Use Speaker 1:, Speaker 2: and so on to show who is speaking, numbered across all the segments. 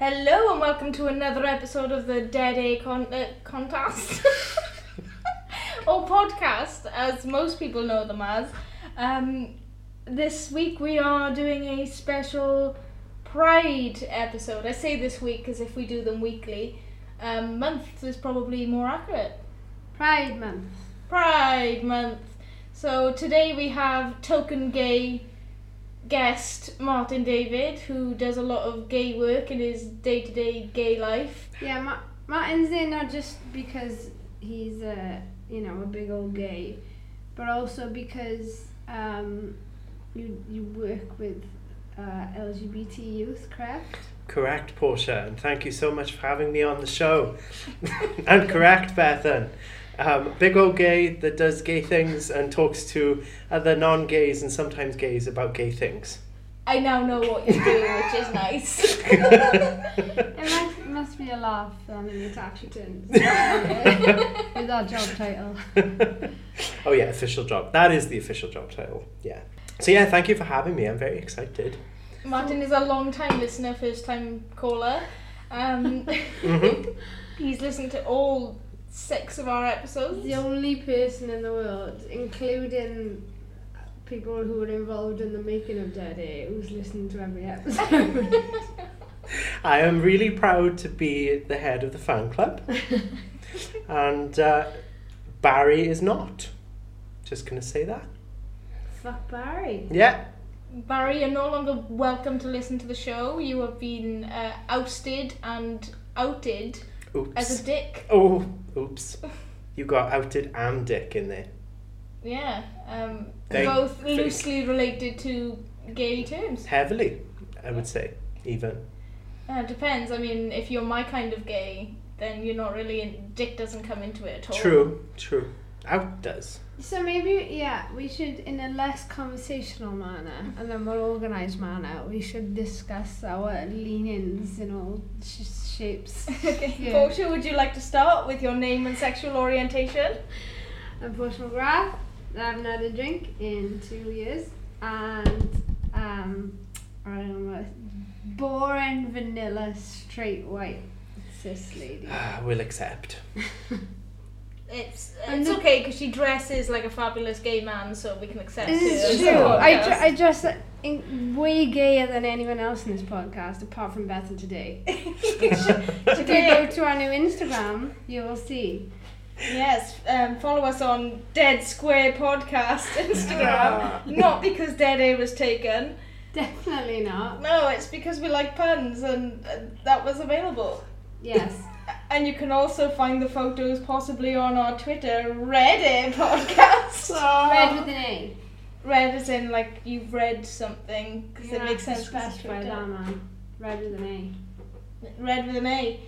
Speaker 1: Hello and welcome to another episode of the Dead A con- uh, Contest or podcast, as most people know them as. Um, this week we are doing a special Pride episode. I say this week because if we do them weekly, um, month is probably more accurate.
Speaker 2: Pride Month.
Speaker 1: Pride Month. So today we have token gay guest Martin David, who does a lot of gay work in his day to day gay life.
Speaker 2: Yeah, Ma- Martin's there not just because he's a you know a big old gay, but also because um, you you work with uh, LGBT youth, correct?
Speaker 3: Correct, Portia, and thank you so much for having me on the show. and correct, Bethan. Um, big old gay that does gay things and talks to other non gays and sometimes gays about gay things.
Speaker 1: I now know what you're doing, which is nice.
Speaker 2: It must, it must be a laugh um, in the tax returns with our job title.
Speaker 3: oh, yeah, official job. That is the official job title. Yeah. So, yeah, thank you for having me. I'm very excited.
Speaker 1: Martin is a long time listener, first time caller. Um,
Speaker 3: Mm-hmm.
Speaker 1: he's listened to all six of our episodes.
Speaker 2: The only person in the world, including people who were involved in the making of Daddy, who's listened to every episode.
Speaker 3: I am really proud to be the head of the fan club, and uh, Barry is not. Just going to say that.
Speaker 2: Fuck Barry.
Speaker 3: Yeah.
Speaker 1: Barry, you're no longer welcome to listen to the show. You have been uh, ousted and outed
Speaker 3: Oops.
Speaker 1: as a dick.
Speaker 3: Oh, oops. You got outed and dick in there.
Speaker 1: Yeah, um,
Speaker 3: Thank-
Speaker 1: both
Speaker 3: thank-
Speaker 1: loosely related to gay terms.
Speaker 3: Heavily, I would say, even.
Speaker 1: Uh, depends. I mean, if you're my kind of gay, then you're not really. In, dick doesn't come into it at all.
Speaker 3: True, true. Out does.
Speaker 2: So maybe, yeah, we should, in a less conversational manner and a more organised manner, we should discuss our leanings in all sh- shapes.
Speaker 1: okay.
Speaker 2: Yeah.
Speaker 1: Portia, would you like to start with your name and sexual orientation?
Speaker 2: I'm Portia McGrath. I haven't had a drink in two years, and um, I'm a boring, vanilla, straight white cis lady.
Speaker 3: Ah, we'll accept.
Speaker 1: It's
Speaker 2: And
Speaker 1: it's
Speaker 2: the-
Speaker 1: okay because she dresses like a fabulous gay man, so we can accept
Speaker 2: This
Speaker 1: her.
Speaker 2: is
Speaker 1: as a
Speaker 2: true. I,
Speaker 1: podcast.
Speaker 2: dr- I dress uh, in- way gayer than anyone else in this podcast, apart from Beth and today. If you go to our new Instagram, you will see.
Speaker 1: Yes, um, follow us on Dead Square Podcast Instagram.
Speaker 3: Ah.
Speaker 1: Not because Dead A was taken.
Speaker 2: Definitely not.
Speaker 1: No, it's because we like puns and uh, that was available.
Speaker 2: Yes.
Speaker 1: And you can also find the photos possibly on our Twitter, Red A Podcast.
Speaker 2: Red with an A.
Speaker 1: Red is in like you've read something because it
Speaker 2: Yeah,
Speaker 1: makes sense. 'cause it's
Speaker 2: Specify
Speaker 1: Twitter.
Speaker 2: that man. Red with an A.
Speaker 1: Red with an A.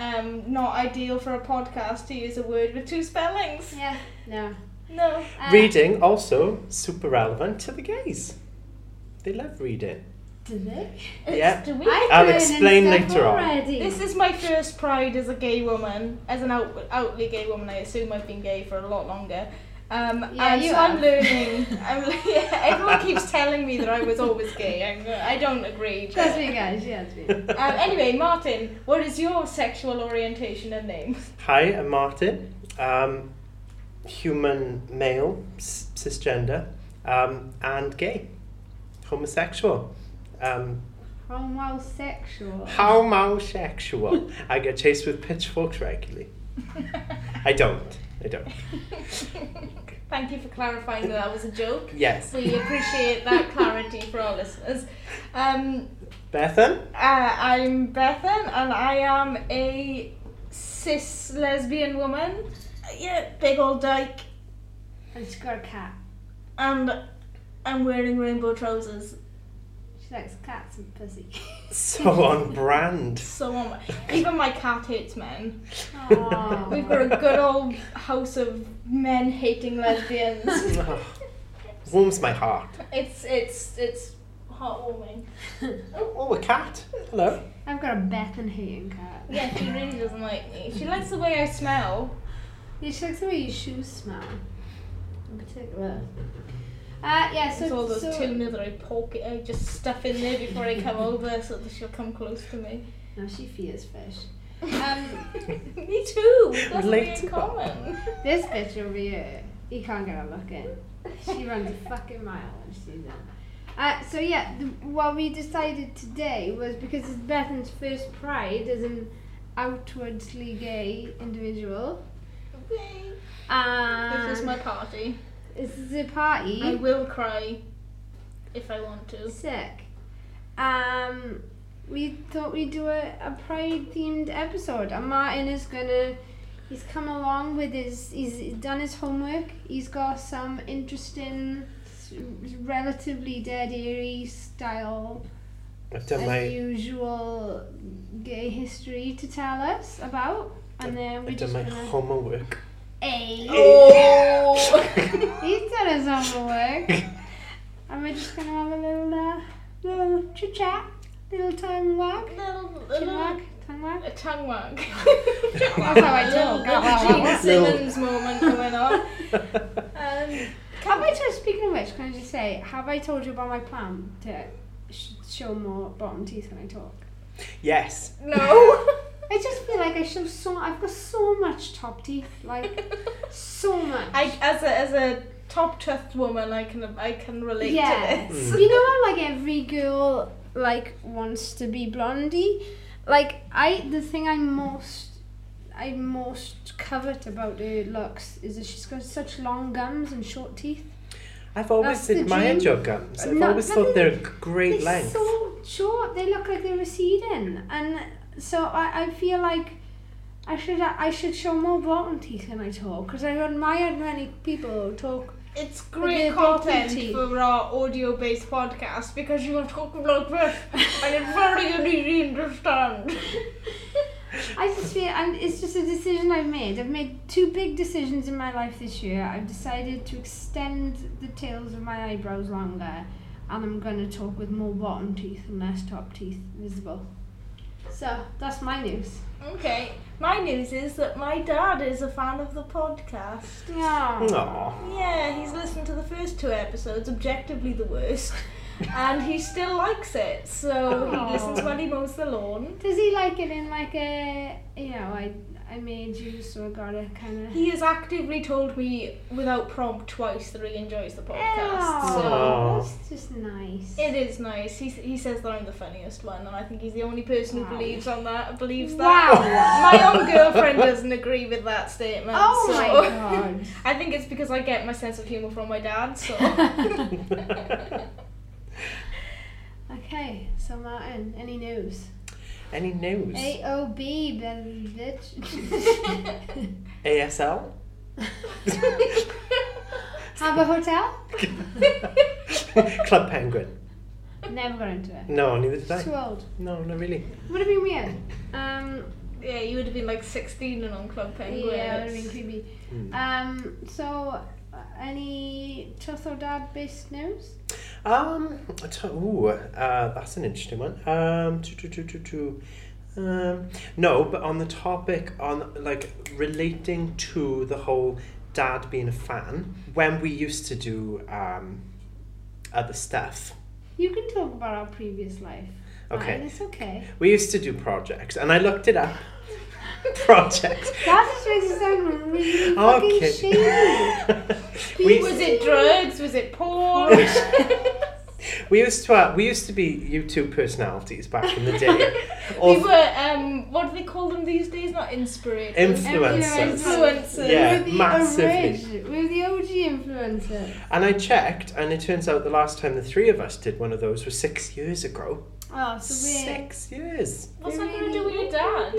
Speaker 1: Um, not ideal for a podcast to use a word with two spellings.
Speaker 2: Yeah. No.
Speaker 1: No.
Speaker 2: Uh,
Speaker 3: Reading also super relevant to the gays. They love reading.
Speaker 2: Do they?
Speaker 3: Yeah.
Speaker 1: Do we
Speaker 2: I've
Speaker 3: I'll
Speaker 2: learned
Speaker 3: explain
Speaker 2: stuff
Speaker 3: later on.
Speaker 2: Already.
Speaker 1: This is my first pride as a gay woman, as an out- outly gay woman. I assume I've been gay for a lot longer. Um,
Speaker 2: Yeah,
Speaker 1: and
Speaker 2: you
Speaker 1: so I'm
Speaker 2: have.
Speaker 1: learning. I'm, le- yeah, everyone keeps telling me that I was always gay. I'm, I don't agree. but-
Speaker 2: That's me, guys. Yeah, that's me.
Speaker 1: Um, anyway, Martin, what is your sexual orientation and name?
Speaker 3: Hi, I'm Martin. Um, human male, s- cisgender, um, and gay. Homosexual. Um,
Speaker 2: Homosexual.
Speaker 3: homosexual. I get chased with pitchforks regularly. I don't. I don't.
Speaker 1: Thank you for clarifying that that was a joke.
Speaker 3: Yes.
Speaker 1: We appreciate that clarity for our listeners. Um,
Speaker 3: Bethan?
Speaker 1: Uh, I'm Bethan, and I am a cis lesbian woman. Yeah, big old dyke,
Speaker 2: And she's got a cat.
Speaker 1: and I'm wearing rainbow trousers.
Speaker 2: She likes cats and pussy.
Speaker 3: So on brand.
Speaker 1: So on. even my cat hates men.
Speaker 2: Aww.
Speaker 1: We've got a good old house of men hating lesbians.
Speaker 3: Oh, warms my heart.
Speaker 1: It's it's it's heartwarming.
Speaker 3: Oh, oh, a cat. Hello.
Speaker 2: I've got a Bethan hating cat.
Speaker 1: Yeah, she really doesn't like me. She likes the way I smell.
Speaker 2: Yeah, she likes the way your shoes smell. In particular. Uh, yeah, so.
Speaker 1: It's all those
Speaker 2: so
Speaker 1: tuna that I poke it, I just stuff in there before I come over so that she'll come close to me.
Speaker 2: Now she fears fish. Um,
Speaker 1: Me too. That's
Speaker 3: Relatable.
Speaker 1: really common.
Speaker 2: this bitch over here, you can't get a look in. She runs a fucking mile when she's in. Uh, so yeah, the, what we decided today was because it's Bethan's first pride as an outwardly gay individual.
Speaker 1: Yay.
Speaker 2: Um,
Speaker 1: This is my party.
Speaker 2: this is a party.
Speaker 1: I will cry if I want to.
Speaker 2: Sick. Um, we thought we'd do a, a pride themed episode, and Martin is gonna. He's come along with his. He's done his homework. He's got some interesting, s- relatively dead airy style,
Speaker 3: I've done my
Speaker 2: unusual gay history to tell us about. And then we
Speaker 3: I've done
Speaker 2: just
Speaker 3: my
Speaker 2: gonna.
Speaker 3: homework.
Speaker 2: Hey,
Speaker 1: Oh.
Speaker 2: he's done his homework, and we're just gonna have a little, uh, little chit chat, little time walk.
Speaker 1: little,
Speaker 2: Chin wag,
Speaker 1: little,
Speaker 2: tongue wag.
Speaker 1: a tongue wag.
Speaker 2: That's how I talk.
Speaker 1: Little Gene
Speaker 2: Little-
Speaker 1: Simmons moment going on. Um,
Speaker 2: Have I told, speaking of which, can I just say, have I told you about my plan to sh- show more bottom teeth when I talk?
Speaker 3: yes.
Speaker 1: no.
Speaker 2: I just feel like I show so, I've got so much top teeth, like, so much.
Speaker 1: I, as a as a top tooth woman, I can I can relate
Speaker 2: Yeah.
Speaker 1: to this.
Speaker 2: you know how, like, every girl, like, wants to be blondie? Like, I, the thing I most, I most covet about her looks is that she's got such long gums and short teeth.
Speaker 3: I've always
Speaker 2: That's the
Speaker 3: admired
Speaker 2: dream.
Speaker 3: your gums. I've
Speaker 2: No,
Speaker 3: always
Speaker 2: but
Speaker 3: thought they're
Speaker 2: they-
Speaker 3: a great
Speaker 2: They're
Speaker 3: length.
Speaker 2: so short. They look like they're receding, and so I, I feel like I should I should show more bottom teeth when I talk because I've admired many people who talk.
Speaker 1: It's
Speaker 2: Okay,
Speaker 1: great
Speaker 2: bottom
Speaker 1: content
Speaker 2: teeth.
Speaker 1: for our audio based podcast because you are talking like this and it's very easy to understand.
Speaker 2: I just feel, and it's just a decision I've made. I've made two big decisions in my life this year. I've decided to extend the tails of my eyebrows longer, and I'm going to talk with more bottom teeth and less top teeth visible. So that's my news.
Speaker 1: Okay. My news is that my dad is a fan of the podcast.
Speaker 2: Yeah.
Speaker 3: Hmm, Aw.
Speaker 1: Yeah, he's listened to the first two episodes, objectively the worst, and he still likes it. So
Speaker 2: Aw.
Speaker 1: he listens when he mows the lawn.
Speaker 2: Does he like it in like a you know I I made you so I got it kind of
Speaker 1: He has actively told me without prompt twice that he enjoys the podcast.
Speaker 3: Aw.
Speaker 2: that's just nice.
Speaker 1: It is nice. He, he says that I'm the funniest one, and I think he's the only person
Speaker 2: Wow.
Speaker 1: who believes on that. Believes that.
Speaker 2: Wow!
Speaker 1: My own girlfriend doesn't agree with that statement.
Speaker 2: oh
Speaker 1: so-
Speaker 2: my god!
Speaker 1: I think it's because I get my sense of humour from my dad. So
Speaker 2: Okay, so Martin, any news?
Speaker 3: Any news?
Speaker 2: A O B, bitch.
Speaker 3: ASL?
Speaker 2: Have a hotel?
Speaker 3: Club Penguin.
Speaker 2: Never got into it.
Speaker 3: No, neither did
Speaker 2: Too
Speaker 3: I.
Speaker 2: old.
Speaker 3: No, not really.
Speaker 2: Would have been weird. Um,
Speaker 1: yeah, you would have been like 16 and on Club Penguin.
Speaker 2: yeah, would have been creepy.
Speaker 3: Hmm.
Speaker 2: Um, so uh, any truth or dad based news?
Speaker 3: Um, I t- ooh, uh, that's an interesting one. Um, tu- tu- tu- tu- tu. Um, no, but on the topic on like relating to the whole dad being a fan, when we used to do um, other stuff,
Speaker 2: You can talk about our previous life. Fine,
Speaker 3: okay,
Speaker 2: it's okay.
Speaker 3: we used to do projects, and I looked it up. projects.
Speaker 2: That just makes it sound really fucking
Speaker 3: Okay.
Speaker 2: shady.
Speaker 3: we,
Speaker 1: Was it drugs? Was it porn?
Speaker 3: we used to uh, we used to be YouTube personalities back in the day.
Speaker 1: we
Speaker 3: Of-
Speaker 1: were um, what do they call them these days? Not inspirators.
Speaker 3: Influencers.
Speaker 1: Influencers.
Speaker 3: Yeah,
Speaker 2: We're the
Speaker 3: massively.
Speaker 2: orig- We're the OG influencer.
Speaker 3: And I checked, and it turns out the last time the three of us did one of those was six years ago.
Speaker 2: Oh, so we're.
Speaker 3: Six years.
Speaker 1: What's that gonna do with your dad?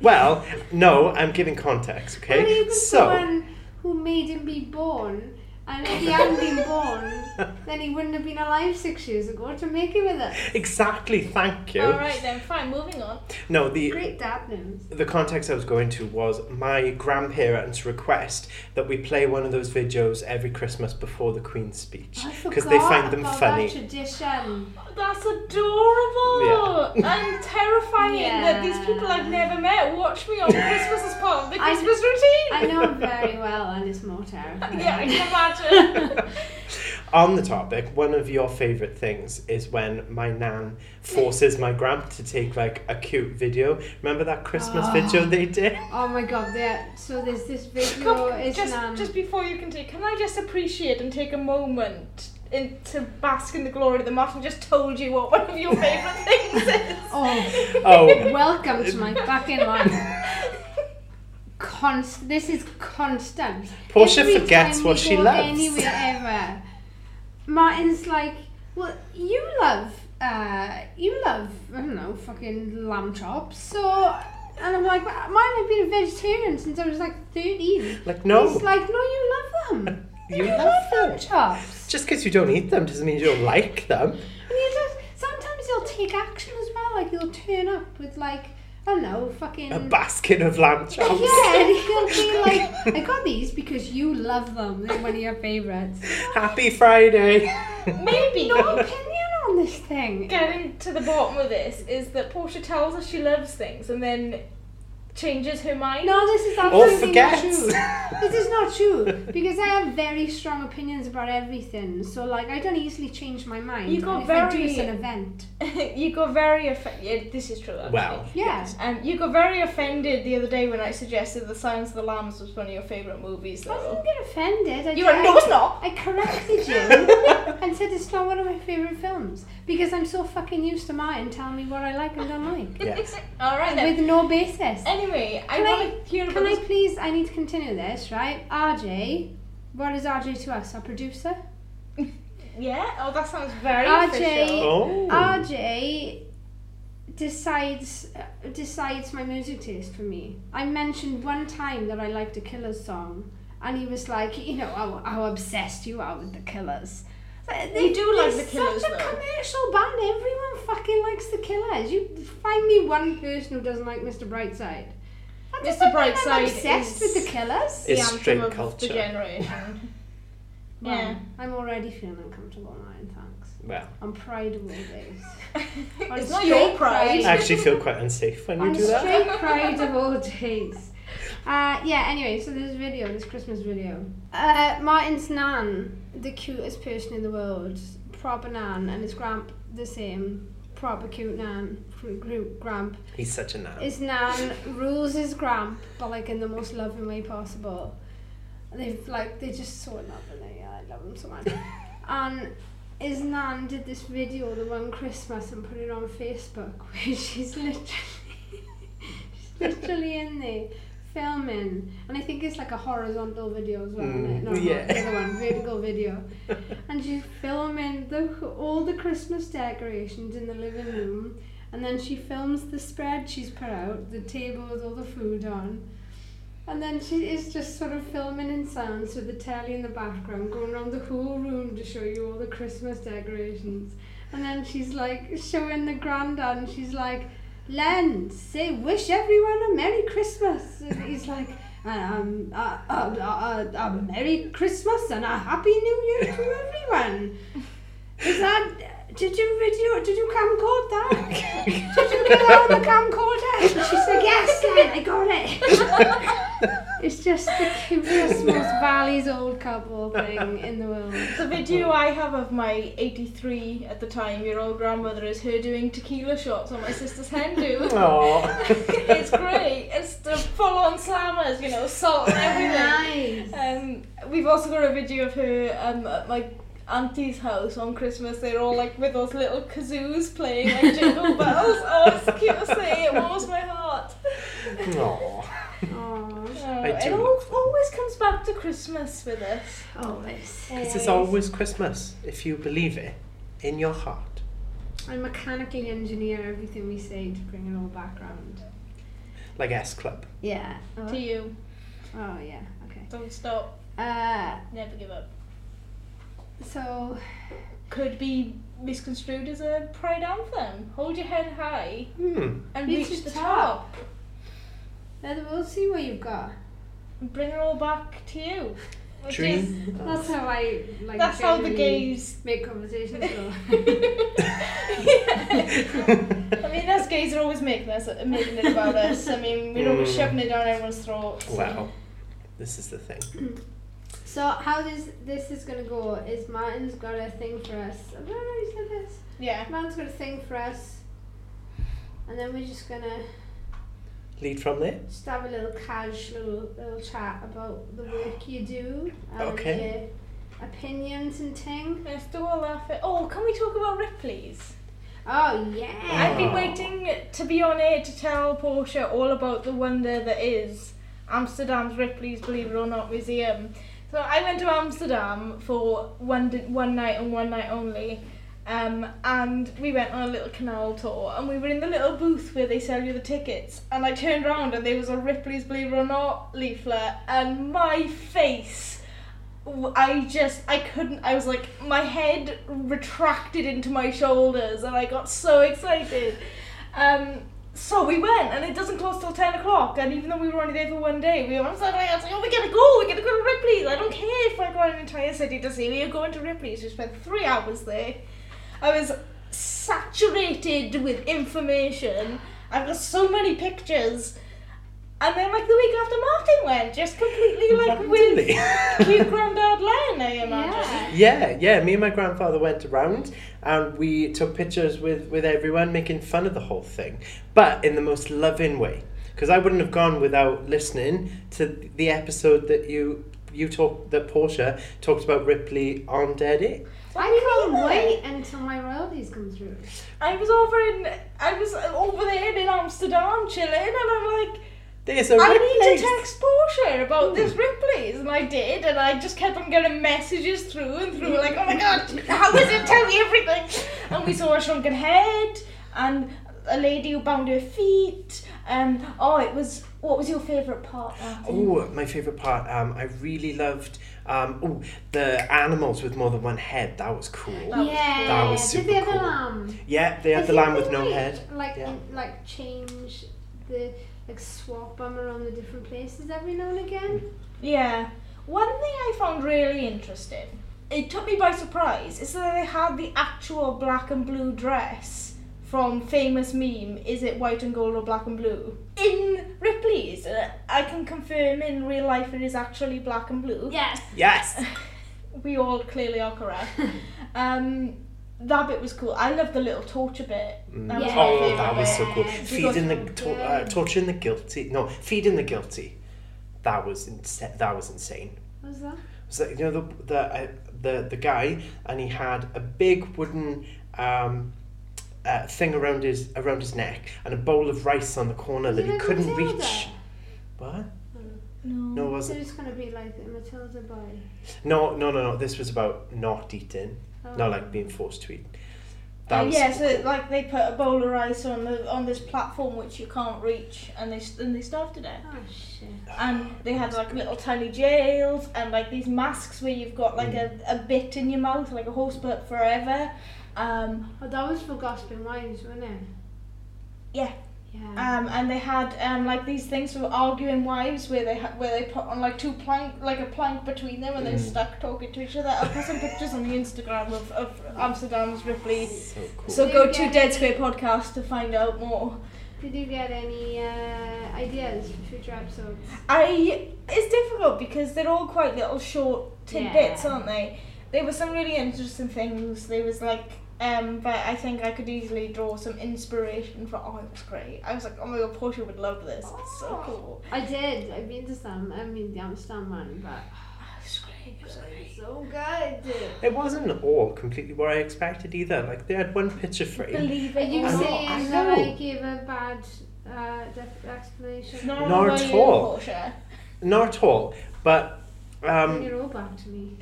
Speaker 3: Well, no, I'm giving context,
Speaker 2: What are
Speaker 3: okay?
Speaker 2: you the
Speaker 3: So,
Speaker 2: one who made him be born? And if he hadn't been born, then he wouldn't have been alive six years ago to make it with us.
Speaker 3: exactly, thank you.
Speaker 1: All right then, fine. Moving on.
Speaker 3: No, the
Speaker 2: Great dad news.
Speaker 3: the context I was going to was my grandparents' request that we play one of those videos every Christmas before the Queen's speech
Speaker 2: I
Speaker 3: because they
Speaker 2: forgot
Speaker 3: find them
Speaker 2: about
Speaker 3: funny.
Speaker 2: That tradition.
Speaker 1: That's adorable and terrifying that these people I've
Speaker 2: Yeah.
Speaker 1: never met watch me on Christmas as part of the
Speaker 2: I-
Speaker 1: Christmas routine.
Speaker 2: I know very well, and it's more terrifying.
Speaker 1: yeah, I can imagine.
Speaker 3: on the topic, one of your favorite things is when my nan forces my gram to take like a cute video. Remember that Christmas
Speaker 2: Oh.
Speaker 3: video they did?
Speaker 2: Oh my god, there. So there's this
Speaker 1: Come-
Speaker 2: video. It's um,
Speaker 1: just,
Speaker 2: nan.
Speaker 1: just before you continue, can I just appreciate and take a moment in, to bask in the glory that Martin just told you what one of your favourite things is?
Speaker 2: Oh,
Speaker 3: Oh,
Speaker 2: welcome to my fucking life. Const. This is constant.
Speaker 3: Portia
Speaker 2: Every
Speaker 3: forgets
Speaker 2: time
Speaker 3: what
Speaker 2: we
Speaker 3: she
Speaker 2: go
Speaker 3: loves.
Speaker 2: Anywhere ever. Martin's like, well, you love, uh, you love, I don't know, fucking lamb chops. So, and I'm like, "Well, mine have been a vegetarian since I was like 13.
Speaker 3: like no,
Speaker 2: He's like, no, you love them.
Speaker 3: you love them.
Speaker 2: Lamb chops.
Speaker 3: Just because you don't eat them doesn't mean you don't like them.
Speaker 2: And you just sometimes you'll take action as well. Like you'll turn up with like I don't know, fucking
Speaker 3: A basket of lamb chops.
Speaker 2: yeah, and he'll be like, I got these because you love them. They're one of your favourites.
Speaker 3: Happy Friday.
Speaker 1: Maybe.
Speaker 2: No opinion on this thing.
Speaker 1: Getting to the bottom of this is that Portia tells us she loves things and then changes her mind.
Speaker 2: No, this is
Speaker 3: Or
Speaker 2: absolutely not
Speaker 3: forgets.
Speaker 2: true. This is not true because I have very strong opinions about everything. So like, I don't easily change my mind.
Speaker 1: You got
Speaker 2: and if I do,
Speaker 1: very-
Speaker 2: it's an event.
Speaker 1: you got very offended. This is true, actually.
Speaker 3: Well,
Speaker 2: Yeah.
Speaker 1: Um, you got very offended the other day when I suggested The Silence of the Lambs was one of your favourite movies,
Speaker 2: I
Speaker 1: though.
Speaker 2: didn't get offended. I
Speaker 1: You were
Speaker 2: I-
Speaker 1: like, no, it's not!
Speaker 2: I corrected you and said it's not one of my favourite films because I'm so fucking used to Martin telling me what I like and don't like
Speaker 3: Yes.
Speaker 1: Alright then.
Speaker 2: with no basis.
Speaker 1: Anyway, I
Speaker 2: Can I-
Speaker 1: want to hear about
Speaker 2: Can I
Speaker 1: this.
Speaker 2: please? I need to continue this, right? RJ, what is RJ to us? Our producer.
Speaker 1: Yeah? Oh, that sounds very
Speaker 2: RJ.
Speaker 1: official.
Speaker 3: Oh.
Speaker 2: Uh, RJ decides uh, decides my music taste for me. I mentioned one time that I liked a Killers song, and he was like, you know, how, how obsessed you are with the Killers. Like,
Speaker 1: You do like
Speaker 2: they're
Speaker 1: The Killers,
Speaker 2: Such a
Speaker 1: though.
Speaker 2: commercial band. Everyone fucking likes the Killers. You find me one person who doesn't like Mr. Brightside. That
Speaker 1: Mr.
Speaker 2: doesn't mean I'm
Speaker 1: Brightside
Speaker 2: obsessed
Speaker 1: is-
Speaker 2: with the Killers.
Speaker 1: The
Speaker 3: It's
Speaker 1: anthem
Speaker 3: straight
Speaker 1: of
Speaker 3: culture.
Speaker 1: The generation.
Speaker 2: Well,
Speaker 1: Yeah.
Speaker 2: I'm already feeling uncomfortable, Martin. Thanks.
Speaker 3: Well,
Speaker 2: On Pride Away days.
Speaker 1: it's not your
Speaker 2: straight
Speaker 1: pride.
Speaker 2: pride.
Speaker 3: I actually feel quite unsafe when you
Speaker 2: on
Speaker 3: do that.
Speaker 2: straight pride of all days. Uh, yeah, anyway, so this video, this Christmas video. Uh, Martin's nan, the cutest person in the world, proper nan, and his gramp, the same, proper cute nan, gr- gr- gramp.
Speaker 3: He's such a nan.
Speaker 2: His nan rules his gramp, but like in the most loving way possible. And They've like, they're just so loving, they I love them so much. And his nan did this video the one Christmas and put it on Facebook where she's literally she's literally in there filming and I think it's like a horizontal video as well isn't it?
Speaker 3: Mm,
Speaker 2: No, no,
Speaker 3: yeah.
Speaker 2: the other one vertical video and she's filming the all the Christmas decorations in the living room and then she films the spread she's put out the table with all the food on and then she is just sort of filming in silence with the telly in the background, going around the whole room to show you all the Christmas decorations. And then she's like showing the granddad, and she's like, Len, say wish everyone a Merry Christmas. And he's like, um, uh, uh, uh, uh, a Merry Christmas and a Happy New Year to everyone. Is that, did you video, did you camcord that? did you get out the camcorder? And she's like, yes, Len, I got it. It's just the cutest, most Valley's old couple thing in the world.
Speaker 1: The video
Speaker 3: Uh-huh.
Speaker 1: I have of my 83 at the time year old grandmother is her doing tequila shots on my sister's
Speaker 3: Oh.
Speaker 1: Hindu.
Speaker 3: Aww.
Speaker 1: it's great. It's the full on slammers, you know, salt and everything.
Speaker 2: Nice.
Speaker 1: Um, we've also got a video of her um, at my auntie's house on Christmas. They're all like with those little kazoos playing like jingle bells. Oh, it's the cutest thing. It warms my heart.
Speaker 3: Aww.
Speaker 2: Aww.
Speaker 1: Oh,
Speaker 3: I
Speaker 1: it
Speaker 3: do
Speaker 1: al- always comes back to Christmas with us.
Speaker 2: Always.
Speaker 3: Because it's always Christmas, if you believe it, in your heart.
Speaker 2: I mechanically engineer everything we say to bring it all back round.
Speaker 3: Like S Club.
Speaker 2: Yeah.
Speaker 1: To
Speaker 2: Oh,
Speaker 1: you.
Speaker 2: oh yeah. Okay.
Speaker 1: Don't stop.
Speaker 2: Uh,
Speaker 1: Never give up.
Speaker 2: so
Speaker 1: could be misconstrued as a pride anthem. Hold your head high
Speaker 3: Hmm.
Speaker 1: and
Speaker 2: Reach
Speaker 1: reach, the
Speaker 2: the
Speaker 1: top.
Speaker 2: now that we'll see what you've got.
Speaker 1: and Bring it all back to you. Which is,
Speaker 3: Dream.
Speaker 2: That's how I like.
Speaker 1: that's how the
Speaker 2: generally
Speaker 1: gays.
Speaker 2: make conversations go.
Speaker 1: I mean, us gays are always making us making it about us. I mean, we're always
Speaker 3: Mm.
Speaker 1: shoving it down everyone's throat.
Speaker 3: Wow. This is the thing.
Speaker 2: So how this this is gonna go is Martin's got a thing for us. Oh, I don't know what he's gonna us.
Speaker 1: Yeah.
Speaker 2: Martin's got a thing for us, and then we're just gonna
Speaker 3: Lead from there.
Speaker 2: just have a little casual little chat about the work you do and
Speaker 3: Okay.
Speaker 2: your opinions and ting.
Speaker 1: Let's do all that. fi- oh, can we talk about Ripley's?
Speaker 2: Oh
Speaker 1: I've
Speaker 2: yeah.
Speaker 1: been
Speaker 3: Oh.
Speaker 1: waiting to be on air to tell Portia all about the wonder that is Amsterdam's Ripley's Believe It or Not Museum. So I went to Amsterdam for one di- one night and one night only. Um, and we went on a little canal tour and we were in the little booth where they sell you the tickets and I turned around and there was a Ripley's Believe It or Not leaflet and my face w- I just I couldn't I was like my head retracted into my shoulders and I got so excited um so we went and it doesn't close till 10 o'clock and even though we were only there for one day we were on Saturday I was like oh we're gonna go we're gonna go to Ripley's I don't care if I go an entire city to see we are going to Ripley's we spent three hours there I was saturated with information I've got so many pictures and then like the week after Martin went just completely like with
Speaker 3: Randomly.
Speaker 1: cute granddad Len, I imagine.
Speaker 2: Yeah.
Speaker 3: Yeah, yeah. Me and my grandfather went around and we took pictures with, with everyone, making fun of the whole thing, but in the most loving way. Because I wouldn't have gone without listening to the episode that you you talked that Portia talked about Ripley on Dead It.
Speaker 2: I can't wait until my royalties come through.
Speaker 1: I was over in, I was over there in Amsterdam chilling, and I'm like,
Speaker 3: There's a
Speaker 1: I
Speaker 3: Ripley.
Speaker 1: need to text Portia about this Ripley's, and I did, and I just kept on getting messages through and through, like, oh my god, how is it? Tell me everything. And we saw a shrunken head, and a lady who bound her feet, and oh, it was. What was your favourite part? Martin?
Speaker 3: Oh, my favorite part. Um, I really loved um, oh, the animals with more than one head. That was cool.
Speaker 2: Oh.
Speaker 1: That was cool.
Speaker 2: yeah.
Speaker 3: That was
Speaker 2: Did they
Speaker 3: super
Speaker 2: have a
Speaker 3: cool.
Speaker 2: lamb?
Speaker 3: Yeah, they
Speaker 2: I
Speaker 3: had the
Speaker 2: think
Speaker 3: lamb
Speaker 2: we
Speaker 3: with no
Speaker 2: might,
Speaker 3: head.
Speaker 2: Like
Speaker 3: Yeah.
Speaker 2: in- like change the like swap them around the different places every now and again.
Speaker 1: Yeah. One thing I found really interesting, it took me by surprise, is that they had the actual black and blue dress from famous meme Is It White and Gold or Black and Blue? In Ripley's. Uh, I can confirm in real life it is actually black and blue.
Speaker 2: Yes.
Speaker 3: Yes.
Speaker 1: We all clearly are correct. um, that bit was cool. I loved the little torture bit. That was
Speaker 2: Yeah.
Speaker 1: my
Speaker 3: Oh,
Speaker 1: favourite
Speaker 3: that was so cool.
Speaker 2: Yeah, we
Speaker 3: Feeding the
Speaker 2: got
Speaker 3: to-
Speaker 2: some
Speaker 3: uh,
Speaker 2: good-
Speaker 3: torturing the guilty. No, feeding the guilty. That was insa- that was insane.
Speaker 2: What was that?
Speaker 3: It's like you know the the uh, the the guy, and he had a big wooden um, uh, thing around his around his neck, and a bowl of rice on the corner
Speaker 2: Is
Speaker 3: that
Speaker 2: it
Speaker 3: he
Speaker 2: like
Speaker 3: couldn't
Speaker 2: Matilda?
Speaker 3: reach. What?
Speaker 1: No.
Speaker 3: No, it
Speaker 2: So
Speaker 3: wasn't.
Speaker 2: it's gonna be like the Matilda boy.
Speaker 3: No, no, no, no. This was about not eating,
Speaker 2: Oh.
Speaker 3: not like being forced to eat.
Speaker 1: Uh, yeah,
Speaker 3: super
Speaker 1: so
Speaker 3: cool.
Speaker 1: like they put a bowl of rice on the on this platform which you can't reach, and they s- and they starved to death.
Speaker 2: Oh shit.
Speaker 1: and they had like little tiny jails and like these masks where you've got like a, a bit in your mouth like a horse butt forever um,
Speaker 2: Oh, that was for Gossiping Wives, wasn't it?
Speaker 1: Yeah.
Speaker 2: Yeah. Uh,
Speaker 1: um, and they had um, like these things for arguing wives where they ha- where they put on like two plank like a plank between them and they're
Speaker 3: Mm.
Speaker 1: stuck talking to each other I'll put some pictures on the Instagram of, of Amsterdam's Ripley
Speaker 3: So cool.
Speaker 1: so go to
Speaker 2: Yeah.
Speaker 1: Dead Square Podcast to find out more
Speaker 2: Did you get any uh, ideas for future episodes?
Speaker 1: I it's difficult because they're all quite little short tidbits,
Speaker 2: Yeah.
Speaker 1: aren't they? There were some really interesting things. There was like um but I think I could easily draw some inspiration for oh it was great. I was like, Oh my god, Portia would love this. It's so
Speaker 2: Oh.
Speaker 1: cool.
Speaker 2: I did. I've been to some. I mean, the Amsterdam one, but uh,
Speaker 1: It's great, it was great.
Speaker 2: so good.
Speaker 3: It wasn't all completely what I expected either. Like they had one picture frame.
Speaker 1: Believe
Speaker 2: Are
Speaker 1: it.
Speaker 2: you
Speaker 1: or
Speaker 3: I know, I
Speaker 2: saying that
Speaker 3: know.
Speaker 2: I gave a bad uh, def- explanation?
Speaker 1: not,
Speaker 3: Not
Speaker 1: about
Speaker 3: at
Speaker 1: you,
Speaker 3: all.
Speaker 1: Portia.
Speaker 3: Not at all, but
Speaker 2: Bring
Speaker 3: um,
Speaker 2: it all back to me.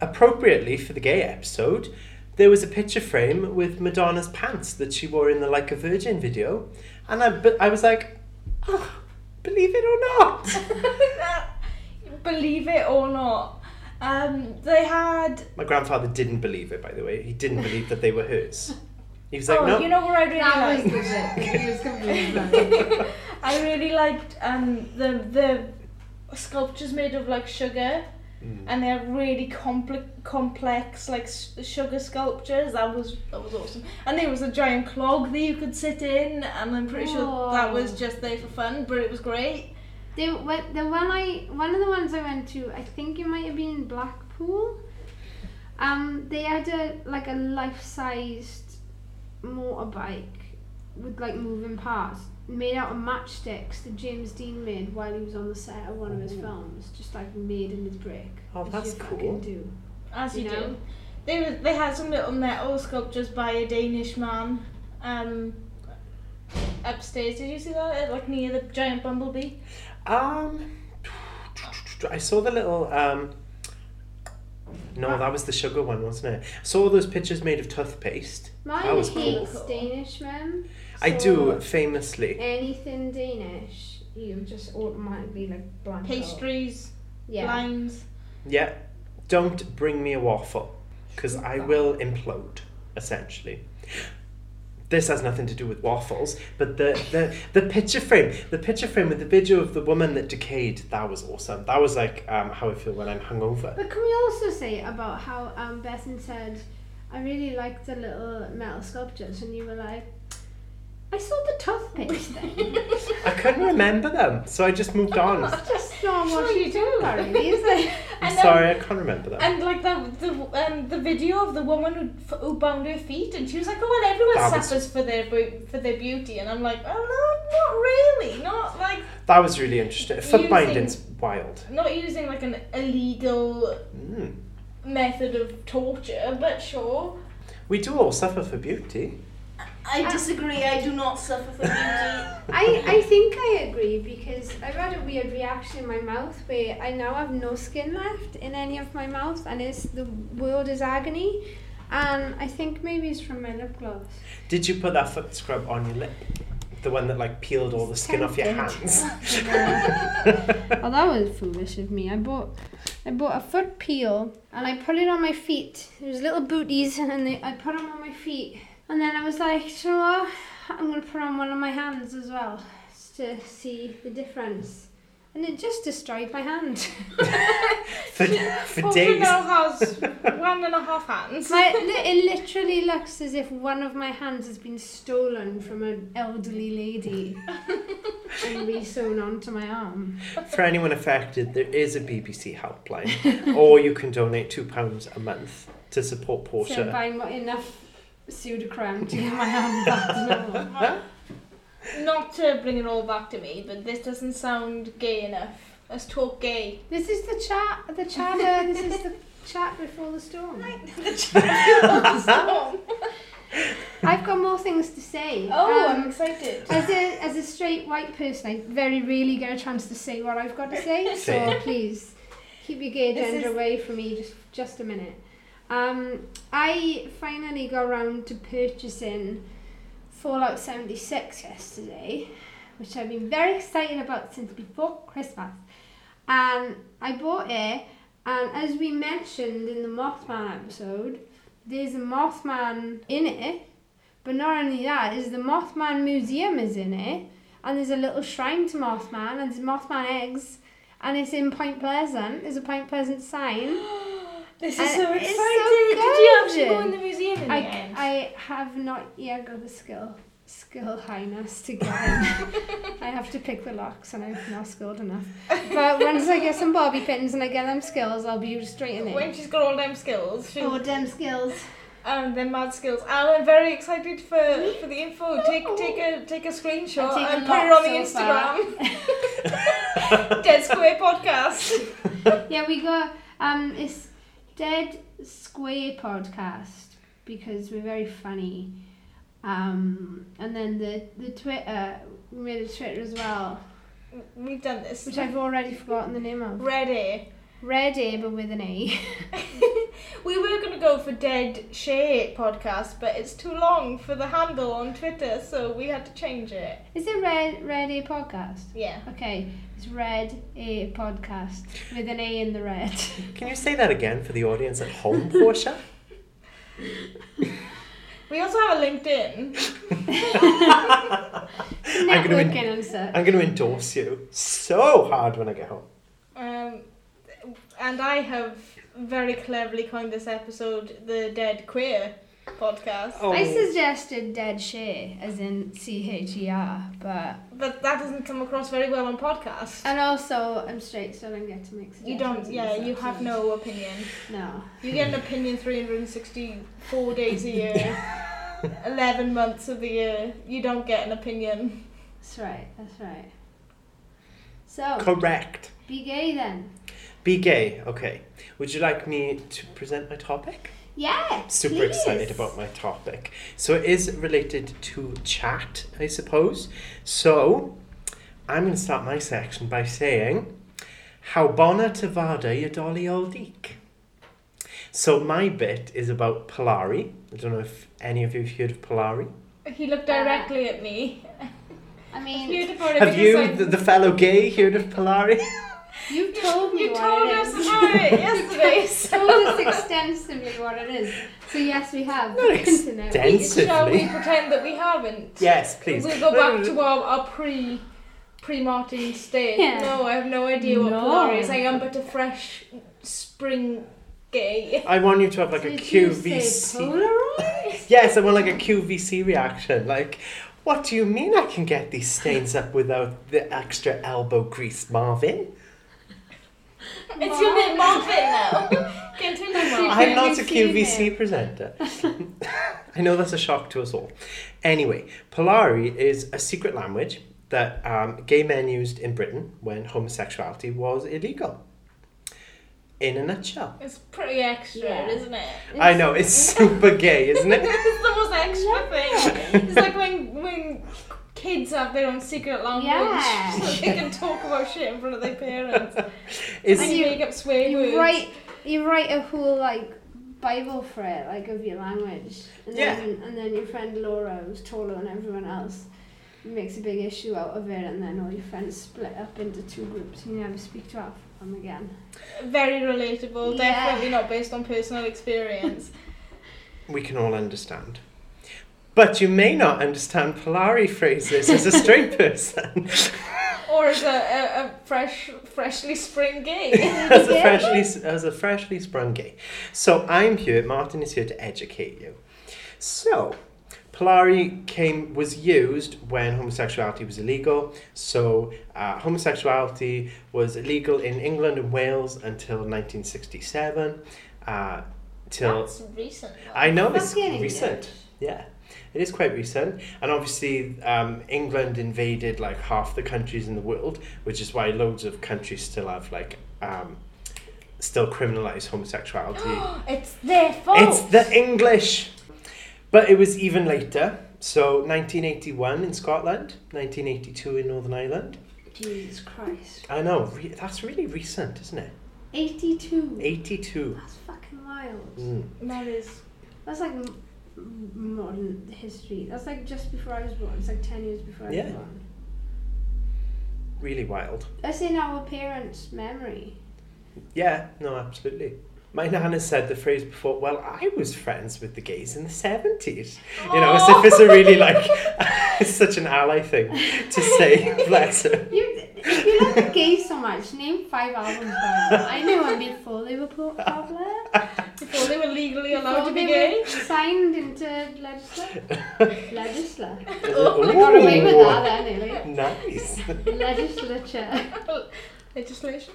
Speaker 3: appropriately for the gay episode, there was a picture frame with Madonna's pants that she wore in the Like a Virgin video, and I, but I was like, oh, believe it or not,
Speaker 1: Believe it or not. Um they had
Speaker 3: my grandfather didn't believe it. By the way, he didn't believe that they were hers. He was like,
Speaker 1: Oh,
Speaker 3: no,
Speaker 1: you know where I really
Speaker 2: That
Speaker 1: like
Speaker 2: was legit. It was completely bad.
Speaker 1: I really liked um, the the sculptures made of like sugar
Speaker 3: Mm.
Speaker 1: and they're really complex, complex like s- sugar sculptures. That was that was awesome. And there was a giant clog that you could sit in, and I'm pretty sure that was
Speaker 2: Woah.
Speaker 1: just there for fun, but it was great.
Speaker 2: They, what, the one I one of the ones I went to, I think it might have been in Blackpool. Um, they had a like a life-sized motorbike with like moving parts made out of matchsticks that James Dean made while he was on the set of one of his
Speaker 3: Ooh.
Speaker 2: films, just like made in his break.
Speaker 3: Oh,
Speaker 2: as
Speaker 3: that's
Speaker 2: you
Speaker 3: cool.
Speaker 2: fucking Do.
Speaker 1: As you,
Speaker 2: You know?
Speaker 1: do. They were, they had some little metal sculptures by a Danish man. Um, upstairs, did you see that? Like near the giant bumblebee.
Speaker 3: Um, I saw the little. Um, no, that was the sugar one, wasn't it? Saw those pictures made of toothpaste. That
Speaker 2: Mine
Speaker 3: was
Speaker 2: hates
Speaker 3: cool.
Speaker 2: Danish men.
Speaker 3: I do
Speaker 2: so
Speaker 3: famously.
Speaker 2: Anything Danish, you just automatically like blank. out.
Speaker 1: Pastries,
Speaker 2: Oh. Yeah.
Speaker 1: limes.
Speaker 3: Yeah, don't bring me a waffle, because I will implode. Essentially, this has nothing to do with waffles, but the, the the picture frame, the picture frame with the video of the woman that decayed, that was awesome. That was like um, how I feel when I'm hungover.
Speaker 2: But can we also say about how um, Bethan said, I really liked the little metal sculptures, and you were like, I saw the toothpaste thing.
Speaker 3: I couldn't remember them, so I just moved on.
Speaker 2: Just not
Speaker 1: Sure
Speaker 2: what
Speaker 1: you
Speaker 2: you
Speaker 1: do.
Speaker 2: do, really, is it?
Speaker 3: I'm
Speaker 1: And, um,
Speaker 3: sorry, I can't remember them.
Speaker 1: And like the the um, the video of the woman who, f- who bound her feet, and she was like, "Oh well, everyone
Speaker 3: That was-
Speaker 1: suffers for their beau- for their beauty," and I'm like, "Oh no, not really, not like
Speaker 3: That was really interesting. Foot
Speaker 1: Using-
Speaker 3: binding's wild.
Speaker 1: not using like an illegal
Speaker 3: Mm.
Speaker 1: method of torture, but sure." Um,
Speaker 3: We do all suffer for beauty.
Speaker 1: I disagree. I do not suffer for beauty.
Speaker 2: I, I think I agree because I've had a weird reaction in my mouth where I now have no skin left in any of my mouth, and it's the world is agony. And I think maybe it's from my lip gloss.
Speaker 3: Did you put that foot scrub on your lip? The one that like peeled all the skin off your
Speaker 2: Tempting.
Speaker 3: hands.
Speaker 2: Oh, that was foolish of me. I bought, I bought a foot peel and I put it on my feet. There's little booties and they, I put them on my feet. And then I was like, so what? I'm gonna put on one of my hands as well just to see the difference. And it just destroyed my hand.
Speaker 3: for, for
Speaker 1: Well,
Speaker 3: days.
Speaker 1: Chanel has one and a half hands.
Speaker 2: my, li- it literally looks as if one of my hands has been stolen from an elderly lady and re-sewn onto my arm.
Speaker 3: For anyone affected, there is a BBC helpline, or you can donate two pounds a month to support
Speaker 2: So
Speaker 3: Portia.
Speaker 2: buying not enough pseudocreme to get my hand back to normal.
Speaker 1: Not to bring it all back to me, but this doesn't sound gay enough. Let's talk gay.
Speaker 2: This is the chat, the chatter, this is the chat before the storm.
Speaker 1: the child storm.
Speaker 2: I've got more things to say.
Speaker 1: Oh,
Speaker 2: Um,
Speaker 1: I'm excited.
Speaker 2: as a as a straight white person, I very rarely get a chance to say what I've got to say. So
Speaker 3: Same.
Speaker 2: please keep your gay
Speaker 1: This
Speaker 2: agenda
Speaker 1: is-
Speaker 2: away from me just just a minute. Um, I finally got round to purchasing Fallout 76 yesterday, which I've been very excited about since before Christmas. And I bought it, and as we mentioned in the Mothman episode, there's a Mothman in it, but not only that, is the Mothman Museum is in it, and there's a little shrine to Mothman, and there's Mothman eggs, and it's in Point Pleasant. There's a Point Pleasant sign.
Speaker 1: This
Speaker 2: And
Speaker 1: is so
Speaker 2: it's
Speaker 1: exciting!
Speaker 2: so
Speaker 1: Did you actually
Speaker 2: good.
Speaker 1: go in the museum in the
Speaker 2: I,
Speaker 1: end?
Speaker 2: I have not yet got the skill skill highness to get in. I have to pick the locks and I've not skilled enough. But once I get some bobby pins and I get them skills, I'll be straight in
Speaker 1: when
Speaker 2: it.
Speaker 1: she's got all them skills, she,
Speaker 2: Oh, damn skills.
Speaker 1: um, them mad skills. And I'm very excited for, for the info. Take take a take a screenshot
Speaker 2: I've taken
Speaker 1: and put it on the
Speaker 2: lots so far.
Speaker 1: Instagram. Dead Square Podcast.
Speaker 2: Yeah, we got, um, it's Dead Square Podcast because we're very funny. Um, and then the, the Twitter, we made a Twitter as well,
Speaker 1: We've done this.
Speaker 2: which I've already forgotten the name of.
Speaker 1: Ready.
Speaker 2: Red A, but with an E. A.
Speaker 1: We were going to go for Dead Shea podcast, but it's too long for the handle on Twitter, so we had to change it.
Speaker 2: Is it Red Red A podcast?
Speaker 1: Yeah.
Speaker 2: Okay, it's Red A podcast with an A in the red.
Speaker 3: Can you say that again for the audience at home, Portia?
Speaker 1: We also have a LinkedIn.
Speaker 3: I'm gonna
Speaker 2: Networking and stuff.
Speaker 3: I'm going to endorse you so hard when I get home.
Speaker 1: Um, and I have very cleverly coined this episode the Dead Queer podcast.
Speaker 3: Oh,
Speaker 2: I suggested dead share, as in C H E R, but
Speaker 1: But that doesn't come across very well on podcast.
Speaker 2: and also I'm straight, so I don't get to make suggestions.
Speaker 1: you don't, yeah,
Speaker 2: myself,
Speaker 1: you
Speaker 2: so-
Speaker 1: have no opinion.
Speaker 2: No.
Speaker 1: You get an opinion 364 days a year, 11 months of the year. You don't get an opinion.
Speaker 2: That's right. That's right. So
Speaker 3: correct.
Speaker 2: be gay then.
Speaker 3: Be gay. Okay. Would you like me to present my topic?
Speaker 2: Yeah.
Speaker 3: super
Speaker 2: please.
Speaker 3: excited about my topic. So it is related to chat, I suppose. So I'm going to start my section by saying, How bona tavada your dolly old eek? So my bit is about Polari. I don't know if any of you have heard of Polari.
Speaker 1: He looked directly at me.
Speaker 2: I mean,
Speaker 1: Beautiful.
Speaker 3: Have you, the, the fellow gay, heard of Polari?
Speaker 2: you told me.
Speaker 1: You
Speaker 2: what
Speaker 1: told
Speaker 2: it
Speaker 1: us
Speaker 2: is.
Speaker 1: about it yesterday. so-
Speaker 2: told us extensively what it is. So yes, we have.
Speaker 3: Not
Speaker 2: Continue.
Speaker 1: Shall we
Speaker 3: extensively.
Speaker 1: pretend that we haven't?
Speaker 3: Yes, please.
Speaker 1: We'll go back to our, our pre pre Martin stage.
Speaker 2: Yeah.
Speaker 1: No, I have no idea what
Speaker 2: No.
Speaker 1: Polari is. I am but a fresh spring gay.
Speaker 3: I want you to have like a
Speaker 2: Did you say
Speaker 3: QVC
Speaker 2: Polaroid?
Speaker 3: Yes, I want like a QVC reaction. Like, what do you mean I can get these stains up without the extra elbow grease, Marvin?
Speaker 1: It's your bit Marvin now. Continue, Marvin.
Speaker 3: I'm not a
Speaker 2: QVC
Speaker 3: QVC presenter. I know that's a shock to us all. Anyway, Polari is a secret language that um, gay men used in Britain when homosexuality was illegal. In a nutshell.
Speaker 1: It's pretty extra,
Speaker 2: Yeah.
Speaker 1: isn't it?
Speaker 3: I know, it's super gay, isn't it?
Speaker 1: It's the most extra thing. It's like when when kids have their own secret language
Speaker 2: Yeah.
Speaker 1: so they can talk about shit in front of their parents.
Speaker 3: It's
Speaker 1: And
Speaker 2: And
Speaker 1: you
Speaker 2: you-
Speaker 1: make up swear words.
Speaker 2: You write, you write a whole like Bible for it, like of your language, and then and then your friend Laura, who's taller than everyone else, makes a big issue out of it, and then all your friends split up into two groups. You never speak to half of them again.
Speaker 1: Very relatable,
Speaker 2: Yeah.
Speaker 1: definitely not based on personal experience.
Speaker 3: we can all understand. But you may not understand Polari phrases as a straight person,
Speaker 1: or as a, a, a fresh, freshly spring gay.
Speaker 3: as a freshly as a freshly sprung gay. So I'm here. Martin is here to educate you. So Polari came was used when homosexuality was illegal. So uh, homosexuality was illegal in England and Wales until 1967. Uh, till
Speaker 1: That's recent.
Speaker 3: I know it's
Speaker 2: Fucking English.
Speaker 3: recent. Yeah, it is quite recent, and obviously um, England invaded like half the countries in the world, which is why loads of countries still have like um, still criminalize homosexuality.
Speaker 1: it's their fault.
Speaker 3: It's the English. But it was even later. So 1981 in Scotland, 1982 in Northern Ireland.
Speaker 2: Jesus Christ,
Speaker 3: I know, re- that's really recent, isn't it?
Speaker 2: eighty-two.
Speaker 3: 82.
Speaker 2: That's fucking wild.
Speaker 3: Mm.
Speaker 1: That is
Speaker 2: That's like m- m- modern history. That's like just before I was born. It's like ten years before I
Speaker 3: Yeah.
Speaker 2: was born.
Speaker 3: Really wild.
Speaker 2: That's in our parents' memory.
Speaker 3: Yeah, no, absolutely. My nan has said the phrase before, well, I was friends with the gays in the 70s. You know, as if it's a really
Speaker 2: Oh.
Speaker 3: like, it's such an ally thing to say, bless her.
Speaker 2: You, if you love the gays so much, name five albums by now. I knew one before they were po- popular.
Speaker 1: before they were legally allowed
Speaker 2: Before
Speaker 1: to be
Speaker 2: they
Speaker 1: gay.
Speaker 2: were signed into legislature. legislature.
Speaker 1: Oh,
Speaker 2: I got away with that then, nearly.
Speaker 3: Nice.
Speaker 2: Legislature.
Speaker 1: Legislation.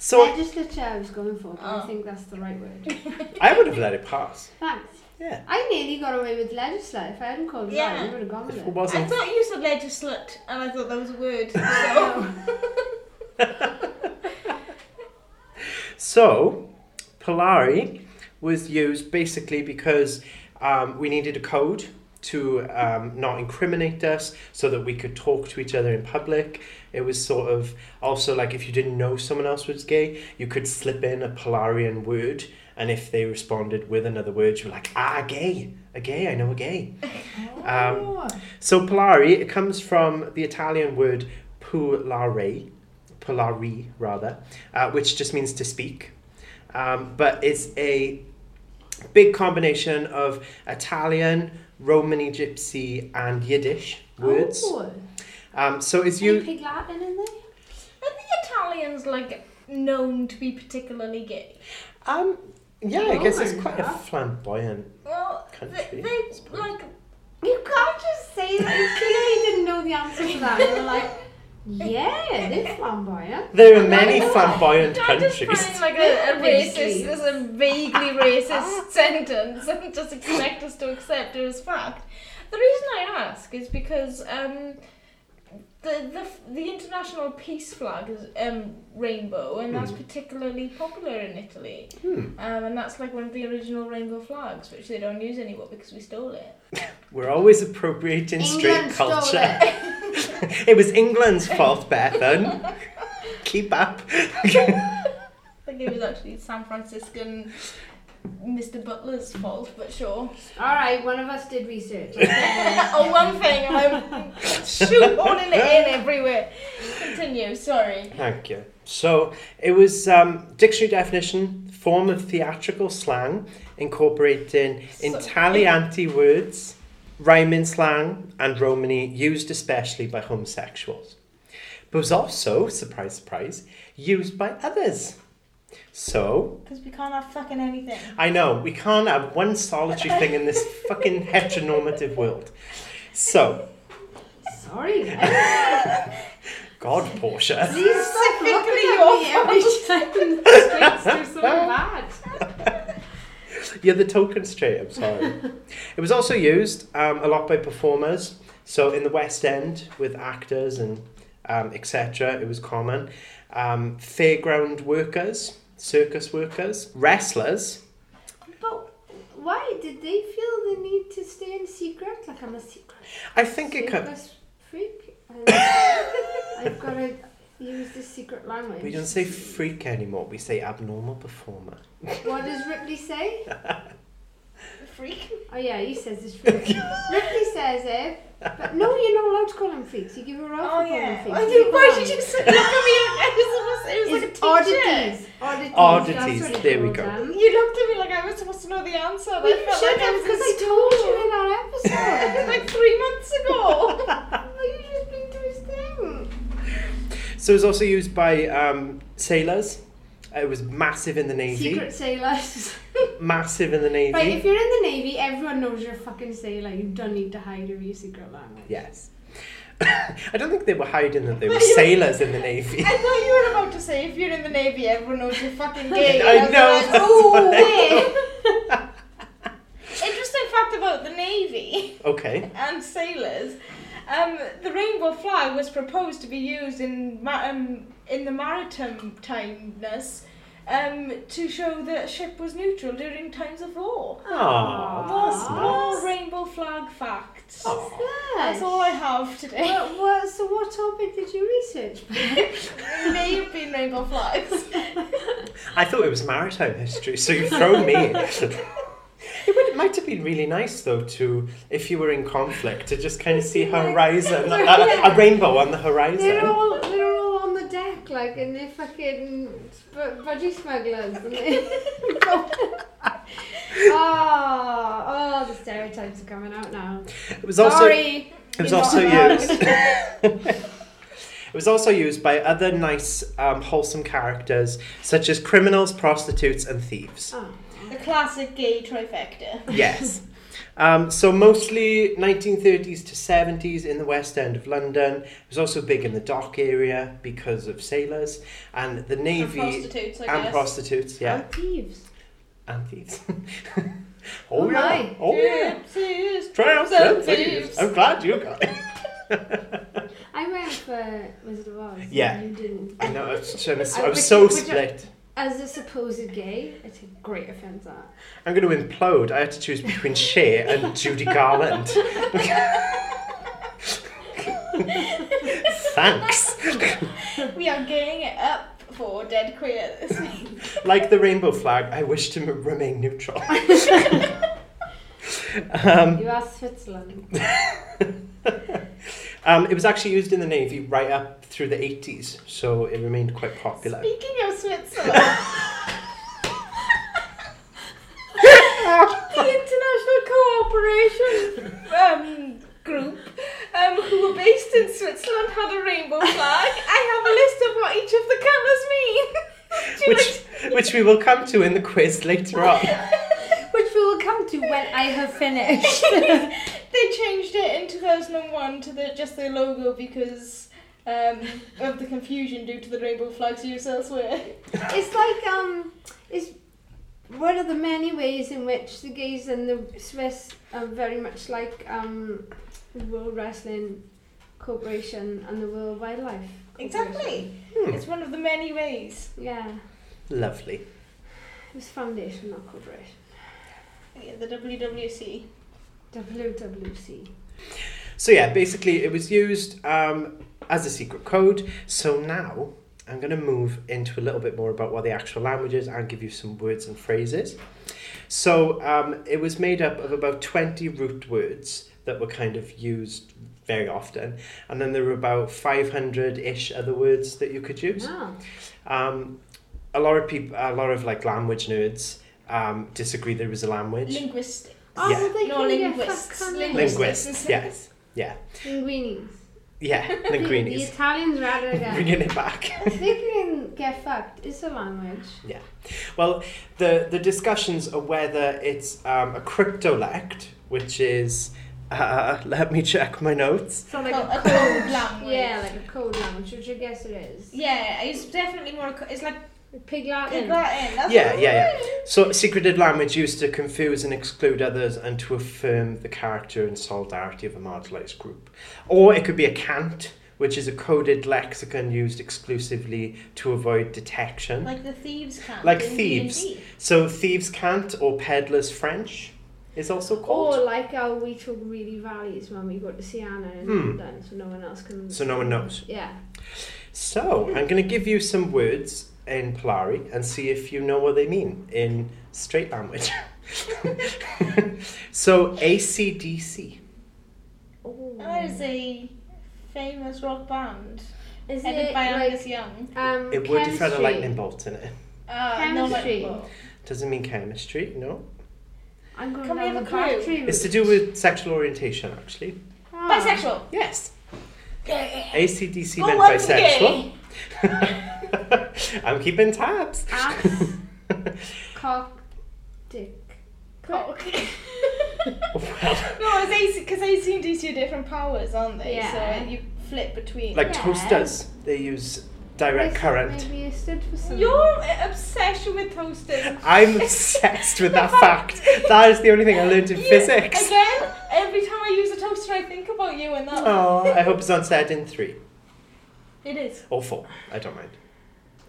Speaker 3: So
Speaker 2: legislature I was going for, but
Speaker 1: Oh.
Speaker 2: I think that's the right word.
Speaker 3: I would have let it pass.
Speaker 2: Thanks.
Speaker 3: Yeah.
Speaker 2: I nearly got away with legislature. If I hadn't called
Speaker 1: Yeah.
Speaker 2: yeah. you would have gone
Speaker 3: If
Speaker 2: with
Speaker 3: it
Speaker 2: it.
Speaker 1: I
Speaker 3: wasn't.
Speaker 1: thought you said legislate, and I thought that was a word.
Speaker 2: oh.
Speaker 3: So, Polari was used basically because um, we needed a code to um, not incriminate us so that we could talk to each other in public. It was sort of also like if you didn't know someone else was gay, you could slip in a Polarian word, and if they responded with another word, you were like, ah, gay, a gay, I know a gay. Um, So Polari, it comes from the Italian word polare, polari rather, uh, which just means to speak. Um, but it's a big combination of Italian, Romani Gypsy, and Yiddish words.
Speaker 2: Oh.
Speaker 3: Um, so it's
Speaker 2: You
Speaker 3: you.
Speaker 2: pig Latin in there?
Speaker 1: Are the Italians like known to be particularly gay.
Speaker 3: Um, yeah, I
Speaker 2: No,
Speaker 3: guess it's
Speaker 2: I'm
Speaker 3: quite a
Speaker 2: not.
Speaker 3: flamboyant.
Speaker 1: Well,
Speaker 3: Country,
Speaker 1: they,
Speaker 3: I
Speaker 1: they
Speaker 3: suppose.
Speaker 1: like
Speaker 2: You can't just say that. You clearly didn't know the answer to that. You were like, yeah, they're flamboyant.
Speaker 3: There are
Speaker 2: I
Speaker 3: many
Speaker 2: know.
Speaker 3: flamboyant
Speaker 1: I just find
Speaker 3: countries.
Speaker 1: like a, a
Speaker 2: Vaguely.
Speaker 1: racist, there's a vaguely racist sentence and just expect us to accept it as fact. The reason I ask is because um, the, the f- the international peace flag is um, rainbow and that's
Speaker 3: Hmm.
Speaker 1: particularly popular in Italy.
Speaker 3: Hmm.
Speaker 1: Um, and that's like one of the original rainbow flags, which they don't use anymore because we stole it.
Speaker 3: We're always appropriating straight
Speaker 2: England stole
Speaker 3: culture.
Speaker 2: it.
Speaker 3: It was England's fault, Bethan. Keep up.
Speaker 1: I think it was actually San Franciscan Mr. Butler's fault, but sure.
Speaker 2: All right, one of us did research.
Speaker 1: oh, one thing, I'm shoehorning it in everywhere. Continue, sorry.
Speaker 3: Thank you. So it was um, dictionary definition, form of theatrical slang incorporating
Speaker 1: So-
Speaker 3: Italianti words, rhyming slang, and Romany used especially by homosexuals. But was also, surprise, surprise, used by others. So,
Speaker 1: Because we can't have fucking anything.
Speaker 3: I know, we can't have one solitary thing in this fucking heteronormative world. So,
Speaker 2: Sorry, guys.
Speaker 3: God, Portia.
Speaker 2: Please stop
Speaker 1: Specifically
Speaker 2: looking at
Speaker 1: your
Speaker 2: me every time the streets do something bad.
Speaker 3: You're the token straight, I'm sorry. it was also used um, a lot by performers. So in the West End with actors and um, etc., it was common. Um, fairground workers, circus workers, wrestlers.
Speaker 2: But why did they feel the need to stay in secret? Like I'm a secret.
Speaker 3: I think it could.
Speaker 2: secret freak. and I've got to use the secret language.
Speaker 3: We don't say freak anymore, we say abnormal performer.
Speaker 2: What does Ripley say?
Speaker 1: Freak.
Speaker 2: Oh yeah, he says it's freak. Ripley says it. But no, you're not allowed to call him freaks. You give her
Speaker 1: Oh,
Speaker 2: off for calling
Speaker 1: yeah.
Speaker 2: him freaks.
Speaker 1: I
Speaker 2: You
Speaker 1: did, why
Speaker 2: can't.
Speaker 1: did you say look at me? I was supposed, it
Speaker 2: It's
Speaker 1: was like a teacher.
Speaker 2: oddities. Oddities.
Speaker 3: Oddities,
Speaker 2: That's what
Speaker 3: there we
Speaker 2: called
Speaker 3: go.
Speaker 2: them.
Speaker 1: You looked at me like I was supposed to know the answer. and
Speaker 2: Well,
Speaker 1: I
Speaker 2: you
Speaker 1: felt
Speaker 2: should
Speaker 1: like I
Speaker 2: have,
Speaker 1: was
Speaker 2: because
Speaker 1: in
Speaker 2: I told
Speaker 1: school.
Speaker 2: you in our episode.
Speaker 1: It was like three months ago.
Speaker 2: Well, you just been to his thing.
Speaker 3: So it was also used by um, sailors. It was massive in the Navy.
Speaker 2: Secret sailors.
Speaker 3: Massive in the Navy.
Speaker 2: right, if you're in the navy, everyone knows you're a fucking sailor. You don't need to hide your secret language.
Speaker 3: Yes. I don't think they were hiding that they
Speaker 1: No,
Speaker 3: were
Speaker 1: you-
Speaker 3: sailors in the Navy.
Speaker 1: I thought you were about to say if you're in the Navy, everyone knows you're fucking gay.
Speaker 3: I
Speaker 1: And
Speaker 3: know,
Speaker 1: was like,
Speaker 3: that's
Speaker 1: "Ooh,
Speaker 3: what I
Speaker 1: wait." Interesting fact about the Navy.
Speaker 3: Okay.
Speaker 1: and sailors. Um, the rainbow flag was proposed to be used in ma- um, in the maritime timeness um, to show that a ship was neutral during times of war.
Speaker 3: Aww, that's
Speaker 2: Aw.
Speaker 3: nice. Oh.
Speaker 1: More rainbow flag facts.
Speaker 3: Aw.
Speaker 1: That's all I have today.
Speaker 2: What, what, so what topic did you research?
Speaker 1: It May have been rainbow flags.
Speaker 3: I thought it was maritime history, so you throw me. it would, might have been really nice though to, if you were in conflict, to just kind of see horizon, a, a rainbow on the
Speaker 2: They're
Speaker 3: horizon.
Speaker 2: all they're all on the deck, like, and they're fucking sp- budgie smugglers. and they- Ah, oh, oh, the stereotypes are coming out now.
Speaker 3: It was also
Speaker 2: Sorry.
Speaker 3: it was
Speaker 2: you're not
Speaker 3: also
Speaker 2: allowed.
Speaker 3: used. It was also used by other nice, um, wholesome characters such as criminals, prostitutes, and thieves.
Speaker 2: Oh.
Speaker 1: the classic gay trifecta.
Speaker 3: yes. Um, so mostly 1930s to 70s in the West End of London. It was also big in the dock area because of sailors and the
Speaker 1: And
Speaker 3: navy
Speaker 1: prostitutes, I
Speaker 3: and
Speaker 1: guess.
Speaker 3: prostitutes, yeah,
Speaker 2: And thieves.
Speaker 3: and thieves.
Speaker 2: Oh
Speaker 3: oh yeah,
Speaker 2: my.
Speaker 3: oh yeah.
Speaker 1: Gypsies,
Speaker 3: Triumphs
Speaker 1: and
Speaker 3: and thieves.
Speaker 1: thieves.
Speaker 3: I'm glad you got it.
Speaker 2: I went for Wizard of Oz.
Speaker 3: Yeah.
Speaker 2: You didn't.
Speaker 3: I know. I was, trying to, s-
Speaker 2: I
Speaker 3: I was
Speaker 2: wish-
Speaker 3: so
Speaker 2: wish I-
Speaker 3: split.
Speaker 2: As a supposed gay, I take great uh, offence at.
Speaker 3: I'm going to implode. I had to choose between Cher and Judy Garland. Thanks.
Speaker 1: We are getting it up for Dead Queer this week.
Speaker 3: like the rainbow flag, I wish to m- remain neutral. um,
Speaker 2: You are Switzerland.
Speaker 3: um, it was actually used in the Navy right up through the 80s, so it remained quite popular.
Speaker 1: Speaking of Switzerland, the International Cooperation um, Group, um, who were based in Switzerland, had a rainbow flag. I have a list of what each of the colours mean.
Speaker 3: which we will come to in the quiz later on.
Speaker 2: Which we will come to when I have finished.
Speaker 1: they changed it in 2001 to the, just their logo because um, of the confusion due to the rainbow flags used elsewhere.
Speaker 2: it's like um, it's one of the many ways in which the gays and the Swiss are very much like um, the World Wrestling Corporation and the World Wildlife. Corporation.
Speaker 1: Exactly.
Speaker 3: Hmm,
Speaker 1: It's one of the many ways.
Speaker 2: Yeah,
Speaker 3: Lovely.
Speaker 2: it was foundation, not corporation.
Speaker 1: Yeah, the WWC.
Speaker 2: WWC.
Speaker 3: So yeah, basically it was used um, as a secret code. So now I'm going to move into a little bit more about what the actual language is and give you some words and phrases. So um, it was made up of about 20 root words that were kind of used very often. And then there were about 500-ish other words that you could use.
Speaker 2: Wow.
Speaker 3: Um, a lot of people, a lot of like language nerds um, disagree there is a language.
Speaker 1: Linguistics.
Speaker 2: Oh,
Speaker 3: Yeah.
Speaker 2: well, they
Speaker 1: No,
Speaker 2: can get
Speaker 1: linguists.
Speaker 2: fuck on
Speaker 3: Linguists, yes.
Speaker 2: Linguinis.
Speaker 3: Yeah,
Speaker 2: The- The
Speaker 3: linguinis.
Speaker 2: Italians rather than.
Speaker 3: Bringing it back.
Speaker 2: they can get fucked. It's a language.
Speaker 3: Well, the, the discussions are whether it's um, a cryptolect, which is, uh, let me check my notes.
Speaker 2: So
Speaker 1: Like a code language.
Speaker 2: Yeah, like a code language, which I guess it is.
Speaker 1: Yeah, it's definitely more. co- It's like
Speaker 2: Pig
Speaker 1: Latin.
Speaker 2: Latin.
Speaker 1: That's
Speaker 3: Yeah,
Speaker 1: what
Speaker 3: yeah, yeah.
Speaker 1: it is.
Speaker 3: So, secreted language used to confuse and exclude others and to affirm the character and solidarity of a marginalized group. Or it could be a cant, which is a coded lexicon used exclusively to avoid detection.
Speaker 1: Like the thieves can.
Speaker 3: Like thieves. so, thieves' cant or peddlers' French is also called.
Speaker 2: Or like how we took really valleys when we go to Siena in
Speaker 3: Hmm.
Speaker 2: London, so no one else can.
Speaker 3: So no one knows.
Speaker 2: Yeah.
Speaker 3: So, I'm going to give you some words in Polari and see if you know what they mean in straight language. so, ACDC.
Speaker 2: Oh.
Speaker 1: That is a famous rock band
Speaker 2: Is
Speaker 1: headed
Speaker 2: it
Speaker 1: by
Speaker 2: like,
Speaker 1: Angus Young.
Speaker 2: um,
Speaker 3: It would have had a
Speaker 2: chemistry?
Speaker 3: lightning bolt in it.
Speaker 1: Uh, no, like,
Speaker 2: Chemistry.
Speaker 1: well,
Speaker 3: Doesn't mean chemistry, no.
Speaker 2: I'm going
Speaker 1: Can we
Speaker 2: down
Speaker 1: have
Speaker 2: the
Speaker 1: a clue?
Speaker 2: battery
Speaker 3: It's to
Speaker 2: route.
Speaker 3: do with sexual orientation, actually.
Speaker 2: Ah.
Speaker 1: bisexual.
Speaker 3: Yes.
Speaker 1: Yeah.
Speaker 3: ACDC
Speaker 1: Go
Speaker 3: meant
Speaker 1: on,
Speaker 3: bisexual. I'm keeping tabs.
Speaker 1: Ah.
Speaker 2: Ass, cock, dick.
Speaker 1: Cock.
Speaker 3: Well,
Speaker 1: no, it's AC because AC and DC are different powers, aren't they?
Speaker 2: Yeah.
Speaker 1: So you flip between.
Speaker 3: like
Speaker 2: Yeah.
Speaker 3: toasters, they use
Speaker 2: I
Speaker 3: direct
Speaker 2: thought
Speaker 3: current.
Speaker 2: Maybe it stood for something.
Speaker 1: your obsession with toasters.
Speaker 3: I'm obsessed with that fact. That is the only thing I learned in
Speaker 1: You-
Speaker 3: physics.
Speaker 1: Again, every time I use a toaster, I think about you and that.
Speaker 3: Oh, I hope it's on set in three
Speaker 1: It is.
Speaker 3: or four. I don't mind.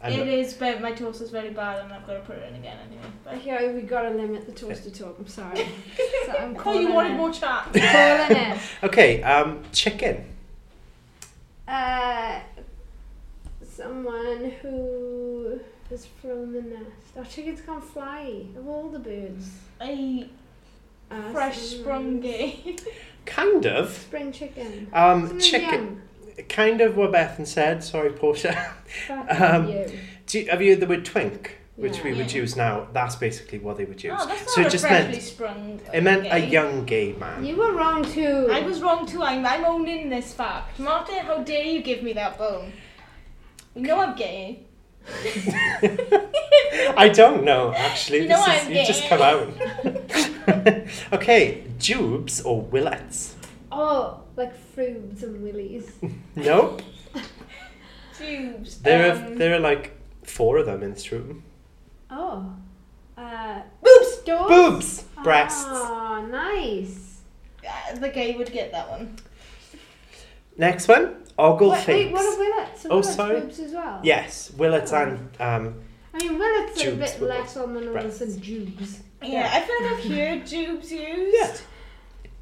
Speaker 3: I'm
Speaker 1: It
Speaker 3: not-
Speaker 1: is, but my toaster's very bad, and I've got to put it in again anyway. But
Speaker 2: Okay, we gotta limit the toaster talk. I'm sorry. so I'm
Speaker 1: I thought
Speaker 2: calling
Speaker 1: you wanted
Speaker 2: it.
Speaker 1: more chat.
Speaker 2: Calling it.
Speaker 3: Okay, um, chicken.
Speaker 2: Uh, someone who is from the nest. Our chickens can't fly. Of all the birds.
Speaker 1: A
Speaker 2: Uh,
Speaker 1: fresh
Speaker 2: someone-
Speaker 1: sprung gay.
Speaker 3: Kind of.
Speaker 2: Spring chicken.
Speaker 1: Mm,
Speaker 3: Um,
Speaker 2: Someone
Speaker 3: chicken.
Speaker 2: young.
Speaker 3: Kind of what Bethan said. Sorry, Portia.
Speaker 2: Fuck
Speaker 3: Um,
Speaker 2: you.
Speaker 3: Do you, have you heard the word twink, which
Speaker 2: Yeah.
Speaker 3: we would
Speaker 1: Yeah.
Speaker 3: use now? That's basically what they would use.
Speaker 1: Oh, that's not
Speaker 3: So it
Speaker 1: a
Speaker 3: just
Speaker 1: freshly
Speaker 3: meant-
Speaker 1: sprung.
Speaker 3: it meant a
Speaker 1: gay.
Speaker 3: young gay man.
Speaker 2: You were wrong too.
Speaker 1: I was wrong too. I'm, I'm owning this fact. Martin, how dare you give me that bone? You know I'm gay.
Speaker 3: I don't know actually.
Speaker 1: You know
Speaker 3: this is,
Speaker 1: I'm
Speaker 3: you just
Speaker 1: gay.
Speaker 3: come out. okay, jubes or willets.
Speaker 2: Oh, like fruits and willies.
Speaker 3: Nope.
Speaker 1: Tubes.
Speaker 3: There are
Speaker 1: um,
Speaker 3: there are like four of them in this room.
Speaker 2: Oh. Uh,
Speaker 1: boobs.
Speaker 2: doors.
Speaker 3: Boobs,
Speaker 2: Ah.
Speaker 3: breasts.
Speaker 2: Oh, nice.
Speaker 1: Uh, the gay would get that one.
Speaker 3: Next one, ogle
Speaker 2: Wait, wait, what
Speaker 3: figs.
Speaker 2: are willets? Are
Speaker 3: Oh,
Speaker 2: willets
Speaker 3: sorry.
Speaker 2: boobs as well?
Speaker 3: Yes, willets
Speaker 2: Oh.
Speaker 3: and um,
Speaker 2: I mean, willets are a
Speaker 3: Jubes,
Speaker 2: bit
Speaker 3: willets,
Speaker 2: less on the nose
Speaker 3: breasts.
Speaker 2: than jubes.
Speaker 1: Yeah,
Speaker 2: Yeah.
Speaker 1: I feel like I've heard tubes used.
Speaker 3: Yeah.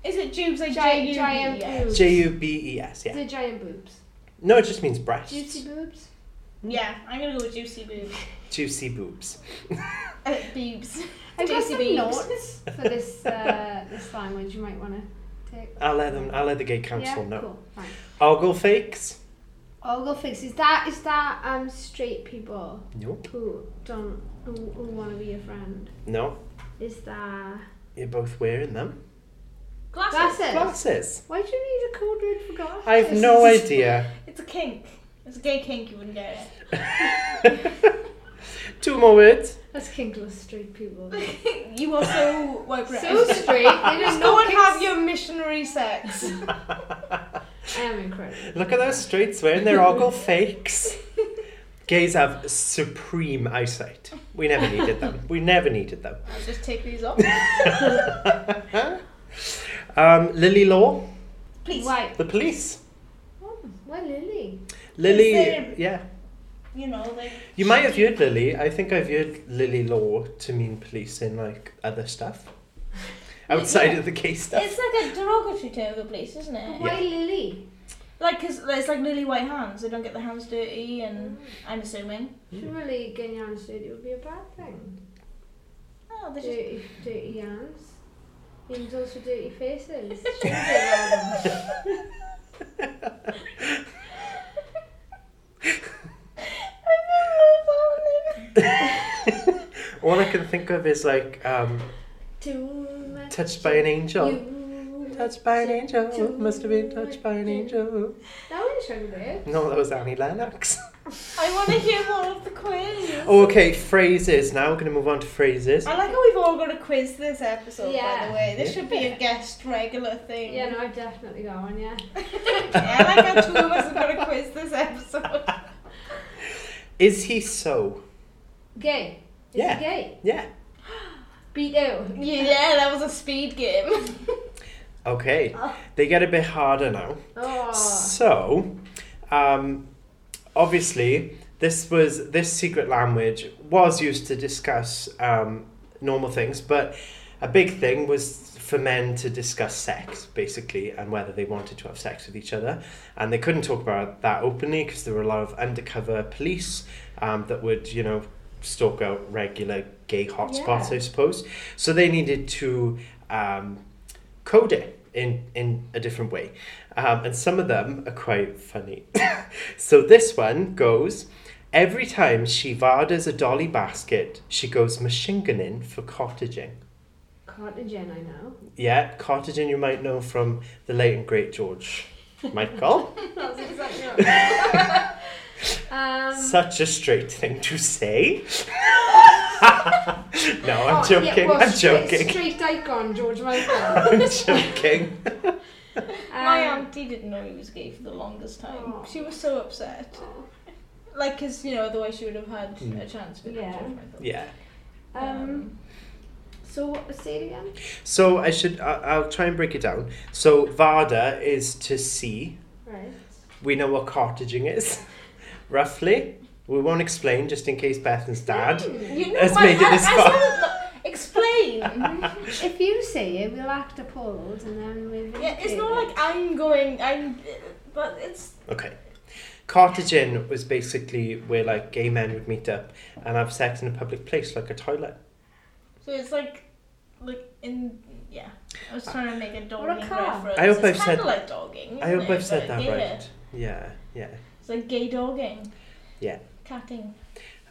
Speaker 1: Is it tubes like
Speaker 2: Giant,
Speaker 1: J-U-B-E-S?
Speaker 2: giant boobs.
Speaker 3: J U B E S. Yeah.
Speaker 2: They're giant boobs.
Speaker 3: No, it just means breasts.
Speaker 2: Juicy boobs?
Speaker 1: Yeah, I'm gonna go with juicy boobs.
Speaker 3: Juicy boobs.
Speaker 1: Uh, boobs.
Speaker 2: I got
Speaker 1: Juicy
Speaker 2: some
Speaker 1: boobs.
Speaker 2: notes for this, uh, this language you might want to take.
Speaker 3: I'll let them. I'll let the gay council
Speaker 2: yeah,
Speaker 3: know.
Speaker 2: cool, fine.
Speaker 3: Ogle figs.
Speaker 2: I'll go fix. Is that is that um straight people
Speaker 3: No,
Speaker 2: who don't who, who want to be your friend?
Speaker 3: no,
Speaker 2: Is that
Speaker 3: you're both wearing them.
Speaker 1: Glasses.
Speaker 2: glasses?
Speaker 3: Glasses.
Speaker 2: Why do you need a code word for glasses?
Speaker 3: I have no idea.
Speaker 1: It's a kink. It's a gay kink. You wouldn't get it.
Speaker 3: Two more words.
Speaker 2: That's kinkless straight people.
Speaker 1: you are so white
Speaker 2: so
Speaker 1: bread.
Speaker 2: straight. They did
Speaker 1: Go
Speaker 2: not
Speaker 1: and have
Speaker 2: pick-
Speaker 1: your missionary sex.
Speaker 2: I am incredible.
Speaker 3: Look at those straights wearing their ogle fakes. Gays have supreme eyesight. We never needed them. We never needed them.
Speaker 1: I'll just take these off.
Speaker 3: Um, Lily Law,
Speaker 1: Please.
Speaker 2: Why?
Speaker 3: the police.
Speaker 2: Oh, why Lily?
Speaker 3: Lily,
Speaker 1: Same.
Speaker 3: yeah.
Speaker 1: You know, they.
Speaker 3: You might have heard Lily. I think I've heard Lily Law to mean police in like other stuff. Outside of the gay stuff.
Speaker 1: It's like a derogatory term for police, isn't
Speaker 2: But
Speaker 1: it?
Speaker 2: Why Lily?
Speaker 1: Like, cause there's like lily white hands. They don't get their hands dirty, and
Speaker 2: Mm.
Speaker 1: I'm assuming.
Speaker 2: Surely getting hands dirty would be a bad thing.
Speaker 1: Oh, they just.
Speaker 2: Dirty, dirty hands. Means also dirty faces. Shouldn't be allowed them.
Speaker 3: All I can think of is like um,
Speaker 2: Too much.
Speaker 3: touched by an angel.
Speaker 2: You
Speaker 3: Touched by an angel. Must have been touched by an angel.
Speaker 2: That one should be.
Speaker 3: No, that was Annie Lennox.
Speaker 1: I want to hear more of the quiz.
Speaker 3: Oh, okay, phrases. Now we're going to move on to phrases.
Speaker 1: I like how we've all got a quiz this episode, by
Speaker 2: Yeah.
Speaker 1: the way. This
Speaker 3: Yeah.
Speaker 1: should be a guest regular thing.
Speaker 2: Yeah, no, I've definitely got one, yeah.
Speaker 1: yeah, I like how two of us have got a quiz this episode.
Speaker 3: Is he so?
Speaker 2: Gay. Is he
Speaker 3: Yeah.
Speaker 2: gay?
Speaker 3: Yeah.
Speaker 2: Beat out.
Speaker 1: yeah, that was a speed game.
Speaker 3: Okay.
Speaker 1: Ah.
Speaker 2: Oh.
Speaker 3: They get a bit harder now.
Speaker 2: Oh.
Speaker 3: So, um, obviously, this was this secret language was used to discuss um, normal things, but a big thing was for men to discuss sex, basically, and whether they wanted to have sex with each other, and they couldn't talk about that openly because there were a lot of undercover police um, that would, you know, stalk out regular gay hotspots, I suppose. So they needed to um, code it in in a different way. Um, and some of them are quite funny. so this one goes every time she varders a dolly basket, she goes machinganin for cottaging.
Speaker 2: Cartagen, I know.
Speaker 3: Yeah, cottaging you might know from the late and great George Michael.
Speaker 2: That's exactly right. um,
Speaker 3: Such a straight thing to say. no, I'm
Speaker 2: oh, yeah,
Speaker 3: joking.
Speaker 2: well,
Speaker 3: I'm
Speaker 2: straight-
Speaker 3: joking.
Speaker 2: Straight icon, George Michael.
Speaker 3: I'm joking.
Speaker 1: My
Speaker 2: Um, Oh.
Speaker 1: auntie didn't know he was gay for the longest time.
Speaker 2: Aw.
Speaker 1: She was so upset.
Speaker 2: Um,
Speaker 1: Like, because, you know, otherwise she would have had
Speaker 3: Mm.
Speaker 1: a chance with
Speaker 2: Yeah.
Speaker 1: George Michael.
Speaker 3: Yeah.
Speaker 2: Um, so what- say it again.
Speaker 3: So I should. I I'll try and break it down. So Varda is to see.
Speaker 2: Right.
Speaker 3: We know what cottaging is, roughly. We won't explain just in case Bethan's dad.
Speaker 1: You know,
Speaker 3: Let's
Speaker 1: my,
Speaker 3: make it
Speaker 1: I,
Speaker 3: this
Speaker 1: I
Speaker 3: far.
Speaker 1: said it- Explain.
Speaker 2: If you say it, we'll act appalled and then we'll.
Speaker 1: yeah, it's not like I'm going. I'm, but it's
Speaker 3: Okay. Cottaging was basically where like gay men would meet up and have sex in a public place, like a toilet.
Speaker 1: so it's like, like in yeah. I was trying to make a
Speaker 2: Or a
Speaker 1: dogging
Speaker 2: car.
Speaker 1: reference.
Speaker 3: I
Speaker 1: it's
Speaker 3: hope I've
Speaker 1: kinda
Speaker 3: said-
Speaker 1: like dogging.
Speaker 3: I
Speaker 1: isn't
Speaker 3: hope
Speaker 1: it?
Speaker 3: I've said
Speaker 1: But
Speaker 3: that
Speaker 1: yeah,
Speaker 3: right. Yeah, yeah.
Speaker 1: It's like gay dogging.
Speaker 3: Yeah.
Speaker 1: Catting.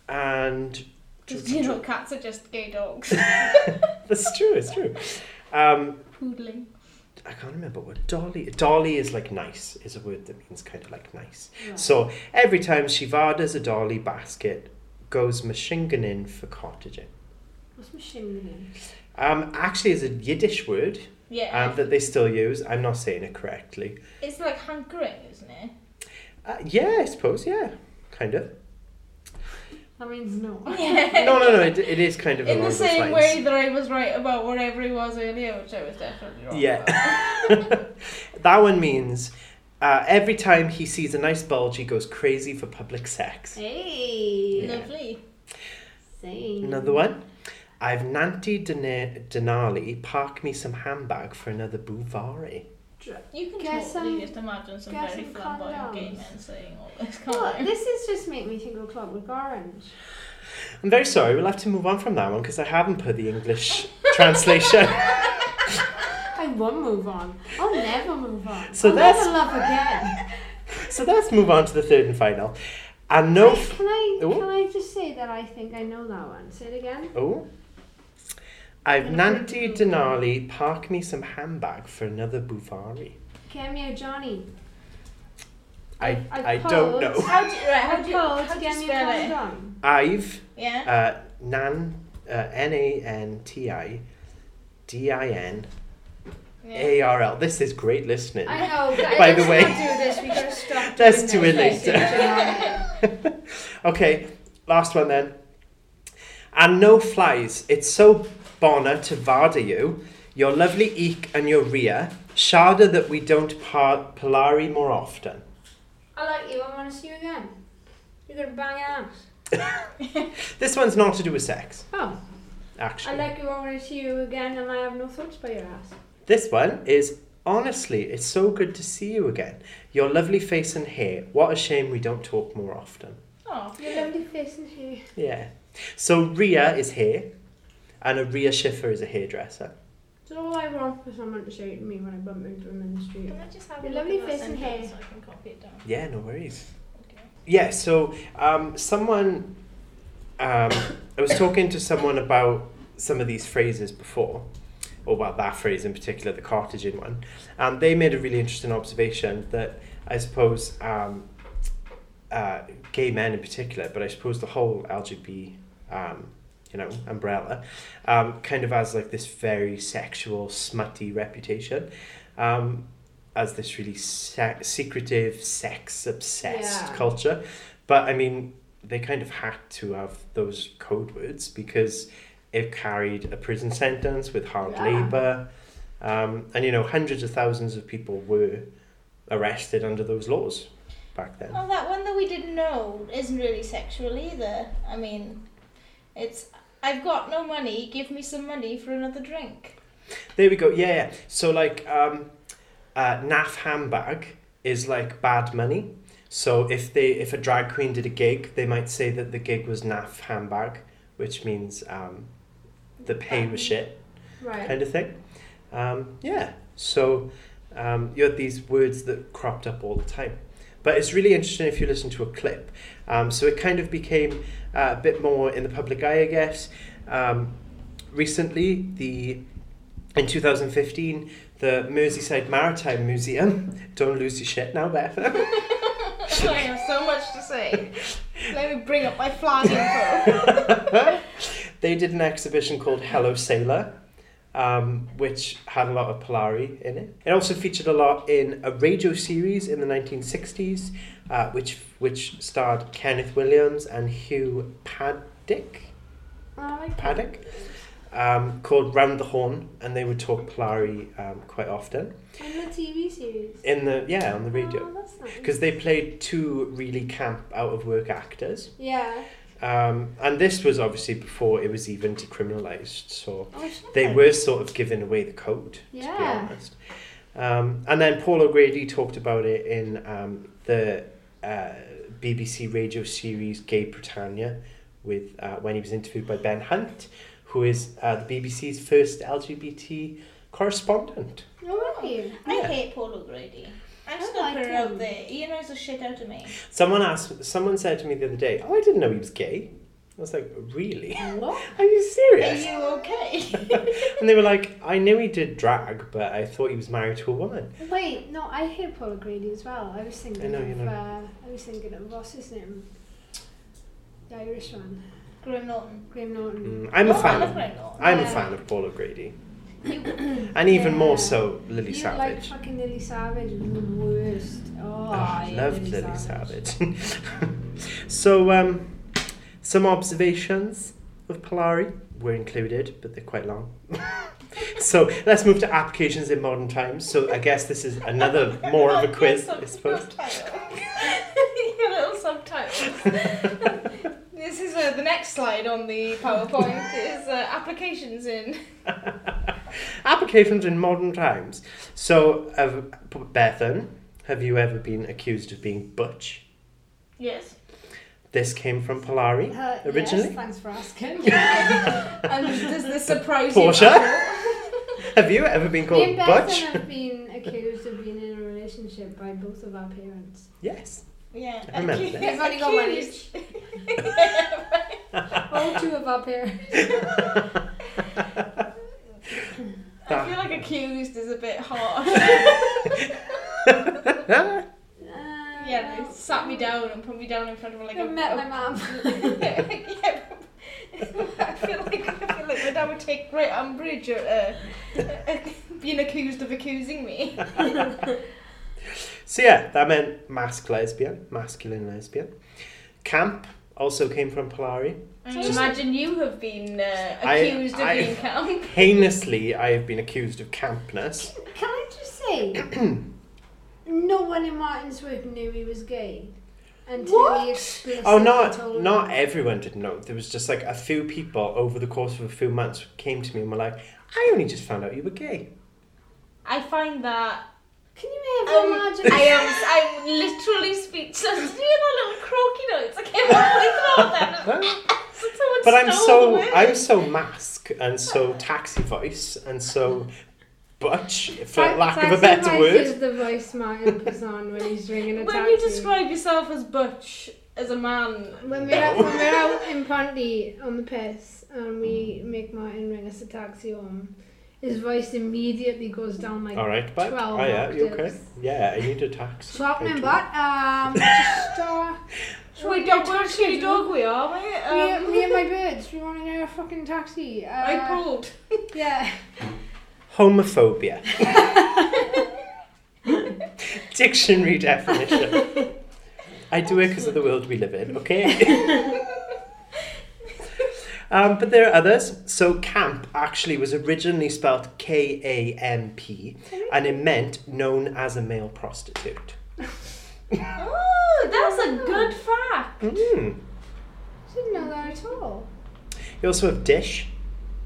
Speaker 3: And
Speaker 1: 'Cause, you know, cats are just gay dogs.
Speaker 3: that's true. It's true. Um,
Speaker 1: Poodling.
Speaker 3: I can't remember what dolly. Dolly is like nice. Is a word that means kind of like nice. So every time she varders a dolly basket, goes machinganin for cottaging.
Speaker 2: What's machine
Speaker 3: Um, actually, is a Yiddish word
Speaker 1: Yeah.
Speaker 3: um, that they still use. I'm not saying it correctly.
Speaker 1: it's like hankering, isn't it?
Speaker 3: Uh, yeah, I suppose. Yeah, kind of.
Speaker 2: That means no.
Speaker 1: Yeah.
Speaker 3: No, no, no. It, it is kind of
Speaker 1: In
Speaker 3: along
Speaker 1: the
Speaker 3: those
Speaker 1: same
Speaker 3: lines.
Speaker 1: way that I was right about whatever it was earlier, which I was definitely wrong.
Speaker 3: Yeah. that one means uh, every time he sees a nice bulge, he goes crazy for public sex.
Speaker 2: Hey.
Speaker 3: Yeah.
Speaker 1: Lovely.
Speaker 2: Say.
Speaker 3: Another one. I've Nanti Dena- Denali park me some handbag for another Bouvari.
Speaker 1: You can totally
Speaker 2: Get some-
Speaker 1: just imagine some
Speaker 2: get
Speaker 1: very
Speaker 2: some
Speaker 1: flamboyant gay
Speaker 2: condoms.
Speaker 1: men saying all this, can't
Speaker 2: Well,
Speaker 1: you?
Speaker 2: this is just make me think of Clockwork Orange.
Speaker 3: I'm very sorry, we'll have to move on from that one because I haven't put the English translation.
Speaker 2: I won't move on. I'll never move on.
Speaker 3: So
Speaker 2: I'll
Speaker 3: that's-
Speaker 2: never love again.
Speaker 3: So let's move on to the third and final. And no.
Speaker 2: Wait, can I
Speaker 3: Ooh.
Speaker 2: can I just say that I think I know that one? Say it again.
Speaker 3: Oh. I've
Speaker 1: Gonna print
Speaker 3: Nanti
Speaker 1: the blue
Speaker 3: Denali park me some handbag for another Buvari.
Speaker 2: Cameo Johnny.
Speaker 3: I,
Speaker 2: I
Speaker 3: I don't
Speaker 2: polled-
Speaker 3: know.
Speaker 1: How do you, right, how
Speaker 2: How
Speaker 1: do
Speaker 2: do
Speaker 1: you, how do you
Speaker 2: get me a
Speaker 1: spell it?
Speaker 2: condom?
Speaker 3: I've
Speaker 1: Yeah.
Speaker 3: uh, nan uh, n a n t i d i n
Speaker 1: yeah.
Speaker 3: a r l. This is great listening.
Speaker 2: I know. Guys,
Speaker 3: By the
Speaker 2: let's
Speaker 3: way-
Speaker 2: not do this. We gotta stop.
Speaker 3: Let's
Speaker 2: doing
Speaker 3: do
Speaker 2: this.
Speaker 3: it later.
Speaker 2: Yeah.
Speaker 3: Okay, last one then. And no flies, it's so bonner to varder you, your lovely eek and your rear, sharder that we don't par- polari more often.
Speaker 2: I like you. I want to see you again. You're gonna bang your arms.
Speaker 3: This one's not to do with sex,
Speaker 2: Oh, I
Speaker 3: actually.
Speaker 2: like you. I want to see you again, and I have no thoughts by your ass.
Speaker 3: This one is honestly, it's so good to see you again. Your lovely face and hair, what a shame we don't talk more often.
Speaker 1: Oh.
Speaker 2: Your lovely face and hair.
Speaker 3: Yeah. So, Ria is hair, and a Ria Schiffer is a hairdresser.
Speaker 2: So all I want for someone to say to me when I bump into him in the street.
Speaker 1: Can I just have
Speaker 2: Your
Speaker 1: a look
Speaker 2: lovely
Speaker 1: at that
Speaker 2: face and
Speaker 1: sentence
Speaker 2: hair.
Speaker 1: So I can copy it down.
Speaker 3: Yeah, no worries.
Speaker 1: Okay.
Speaker 3: Yeah, so um, someone, um, I was talking to someone about some of these phrases before, or about that phrase in particular, the cottage in one, and they made a really interesting observation that I suppose um, uh, gay men in particular, but I suppose the whole LGBT, um, you know, umbrella, um, kind of has like this very sexual, smutty reputation. Um, as this really se- secretive, sex obsessed
Speaker 2: Yeah.
Speaker 3: culture. But I mean, they kind of had to have those code words because it carried a prison sentence with hard
Speaker 2: Yeah.
Speaker 3: labor. Um, and you know, hundreds of thousands of people were arrested under those laws back then.
Speaker 1: Well, that one that we didn't know isn't really sexual either. I mean, it's I've got no money. Give me some money for another drink.
Speaker 3: There we go. Yeah. yeah. So like, um, uh, naff handbag is like bad money. So if they if a drag queen did a gig, they might say that the gig was naff handbag, which means um, the pay was shit
Speaker 2: Right.
Speaker 3: kind of thing. Um, yeah. So um, you had these words that cropped up all the time. But it's really interesting if you listen to a clip. Um, so it kind of became uh, a bit more in the public eye, I guess. Um, recently, the in 2015, the Merseyside Maritime Museum. Don't lose your shit now, Beth.
Speaker 1: I have so much to say. Let me bring up my flag info.
Speaker 3: they did an exhibition called Hello Sailor, um, which had a lot of Polari in it. It also featured a lot in a radio series in the 1960s, uh, which which starred Kenneth Williams and Hugh Paddick.
Speaker 2: I like that.
Speaker 3: Paddock, um, called Round the Horn, and they would talk Polari um, quite often
Speaker 2: And the TV series.
Speaker 3: in the yeah on the radio
Speaker 2: Oh, that's nice.
Speaker 3: because they played two really camp out of work actors.
Speaker 2: Yeah.
Speaker 3: Um, and this was obviously before it was even decriminalised, so
Speaker 2: Oh, shit.
Speaker 3: they were sort of giving away the code, to be
Speaker 2: Yeah.
Speaker 3: honest. Um, and then Paul O'Grady talked about it in um, the uh, BBC radio series Gay Britannia with uh, when he was interviewed by Ben Hunt, who is uh, the BBC's first LGBT correspondent.
Speaker 2: No, really?
Speaker 1: I
Speaker 3: Yeah.
Speaker 1: hate Paul O'Grady. I'm just
Speaker 2: I
Speaker 1: gonna
Speaker 2: like
Speaker 1: put it out
Speaker 2: him.
Speaker 1: there. He annoys the shit out of me.
Speaker 3: Someone asked, someone said to me the other day, "Oh, I didn't know he was gay." I was like, "Really?
Speaker 2: What?
Speaker 3: Are you
Speaker 1: Are
Speaker 3: serious?"
Speaker 1: you okay?
Speaker 3: And they were like, I knew he did drag, but I thought he was married to a woman.
Speaker 2: Wait, no, I hate Paul O'Grady as well. I was thinking
Speaker 3: know, you
Speaker 2: of,
Speaker 3: know.
Speaker 2: uh, I was thinking of, what's his name? The Irish one.
Speaker 1: Graham Norton.
Speaker 2: Graham Norton.
Speaker 3: Mm, I'm a
Speaker 1: Oh, I
Speaker 3: fan.
Speaker 1: love
Speaker 3: Of,
Speaker 1: Graham Norton.
Speaker 3: I'm a
Speaker 2: Yeah.
Speaker 3: fan of Paul O'Grady,
Speaker 2: You,
Speaker 3: and even
Speaker 2: Yeah.
Speaker 3: more so Lily
Speaker 2: you like
Speaker 3: Mm. Savage.
Speaker 2: fucking Lily Savage, the worst. Oh,
Speaker 3: Oh, I
Speaker 2: hate
Speaker 3: love Lily Savage. so, um, some observations of Polari were included, but they're quite long. so let's move to applications in modern times. So I guess this is another more of a quiz, I suppose.
Speaker 1: Subtitles. Your little subtitles. this is uh, the next slide on the PowerPoint is uh, applications in.
Speaker 3: Applications in modern times. So, uh, Bethan, have you ever been accused of being butch?
Speaker 1: Yes.
Speaker 3: This came from Polari.
Speaker 2: Uh,
Speaker 3: Originally?
Speaker 2: Yes, thanks for asking.
Speaker 1: And does this surprise you?
Speaker 3: Portia?
Speaker 1: at
Speaker 3: Have you ever been
Speaker 2: Me
Speaker 3: called
Speaker 2: and Beth
Speaker 3: butch?
Speaker 2: have been accused of being in a relationship by both of our parents.
Speaker 3: Yes.
Speaker 1: all? Yeah.
Speaker 3: I remember that.
Speaker 2: We've only got one
Speaker 1: Accused.
Speaker 2: each. All two of our parents.
Speaker 1: I feel like accused is a bit harsh.
Speaker 2: Uh,
Speaker 1: Yeah, be down in front of like
Speaker 2: I've
Speaker 1: a,
Speaker 2: met my
Speaker 1: a-
Speaker 2: mum.
Speaker 1: yeah, I feel like I feel like my dad would take great umbrage at uh, being accused of accusing me.
Speaker 3: So yeah, that meant mask lesbian, masculine lesbian. Camp also came from Polari.
Speaker 1: I
Speaker 3: Just-
Speaker 1: imagine you have been uh,
Speaker 3: I-
Speaker 1: accused of
Speaker 3: I-
Speaker 1: being camp.
Speaker 3: Heinously, I have been accused of campness.
Speaker 2: Can I just say, no one in Martinsworth knew he was gay until
Speaker 1: What?
Speaker 2: he explicitly
Speaker 3: Oh, not
Speaker 2: told
Speaker 3: not
Speaker 2: them.
Speaker 3: everyone did know. There was just like a few people over the course of a few months came to me and were like, "I only just found out you were gay."
Speaker 1: I find that
Speaker 2: Can you ever
Speaker 1: Um,
Speaker 2: imagine?
Speaker 1: I am I'm literally speechless. Do you hear that little croaky noise? I came out my throat then. Someone
Speaker 3: But I'm
Speaker 1: stole
Speaker 3: so
Speaker 1: the word.
Speaker 3: I'm so mask and so taxi voice and so butch, for
Speaker 2: Ta-
Speaker 3: lack of
Speaker 2: taxi
Speaker 3: a better
Speaker 2: voice
Speaker 3: word.
Speaker 2: is the voice Martin puts on when he's ringing a
Speaker 1: When
Speaker 2: taxi.
Speaker 1: you describe yourself as butch as a man,
Speaker 2: When we're, out, when we're out in Ponty on the piss and
Speaker 3: Mm.
Speaker 2: we make Martin ring us a taxi home, his voice immediately goes down like
Speaker 3: All right, but
Speaker 2: twelve.
Speaker 3: oh yeah, you okay?
Speaker 2: octaves.
Speaker 3: Yeah, I need a taxi. I
Speaker 2: Swapping
Speaker 3: do.
Speaker 2: but um, just uh,
Speaker 1: we don't actually dog we are, mate.
Speaker 2: me,
Speaker 1: Um,
Speaker 2: me and my birds. We want to get a fucking taxi. Uh,
Speaker 1: I called.
Speaker 2: Yeah.
Speaker 3: Homophobia. Dictionary definition. I do it because of the world we live in, okay? um, but there are others. So, camp actually was originally spelled K A M P and it meant known as a male prostitute.
Speaker 1: Oh, that's a good fact.
Speaker 3: Mm.
Speaker 2: Didn't know that at all.
Speaker 3: You also have dish.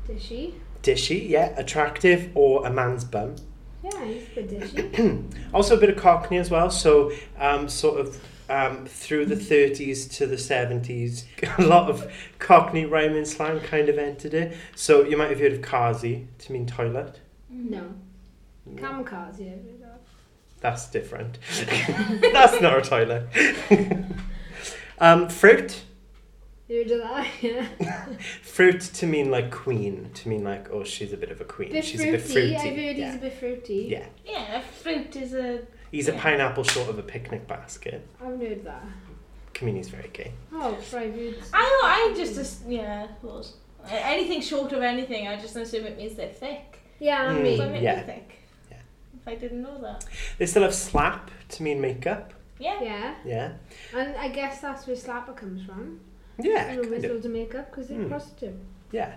Speaker 2: Dishy.
Speaker 3: Dishy, yeah, attractive or a man's bum.
Speaker 2: Yeah, he's the dishy.
Speaker 3: Also a bit of Cockney as well. So um, sort of um, through the 30s to the 70s, a lot of Cockney rhyming slang kind of entered it. So you might have heard of Kazi to mean toilet.
Speaker 2: no. Kamikaze.
Speaker 3: That's different. That's not a toilet. um, fruit.
Speaker 2: You did that, yeah.
Speaker 3: Fruit to mean like queen, to mean like, oh, she's a bit of a queen.
Speaker 2: Bit
Speaker 3: she's
Speaker 2: fruity.
Speaker 3: a bit fruity.
Speaker 2: I've heard
Speaker 3: yeah.
Speaker 2: he's a bit fruity.
Speaker 3: Yeah.
Speaker 1: Yeah, fruit is a.
Speaker 3: He's a pineapple short of a picnic basket.
Speaker 2: I've heard that.
Speaker 3: Community's very gay.
Speaker 2: Oh, fried foods.
Speaker 1: I I
Speaker 2: Mm.
Speaker 1: just as- yeah. I suppose. Anything short of anything, I just assume it means they're thick.
Speaker 2: Yeah,
Speaker 1: So
Speaker 2: I
Speaker 3: Mm.
Speaker 2: mean.
Speaker 1: it made
Speaker 3: yeah.
Speaker 1: me thick.
Speaker 3: Yeah.
Speaker 1: If I didn't know that.
Speaker 3: They still have slap to mean makeup.
Speaker 1: Yeah.
Speaker 2: Yeah.
Speaker 3: Yeah.
Speaker 2: And I guess that's where slapper comes from.
Speaker 3: Yeah.
Speaker 2: Everyone
Speaker 3: Kind
Speaker 2: wears
Speaker 3: of.
Speaker 2: loads of makeup because they're
Speaker 3: Mm.
Speaker 2: prostitute.
Speaker 3: Yeah.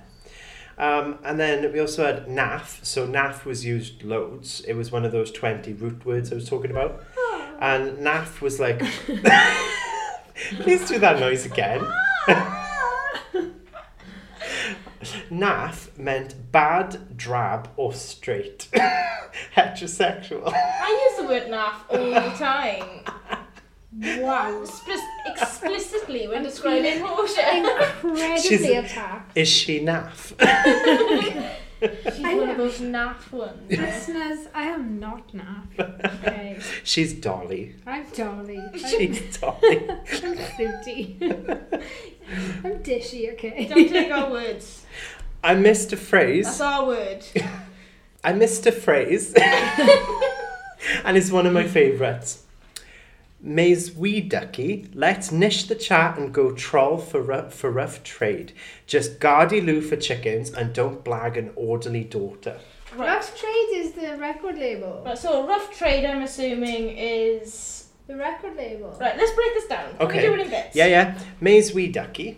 Speaker 3: Um, and then we also had naff. So naff was used loads. It was one of those 20 root words I was talking about. And naff was like. Please do that noise again.
Speaker 1: Ah!
Speaker 3: naff meant bad, drab, or straight. Heterosexual.
Speaker 1: I use the word naff all the time.
Speaker 2: Wow.
Speaker 1: Spli- explicitly when
Speaker 2: I'm
Speaker 1: describing
Speaker 2: feeling-
Speaker 1: Portia.
Speaker 2: Incredibly
Speaker 3: She's-
Speaker 2: attacked.
Speaker 3: Is she naff?
Speaker 1: She's
Speaker 2: I
Speaker 1: one of
Speaker 2: am.
Speaker 1: those naff ones.
Speaker 2: Listeners, I am not naff. Okay.
Speaker 3: She's Dolly.
Speaker 2: I'm Dolly. I'm,
Speaker 3: She's Dolly.
Speaker 2: I'm fruity. I'm dishy, okay?
Speaker 1: Don't take our words.
Speaker 3: I missed a
Speaker 1: That's
Speaker 3: phrase.
Speaker 1: our word.
Speaker 3: I missed a phrase. and it's one of my favourites. Mays wee ducky, let's nish the chat and go troll for rough, for rough trade. Just guardy loo for chickens and don't blag an orderly daughter.
Speaker 1: Right.
Speaker 2: Rough Trade is the record label.
Speaker 1: right. So rough trade, I'm assuming, is
Speaker 2: The record label.
Speaker 1: right. Let's break this down. Can
Speaker 3: Okay.
Speaker 1: We do it in bits.
Speaker 3: Yeah, yeah. Mays wee ducky.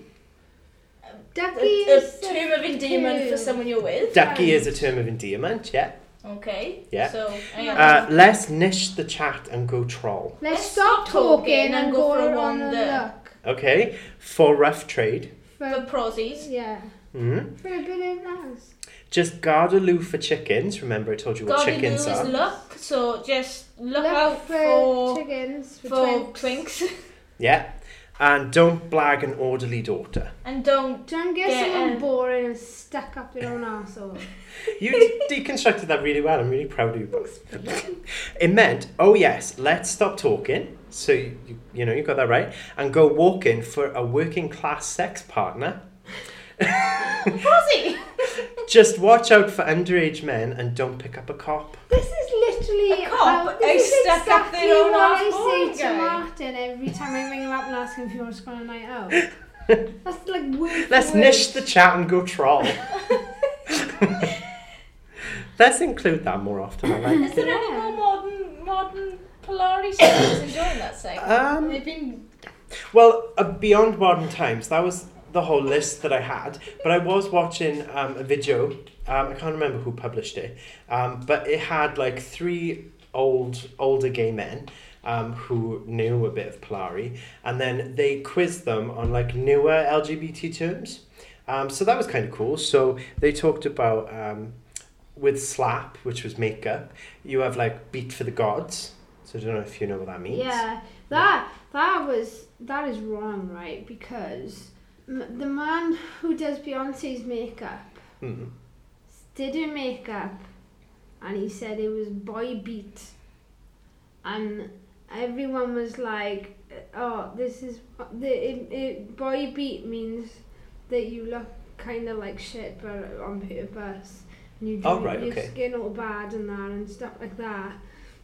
Speaker 1: A,
Speaker 2: Ducky
Speaker 1: a
Speaker 2: is a
Speaker 1: term of endearment for
Speaker 2: poo.
Speaker 1: someone you're with.
Speaker 3: Ducky is a term of endearment, yeah.
Speaker 1: Okay.
Speaker 3: Yeah.
Speaker 1: So hang on.
Speaker 3: Uh, let's nish the chat and go troll.
Speaker 2: Let's stop talking and go for a wander.
Speaker 3: Okay. For rough trade.
Speaker 1: for
Speaker 2: For,
Speaker 1: prosies.
Speaker 2: yeah,
Speaker 3: hmm
Speaker 2: for a bit of nice.
Speaker 3: Just guardy loo for chickens. Remember, I told you what
Speaker 1: Godly
Speaker 3: chickens
Speaker 1: loo is
Speaker 3: are.
Speaker 1: luck. So just look,
Speaker 2: Look
Speaker 1: out for for,
Speaker 2: chickens, for, twinks.
Speaker 1: twinks.
Speaker 3: Yeah. And don't blag an orderly daughter.
Speaker 1: and don't
Speaker 2: Don't get
Speaker 1: Yeah,
Speaker 2: someone
Speaker 1: uh,
Speaker 2: boring and stuck up their own arsehole.
Speaker 3: You d- deconstructed that really well. I'm really proud of you both. it meant, oh yes, let's stop talking. So you, you- you know you got that right, and go walking for a working class sex partner.
Speaker 1: prosie.
Speaker 3: Just watch out for underage men and don't pick up a cop.
Speaker 2: This is literally
Speaker 1: A cop
Speaker 2: how-
Speaker 1: is
Speaker 2: this is
Speaker 1: stuck
Speaker 2: exactly
Speaker 1: up their own
Speaker 2: what
Speaker 1: arse
Speaker 2: I
Speaker 1: bowling
Speaker 2: say to
Speaker 1: alley.
Speaker 2: Martin every time I ring him up and ask him if he wants to go on a night out. That's like word for
Speaker 3: Let's
Speaker 2: word.
Speaker 3: niche the chat and go troll. Let's include that more often. I like
Speaker 1: Is there any
Speaker 2: Yeah.
Speaker 1: more modern modern Polari students enjoying that segment?
Speaker 3: Um,
Speaker 1: They've been
Speaker 3: Well, uh, beyond modern times, that was the whole list that I had. But I was watching um, a video. Um, I can't remember who published it, um, but it had like three old older gay men um, who knew a bit of Polari, and then they quizzed them on like newer LGBT terms. Um, so that was kind of cool. So they talked about um, with slap, which was makeup. You have like beat for the gods. So I don't know if you know what that means.
Speaker 2: Yeah, that that was that is wrong, right? Because m- the man who does Beyonce's makeup
Speaker 3: Mm.
Speaker 2: did her makeup, and he said it was boy beat, and everyone was like, "Oh, this is the it, it, boy beat means that you look kind of like shit, but on purpose." And you do
Speaker 3: Oh, right,
Speaker 2: your
Speaker 3: okay.
Speaker 2: skin all bad and that and stuff like that.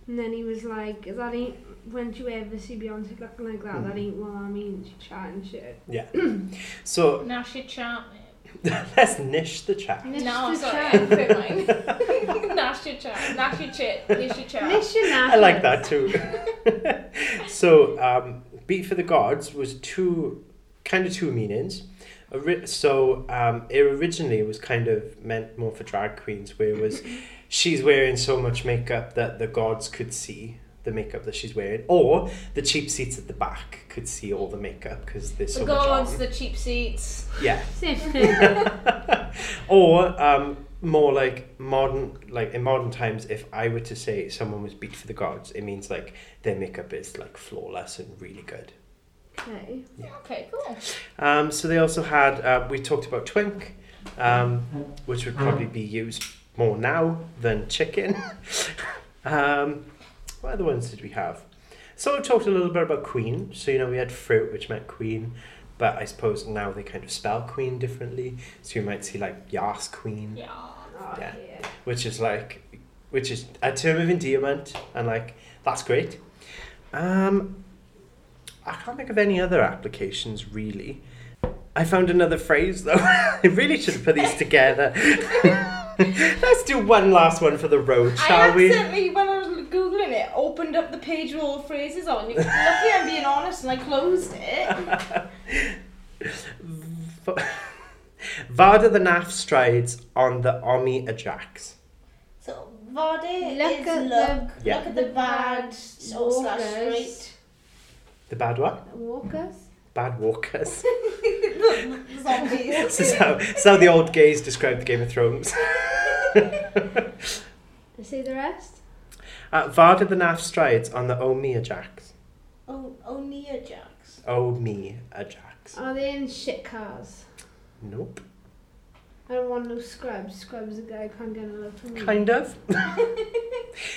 Speaker 2: And then he was like, that ain't, when do you ever see Beyonce looking like that?
Speaker 3: Hmm.
Speaker 2: That ain't what I mean, she chatting shit.
Speaker 3: So
Speaker 1: now she charming.
Speaker 3: Let's niche the chat.
Speaker 2: Nish
Speaker 1: No, I'm
Speaker 2: the
Speaker 1: sorry,
Speaker 2: chat.
Speaker 1: I quit mine. Nash your chat, Nash your chit, Nash your chat.
Speaker 2: Nish and
Speaker 3: I like
Speaker 2: Nash.
Speaker 3: that too. so, um, Beat for the Gods was two, kind of two meanings. Ori- So, um, it originally was kind of meant more for drag queens, where it was she's wearing so much makeup that the gods could see the makeup that she's wearing, or the cheap seats at the back could see all the makeup because there's so
Speaker 1: the
Speaker 3: much
Speaker 1: gods,
Speaker 3: on.
Speaker 1: the cheap seats.
Speaker 3: yeah.
Speaker 2: Same thing.
Speaker 3: or um, more like modern, like in modern times, if I were to say someone was beat for the gods, it means like their makeup is like flawless and really good.
Speaker 2: Okay.
Speaker 1: Okay, cool.
Speaker 3: Um, so they also had, uh, we talked about twink, um, which would probably be used more now than chicken. um, what other ones did we have? So we talked a little bit about queen. So, you know, we had fruit, which meant queen. But I suppose now they kind of spell queen differently. So you might see like Yas Queen.
Speaker 1: Yeah.
Speaker 2: Oh,
Speaker 3: Yeah.
Speaker 2: yeah.
Speaker 3: which is like which is a term of endearment and like that's great um i can't think of any other applications really i found another phrase though i really should have put these together let's do one last one for the road
Speaker 1: I
Speaker 3: shall we
Speaker 1: accidentally, when I was googling it, opened up the page with all the phrases on. You lucky I'm being honest, and I closed it.
Speaker 3: V- Varda the Naff strides on the Omi Ajax.
Speaker 1: So Vardy
Speaker 2: Look
Speaker 1: is
Speaker 2: at
Speaker 1: look.
Speaker 2: the-
Speaker 3: Yeah.
Speaker 1: Look at the bad or slash
Speaker 2: walkers.
Speaker 1: straight.
Speaker 3: The bad what?
Speaker 2: Walkers?
Speaker 3: Bad walkers.
Speaker 1: Zombies.
Speaker 3: this, is how, this is how the old gays described the Game of Thrones.
Speaker 2: I say the rest?
Speaker 3: Uh, Varda the Naff strides on the Omia Jacks.
Speaker 1: Oh, O'Neill Jacks.
Speaker 3: Omia Jacks.
Speaker 2: Are they in shit cars?
Speaker 3: Nope.
Speaker 2: I don't want no scrubs. Scrubs a guy can't get a look from me.
Speaker 3: Kind of.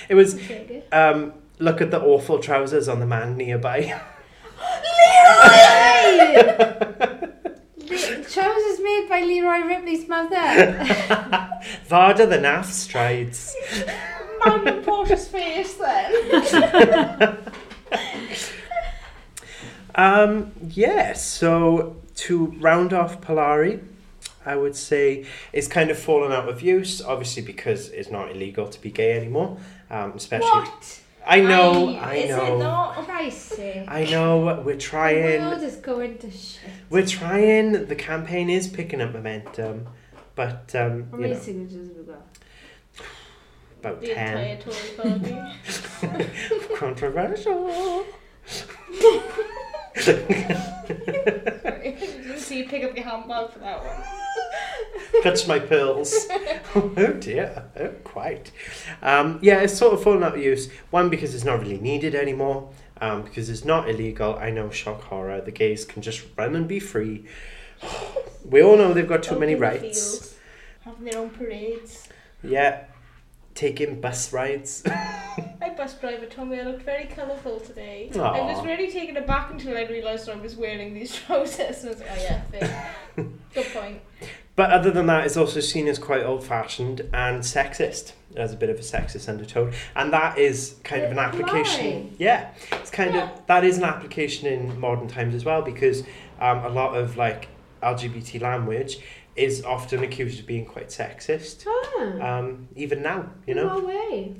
Speaker 3: it was,
Speaker 2: Okay, good.
Speaker 3: um, look at the awful trousers on the man nearby.
Speaker 2: Hey! the trousers made by Leroy Ripley's mother.
Speaker 3: Varda the Naff strides.
Speaker 1: Mind Portia's face then.
Speaker 3: Um, yeah, so to round off Polari, I would say it's kind of fallen out of use, obviously because it's not illegal to be gay anymore. Um, especially.
Speaker 1: What?
Speaker 3: I know, I,
Speaker 1: is
Speaker 3: know.
Speaker 1: it not?
Speaker 2: Christ's sake.
Speaker 3: I know, we're
Speaker 2: The
Speaker 3: trying.
Speaker 2: world is going to shit.
Speaker 3: We're trying. The campaign is picking up momentum, but um,
Speaker 2: How
Speaker 3: you
Speaker 2: many
Speaker 3: know,
Speaker 2: signatures have we got?
Speaker 3: about
Speaker 1: The
Speaker 3: ten.
Speaker 1: entire Tory party.
Speaker 3: Controversial.
Speaker 1: Sorry, didn't see you pick up your handbag for that one.
Speaker 3: Catch my pearls. oh dear. Oh, quite. Um, yeah, it's sort of fallen out of use. One because it's not really needed anymore. Um, because it's not illegal. I know, shock horror. The gays can just run and be free. We all know they've got too many
Speaker 1: Open the
Speaker 3: rights.
Speaker 1: fields, Having their own parades.
Speaker 3: Yeah, taking bus rides.
Speaker 1: My bus driver told me I looked very colourful today. I
Speaker 3: Aw.
Speaker 1: was really taken aback until I realised I was wearing these trousers. I was like, oh yeah, fair. Good point.
Speaker 3: But other than that, it's also seen as quite old fashioned and sexist. There's a bit of a sexist undertone. And that is kind of an application.
Speaker 2: Why?
Speaker 3: Yeah, it's kind of that is an application in modern times as well because um, a lot of like LGBT language is often accused of being quite sexist.
Speaker 2: Ah,
Speaker 3: Um, even now, you
Speaker 2: in
Speaker 3: know.
Speaker 2: what way?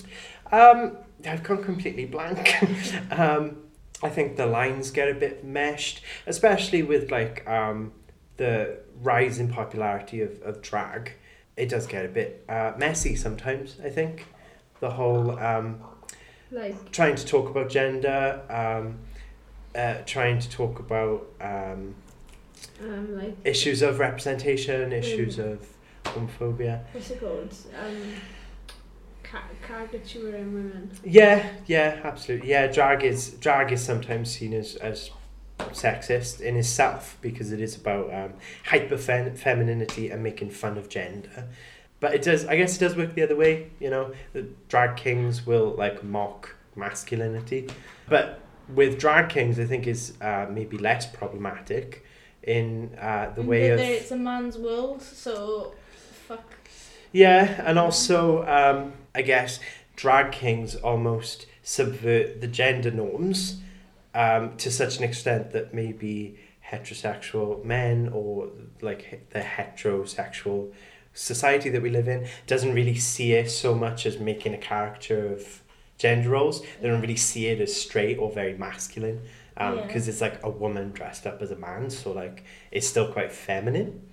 Speaker 3: Um, I've gone completely blank. um, I think the lines get a bit meshed, especially with like um, the rise in popularity of, of drag. It does get a bit uh, messy sometimes, I think. The whole um,
Speaker 2: Like,
Speaker 3: trying to talk about gender, um, uh, trying to talk about um,
Speaker 2: um, like,
Speaker 3: issues of representation, issues of homophobia.
Speaker 2: what's it called? Um, ca- caricature in women.
Speaker 3: Yeah, yeah, absolutely. Yeah, drag is drag is sometimes seen as, as sexist in itself because it is about um, hyper fem- femininity and making fun of gender. But it does, I guess, it does work the other way. You know, the drag kings will like mock masculinity, but with drag kings, I think is uh, maybe less problematic in uh, the way
Speaker 1: that
Speaker 3: of
Speaker 1: it's a man's world, so fuck.
Speaker 3: Yeah, and also, um, I guess drag kings almost subvert the gender norms um, to such an extent that maybe heterosexual men or like he- the heterosexual society that we live in doesn't really see it so much as making a character of gender roles. They don't really see it as straight or very masculine because
Speaker 1: Yeah.
Speaker 3: it's like a woman dressed up as a man, so like it's still quite feminine.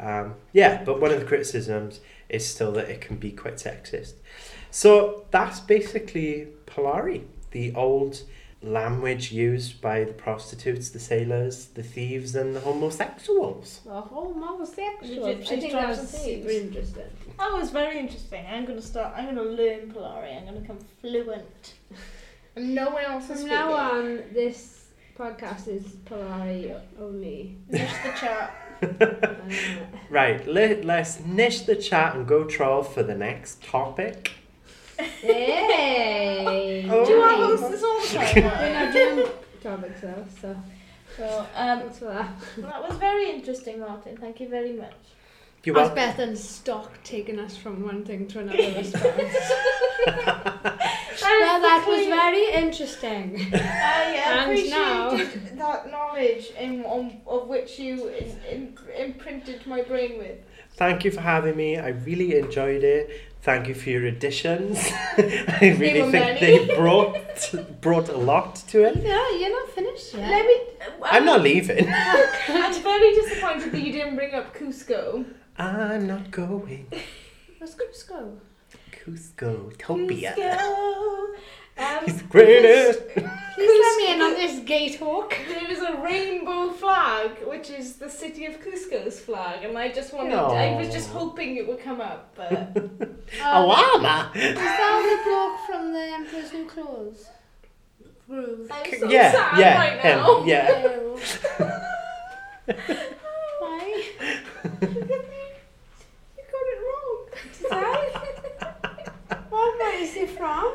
Speaker 3: Um, yeah, but one of the criticisms is still that it can be quite sexist. So that's basically Polari, the old language used by the prostitutes, the sailors, the thieves, and the homosexuals.
Speaker 2: The whole homosexual.
Speaker 1: Legit- I think that's the
Speaker 2: super
Speaker 1: thing.
Speaker 2: interesting.
Speaker 1: That was very interesting. I'm gonna start. I'm gonna learn Polari. I'm gonna become fluent. And no one else is
Speaker 2: From
Speaker 1: speaking.
Speaker 2: now on, this podcast is Polari only.
Speaker 1: Just the chat.
Speaker 2: Uh,
Speaker 3: Right, let, let's niche the chat and go troll for the next topic.
Speaker 2: hey!
Speaker 3: Oh.
Speaker 1: Do I
Speaker 2: nice.
Speaker 1: host this all the
Speaker 2: We're
Speaker 1: time?
Speaker 2: not doing topics though, so
Speaker 1: so, um,
Speaker 2: thanks for that.
Speaker 1: that was very interesting, Martin. Thank you very much.
Speaker 3: You
Speaker 2: That's
Speaker 3: welcome.
Speaker 2: better than stock taking us from one thing to another response. well, that was very interesting.
Speaker 1: Uh, I
Speaker 2: And
Speaker 1: appreciated
Speaker 2: now-
Speaker 1: that knowledge in, on, of which you in, in, imprinted my brain with.
Speaker 3: Thank you for having me. I really enjoyed it. Thank you for your additions. I really
Speaker 1: were many.
Speaker 3: think they brought brought a lot to it.
Speaker 2: no, you're not finished yet.
Speaker 1: Let me.
Speaker 3: I'm not leaving.
Speaker 1: I'm very disappointed that you didn't bring up Cusco.
Speaker 3: I'm not going.
Speaker 2: Let's go, let's go.
Speaker 3: Cusco, Topia.
Speaker 1: Cusco. Um,
Speaker 3: It's greatest.
Speaker 2: Please let me in on this gay talk.
Speaker 1: there is a rainbow flag, which is the city of Cusco's flag, and I just wanted. I was just
Speaker 3: No.
Speaker 1: hoping it would come up, but
Speaker 3: A llama.
Speaker 2: Um, Is that the bloke from the Emperor's New Clothes? Groove.
Speaker 1: I'm so
Speaker 3: yeah,
Speaker 1: sad
Speaker 3: yeah,
Speaker 1: right
Speaker 3: him,
Speaker 1: now.
Speaker 3: yeah.
Speaker 2: Ew. Why?
Speaker 1: You got it wrong.
Speaker 2: What place is he from?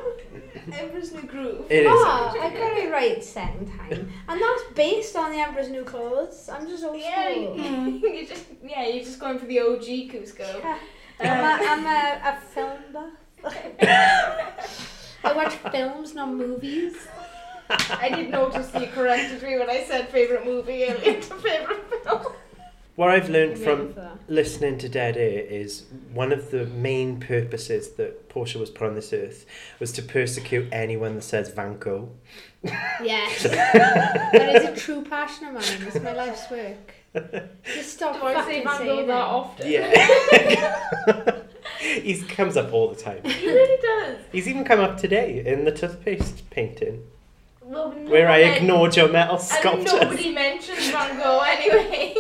Speaker 1: Emperor's New Groove.
Speaker 3: It is.
Speaker 2: oh, I got it right second time. And that's based on the Emperor's New Clothes. I'm just old
Speaker 1: Yeah,
Speaker 2: school.
Speaker 1: you, you just yeah, you're just going for the OG Cusco.
Speaker 2: Yeah. I'm, a, I'm a, a film buff. I watch films, not movies.
Speaker 1: I did notice you corrected me when I said favorite movie earlier to favorite film.
Speaker 3: What I've learned from listening to Dead Air is one of the main purposes that Portia was put on this earth was to persecute anyone that says Van Gogh.
Speaker 2: Yes. that is a true passion of mine. It's my life's work. Just stop
Speaker 1: Do I say
Speaker 2: fucking
Speaker 1: Van Gogh
Speaker 2: saying
Speaker 1: that
Speaker 2: it.
Speaker 1: often?
Speaker 3: he comes up all the time.
Speaker 1: He really does.
Speaker 3: He's even come up today in the toothpaste painting
Speaker 1: Well, no
Speaker 3: where I
Speaker 1: one-
Speaker 3: ignored your metal
Speaker 1: And
Speaker 3: sculpture.
Speaker 1: nobody mentions Van Gogh anyway.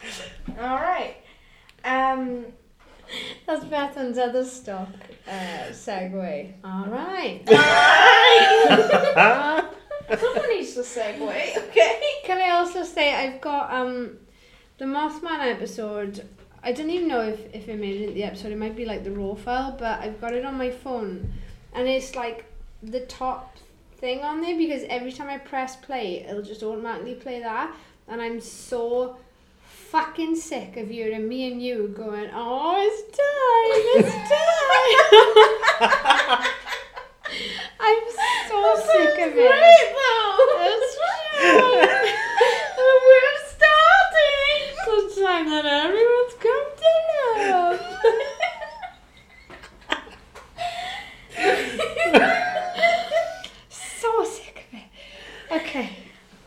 Speaker 1: All right. Um,
Speaker 2: That's Bethan's other stock uh, segue.
Speaker 1: Ah.
Speaker 2: All right.
Speaker 1: someone needs to segue, okay?
Speaker 2: Can I also say I've got um the Mothman episode. I don't even know if, if it made it in the episode. It might be like the raw file, but I've got it on my phone, and it's like the top thing on there because every time I press play, it'll just automatically play that, and I'm so fucking sick of hearing me and you going, oh, it's time, it's time. I'm so
Speaker 1: That
Speaker 2: sick
Speaker 1: sounds
Speaker 2: of it.
Speaker 1: great, though.
Speaker 2: That's
Speaker 1: We're starting.
Speaker 2: It's time that everyone's come to know. so sick of it. Okay.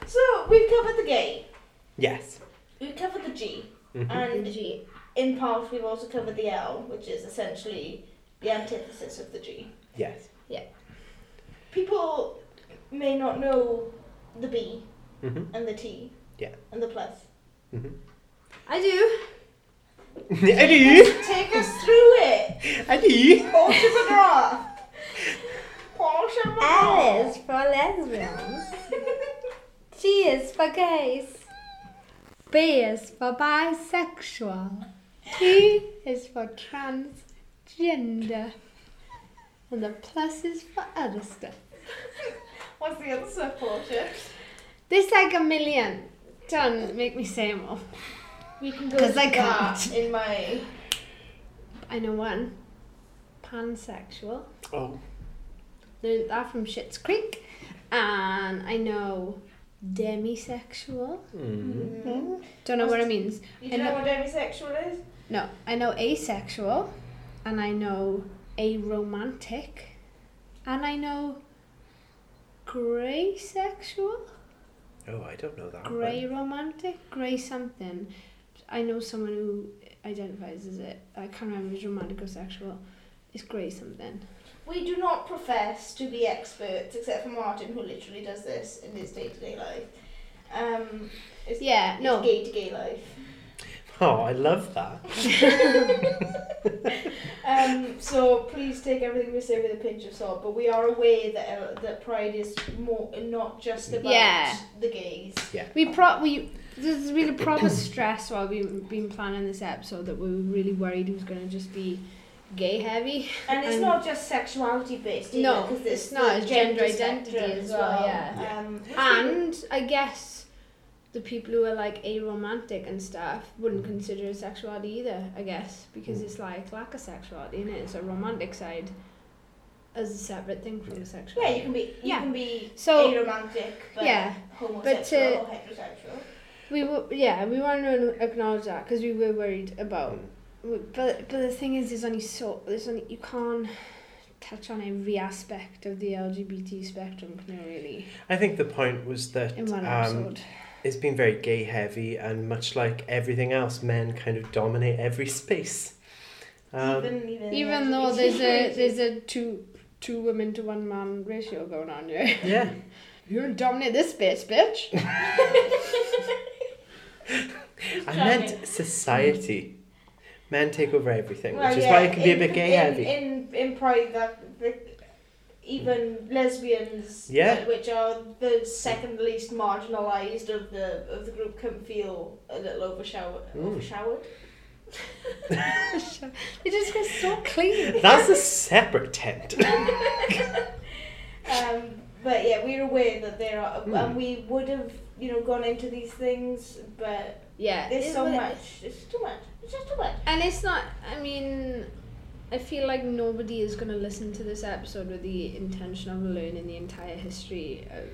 Speaker 1: so we've covered the gay,
Speaker 3: Yes.
Speaker 1: we've covered the G,
Speaker 3: Mhm.
Speaker 1: and in part we've also covered the L, which is essentially the antithesis of the G.
Speaker 3: Yes.
Speaker 1: People may not know the B
Speaker 3: hmm
Speaker 1: and the T.
Speaker 3: Yeah.
Speaker 1: And the plus.
Speaker 3: Mm-hmm.
Speaker 2: I do.
Speaker 3: Eddie!
Speaker 1: Take us through it.
Speaker 3: Eddie!
Speaker 1: Porsche McGrath. Porsche McGrath.
Speaker 2: L is for lesbians. G is for gays. B is for bisexual. T is for transgender. And the plus is for other stuff.
Speaker 1: What's the answer, Porsche?
Speaker 2: There's like a million. Don't make me say them all.
Speaker 1: We can go
Speaker 2: 'Cause I
Speaker 1: to that
Speaker 2: can't.
Speaker 1: in my.
Speaker 2: I know one. Pansexual.
Speaker 3: Oh,
Speaker 2: Learned that from Schitt's Creek. And I know demisexual.
Speaker 3: mm.
Speaker 2: Mm-hmm. Don't know what it means.
Speaker 1: You
Speaker 2: And
Speaker 1: know
Speaker 2: the-
Speaker 1: what demisexual is?
Speaker 2: No, I know asexual, and I know aromantic, and I know grey sexual,
Speaker 3: oh, I don't know that. one.
Speaker 2: grey romantic, grey something. I know someone who identifies as it. I can't remember if it's romantic or sexual. It's grey something.
Speaker 1: We do not profess to be experts, except for Martin, who literally does this in his day to day life. Um, it's,
Speaker 2: Yeah,
Speaker 1: it's
Speaker 2: no.
Speaker 1: gay to gay life.
Speaker 3: Oh, I love that.
Speaker 1: Um, so please take everything we say with a pinch of salt, but we are aware that uh, that pride is more not just about
Speaker 2: Yeah.
Speaker 1: the gays.
Speaker 2: We pro we there's really proper stress while we've been planning this episode that we were really worried it was gonna just be gay heavy.
Speaker 1: And it's
Speaker 2: And-
Speaker 1: not just sexuality based. either,
Speaker 2: No,
Speaker 1: 'cause
Speaker 2: it's not,
Speaker 1: the
Speaker 2: it's gender
Speaker 1: spectrum
Speaker 2: identity as well, yeah.
Speaker 3: Yeah.
Speaker 1: Um,
Speaker 2: And I guess the people who are like aromantic and stuff wouldn't consider it sexuality either, I guess,
Speaker 3: Hmm.
Speaker 2: because it's like lack of sexuality in it. It's a romantic side as a separate thing from
Speaker 3: Yeah.
Speaker 2: the sexuality.
Speaker 1: yeah, you can be you
Speaker 2: Yeah.
Speaker 1: can be
Speaker 2: So-
Speaker 1: aromantic, but
Speaker 2: yeah,
Speaker 1: homosexual
Speaker 2: uh,
Speaker 1: or heterosexual.
Speaker 2: we were, yeah, we want to acknowledge that because we were worried about. But but the thing is, there's only so there's only you can't touch on every aspect of the LGBT spectrum, can you really?
Speaker 3: I think the point was that
Speaker 2: In one
Speaker 3: um,
Speaker 2: episode.
Speaker 3: it's been very gay heavy, and much like everything else, men kind of dominate every space. Um,
Speaker 1: even even,
Speaker 2: Even
Speaker 1: the
Speaker 2: though there's a
Speaker 1: LGBT
Speaker 2: there's a two two women to one man ratio going on here.
Speaker 3: yeah.
Speaker 2: You don't dominate this bitch, bitch.
Speaker 3: I meant society. Men take over everything,
Speaker 1: Well,
Speaker 3: which is
Speaker 1: yeah,
Speaker 3: why it can be a
Speaker 1: in-
Speaker 3: bit gay
Speaker 1: in,
Speaker 3: heavy.
Speaker 1: In in pride that the, even lesbians,
Speaker 3: Yeah.
Speaker 1: uh, which are the second least marginalized of the of the group, can feel a little overshower,
Speaker 3: Mm.
Speaker 1: overshowered.
Speaker 2: It just gets so clean.
Speaker 3: That's a separate tent.
Speaker 1: Um, but yeah, we're aware that there are,
Speaker 3: Mm.
Speaker 1: and we would have you know gone into these things, but
Speaker 2: Yeah,
Speaker 1: there's
Speaker 2: Uh, it-
Speaker 1: so
Speaker 2: but-
Speaker 1: much. It's too much. It's just too much.
Speaker 2: And it's not. I mean, I feel like nobody is gonna listen to this episode with the intention of learning the entire history of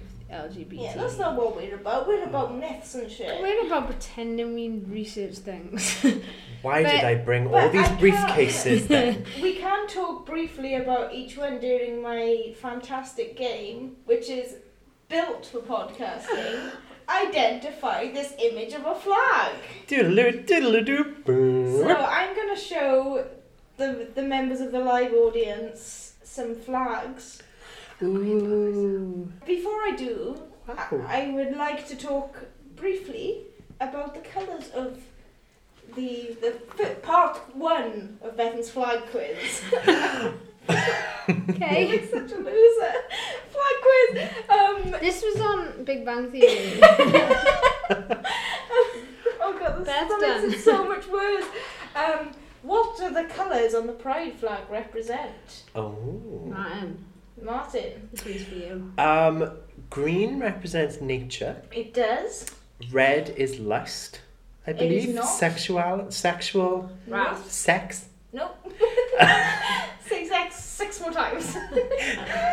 Speaker 2: LGBT.
Speaker 1: Yeah, that's not what we're about. We're about myths and shit.
Speaker 2: We're about pretending we research things.
Speaker 3: Why did
Speaker 2: But-
Speaker 3: I bring all
Speaker 1: but
Speaker 3: these
Speaker 1: I can't-
Speaker 3: briefcases then?
Speaker 1: We can talk briefly about each one during my fantastic game, which is built for podcasting. Identify this image of a flag.
Speaker 3: Doodaloo, doodaloo,
Speaker 1: So
Speaker 3: doo.
Speaker 1: I'm going to show the the members of the live audience some flags.
Speaker 3: Ooh.
Speaker 1: Before I do, I,
Speaker 3: Wow.
Speaker 1: I would like to talk briefly about the colours of the the f- part one of Bethan's flag quiz.
Speaker 2: okay.
Speaker 1: You're such a loser. Flag quiz. Um,
Speaker 2: This was on Big Bang Theory.
Speaker 1: oh god, this
Speaker 2: That's
Speaker 1: that makes
Speaker 2: done.
Speaker 1: it so much worse. Um, what do the colours on the pride flag represent?
Speaker 3: Oh.
Speaker 2: Martin,
Speaker 1: Martin.
Speaker 2: um, this one's for you.
Speaker 3: Um, green represents nature.
Speaker 1: It does.
Speaker 3: Red is lust. I
Speaker 1: It is
Speaker 3: believe
Speaker 1: not.
Speaker 3: sexual, sexual,
Speaker 1: Right.
Speaker 3: sex.
Speaker 1: Nope. Say sex six more times.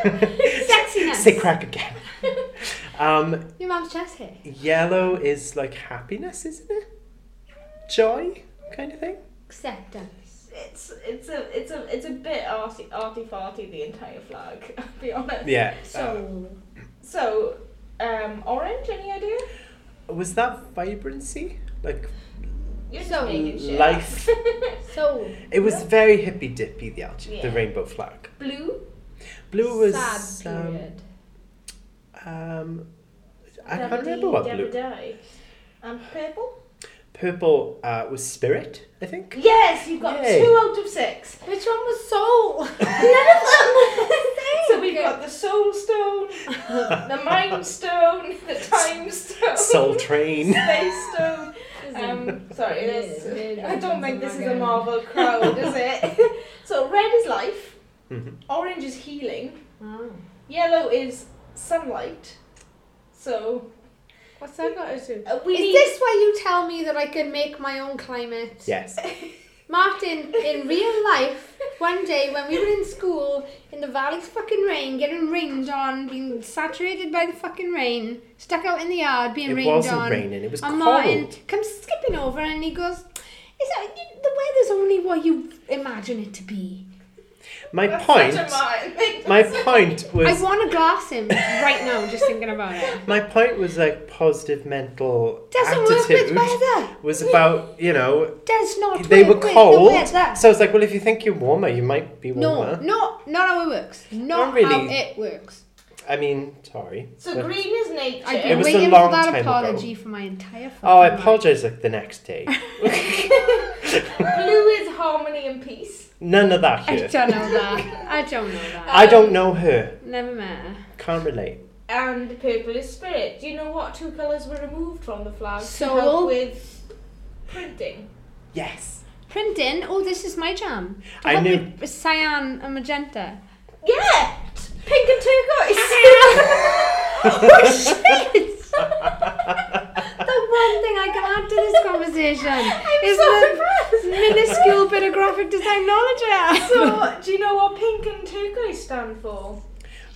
Speaker 2: Sexiness.
Speaker 3: Say crack again. um,
Speaker 2: Your mum's chest hair.
Speaker 3: yellow is like happiness, isn't it? Joy, kind of thing.
Speaker 2: Acceptance.
Speaker 1: It's it's a it's a it's a bit arty arty farty the entire flag. I'll be honest.
Speaker 3: Yeah.
Speaker 2: So.
Speaker 1: So, um, orange? Any idea?
Speaker 3: Uh, was that vibrancy? Like
Speaker 1: You're just
Speaker 2: So,
Speaker 1: making shit
Speaker 3: life.
Speaker 1: up.
Speaker 2: So.
Speaker 3: it was very hippy dippy. The algae, the
Speaker 1: Yeah.
Speaker 3: rainbow flag.
Speaker 1: Blue.
Speaker 3: Blue was
Speaker 2: Sad
Speaker 3: um,
Speaker 2: period.
Speaker 3: um, I
Speaker 1: Dabba
Speaker 3: can't remember
Speaker 1: dee,
Speaker 3: what
Speaker 1: dabba
Speaker 3: blue.
Speaker 1: die. And purple.
Speaker 3: Purple uh, was spirit, I think.
Speaker 1: Yes, you've got
Speaker 3: Yay.
Speaker 1: two out of six.
Speaker 2: Which one was soul?
Speaker 1: So we've got the soul stone, the mind stone, the time stone,
Speaker 3: Soul Train.
Speaker 1: space stone. Um, sorry, this, I don't think this is a Marvel crowd, is it? so red is life,
Speaker 3: Mhm.
Speaker 1: orange is healing,
Speaker 2: Oh.
Speaker 1: yellow is sunlight. So
Speaker 4: What's that got to do?
Speaker 1: uh, we
Speaker 2: Is
Speaker 1: need
Speaker 2: this why you tell me that I can make my own climate?
Speaker 3: yes.
Speaker 2: Martin, in real life, one day when we were in school, in the valley's fucking rain, getting rained on, being saturated by the fucking rain, stuck out in the yard, being
Speaker 3: It
Speaker 2: rained
Speaker 3: wasn't
Speaker 2: on.
Speaker 3: raining, it was
Speaker 2: and
Speaker 3: cold.
Speaker 2: Martin comes skipping over and he goes, "Is that, the weather's only what you imagine it to be."
Speaker 3: My
Speaker 1: that's
Speaker 3: point.
Speaker 1: Such a mind.
Speaker 3: My point was.
Speaker 2: I want to glass him right now, just thinking about it.
Speaker 3: my point was like positive mental
Speaker 2: Doesn't work
Speaker 3: attitude
Speaker 2: with weather.
Speaker 3: was about you know
Speaker 2: Does not.
Speaker 3: they were
Speaker 2: work with the
Speaker 3: cold.
Speaker 2: weather.
Speaker 3: so it's like, well, if you think you're warmer, you might be
Speaker 2: No,
Speaker 3: warmer.
Speaker 2: no, not how it works. Not
Speaker 3: Not really.
Speaker 2: how it works.
Speaker 3: I mean, sorry.
Speaker 1: So
Speaker 3: But-
Speaker 1: green is nature.
Speaker 2: I've
Speaker 3: It
Speaker 2: been
Speaker 3: was a
Speaker 2: waiting
Speaker 3: long
Speaker 2: for that
Speaker 3: time ago.
Speaker 2: apology for my entire fucking
Speaker 3: Oh, I
Speaker 2: life.
Speaker 3: apologize. Like the next day,
Speaker 1: Blue is harmony and peace.
Speaker 3: none of that
Speaker 2: I
Speaker 3: here.
Speaker 2: don't know that. I don't know that.
Speaker 3: I don't know her.
Speaker 2: Never met her.
Speaker 3: Can't relate.
Speaker 1: And purple is spirit. Do you know what two colours were removed from the flag
Speaker 2: Soul.
Speaker 1: to help with printing?
Speaker 3: Yes.
Speaker 2: Printing. Oh, this is my jam. To
Speaker 3: I
Speaker 2: help
Speaker 3: knew-
Speaker 2: with Cyan and magenta.
Speaker 1: Yeah! Pink and turquoise!
Speaker 2: oh shit! the one thing I can add to this conversation is
Speaker 1: so
Speaker 2: the minuscule bit of graphic design knowledge I have.
Speaker 1: so, do you know what pink and turquoise stand for?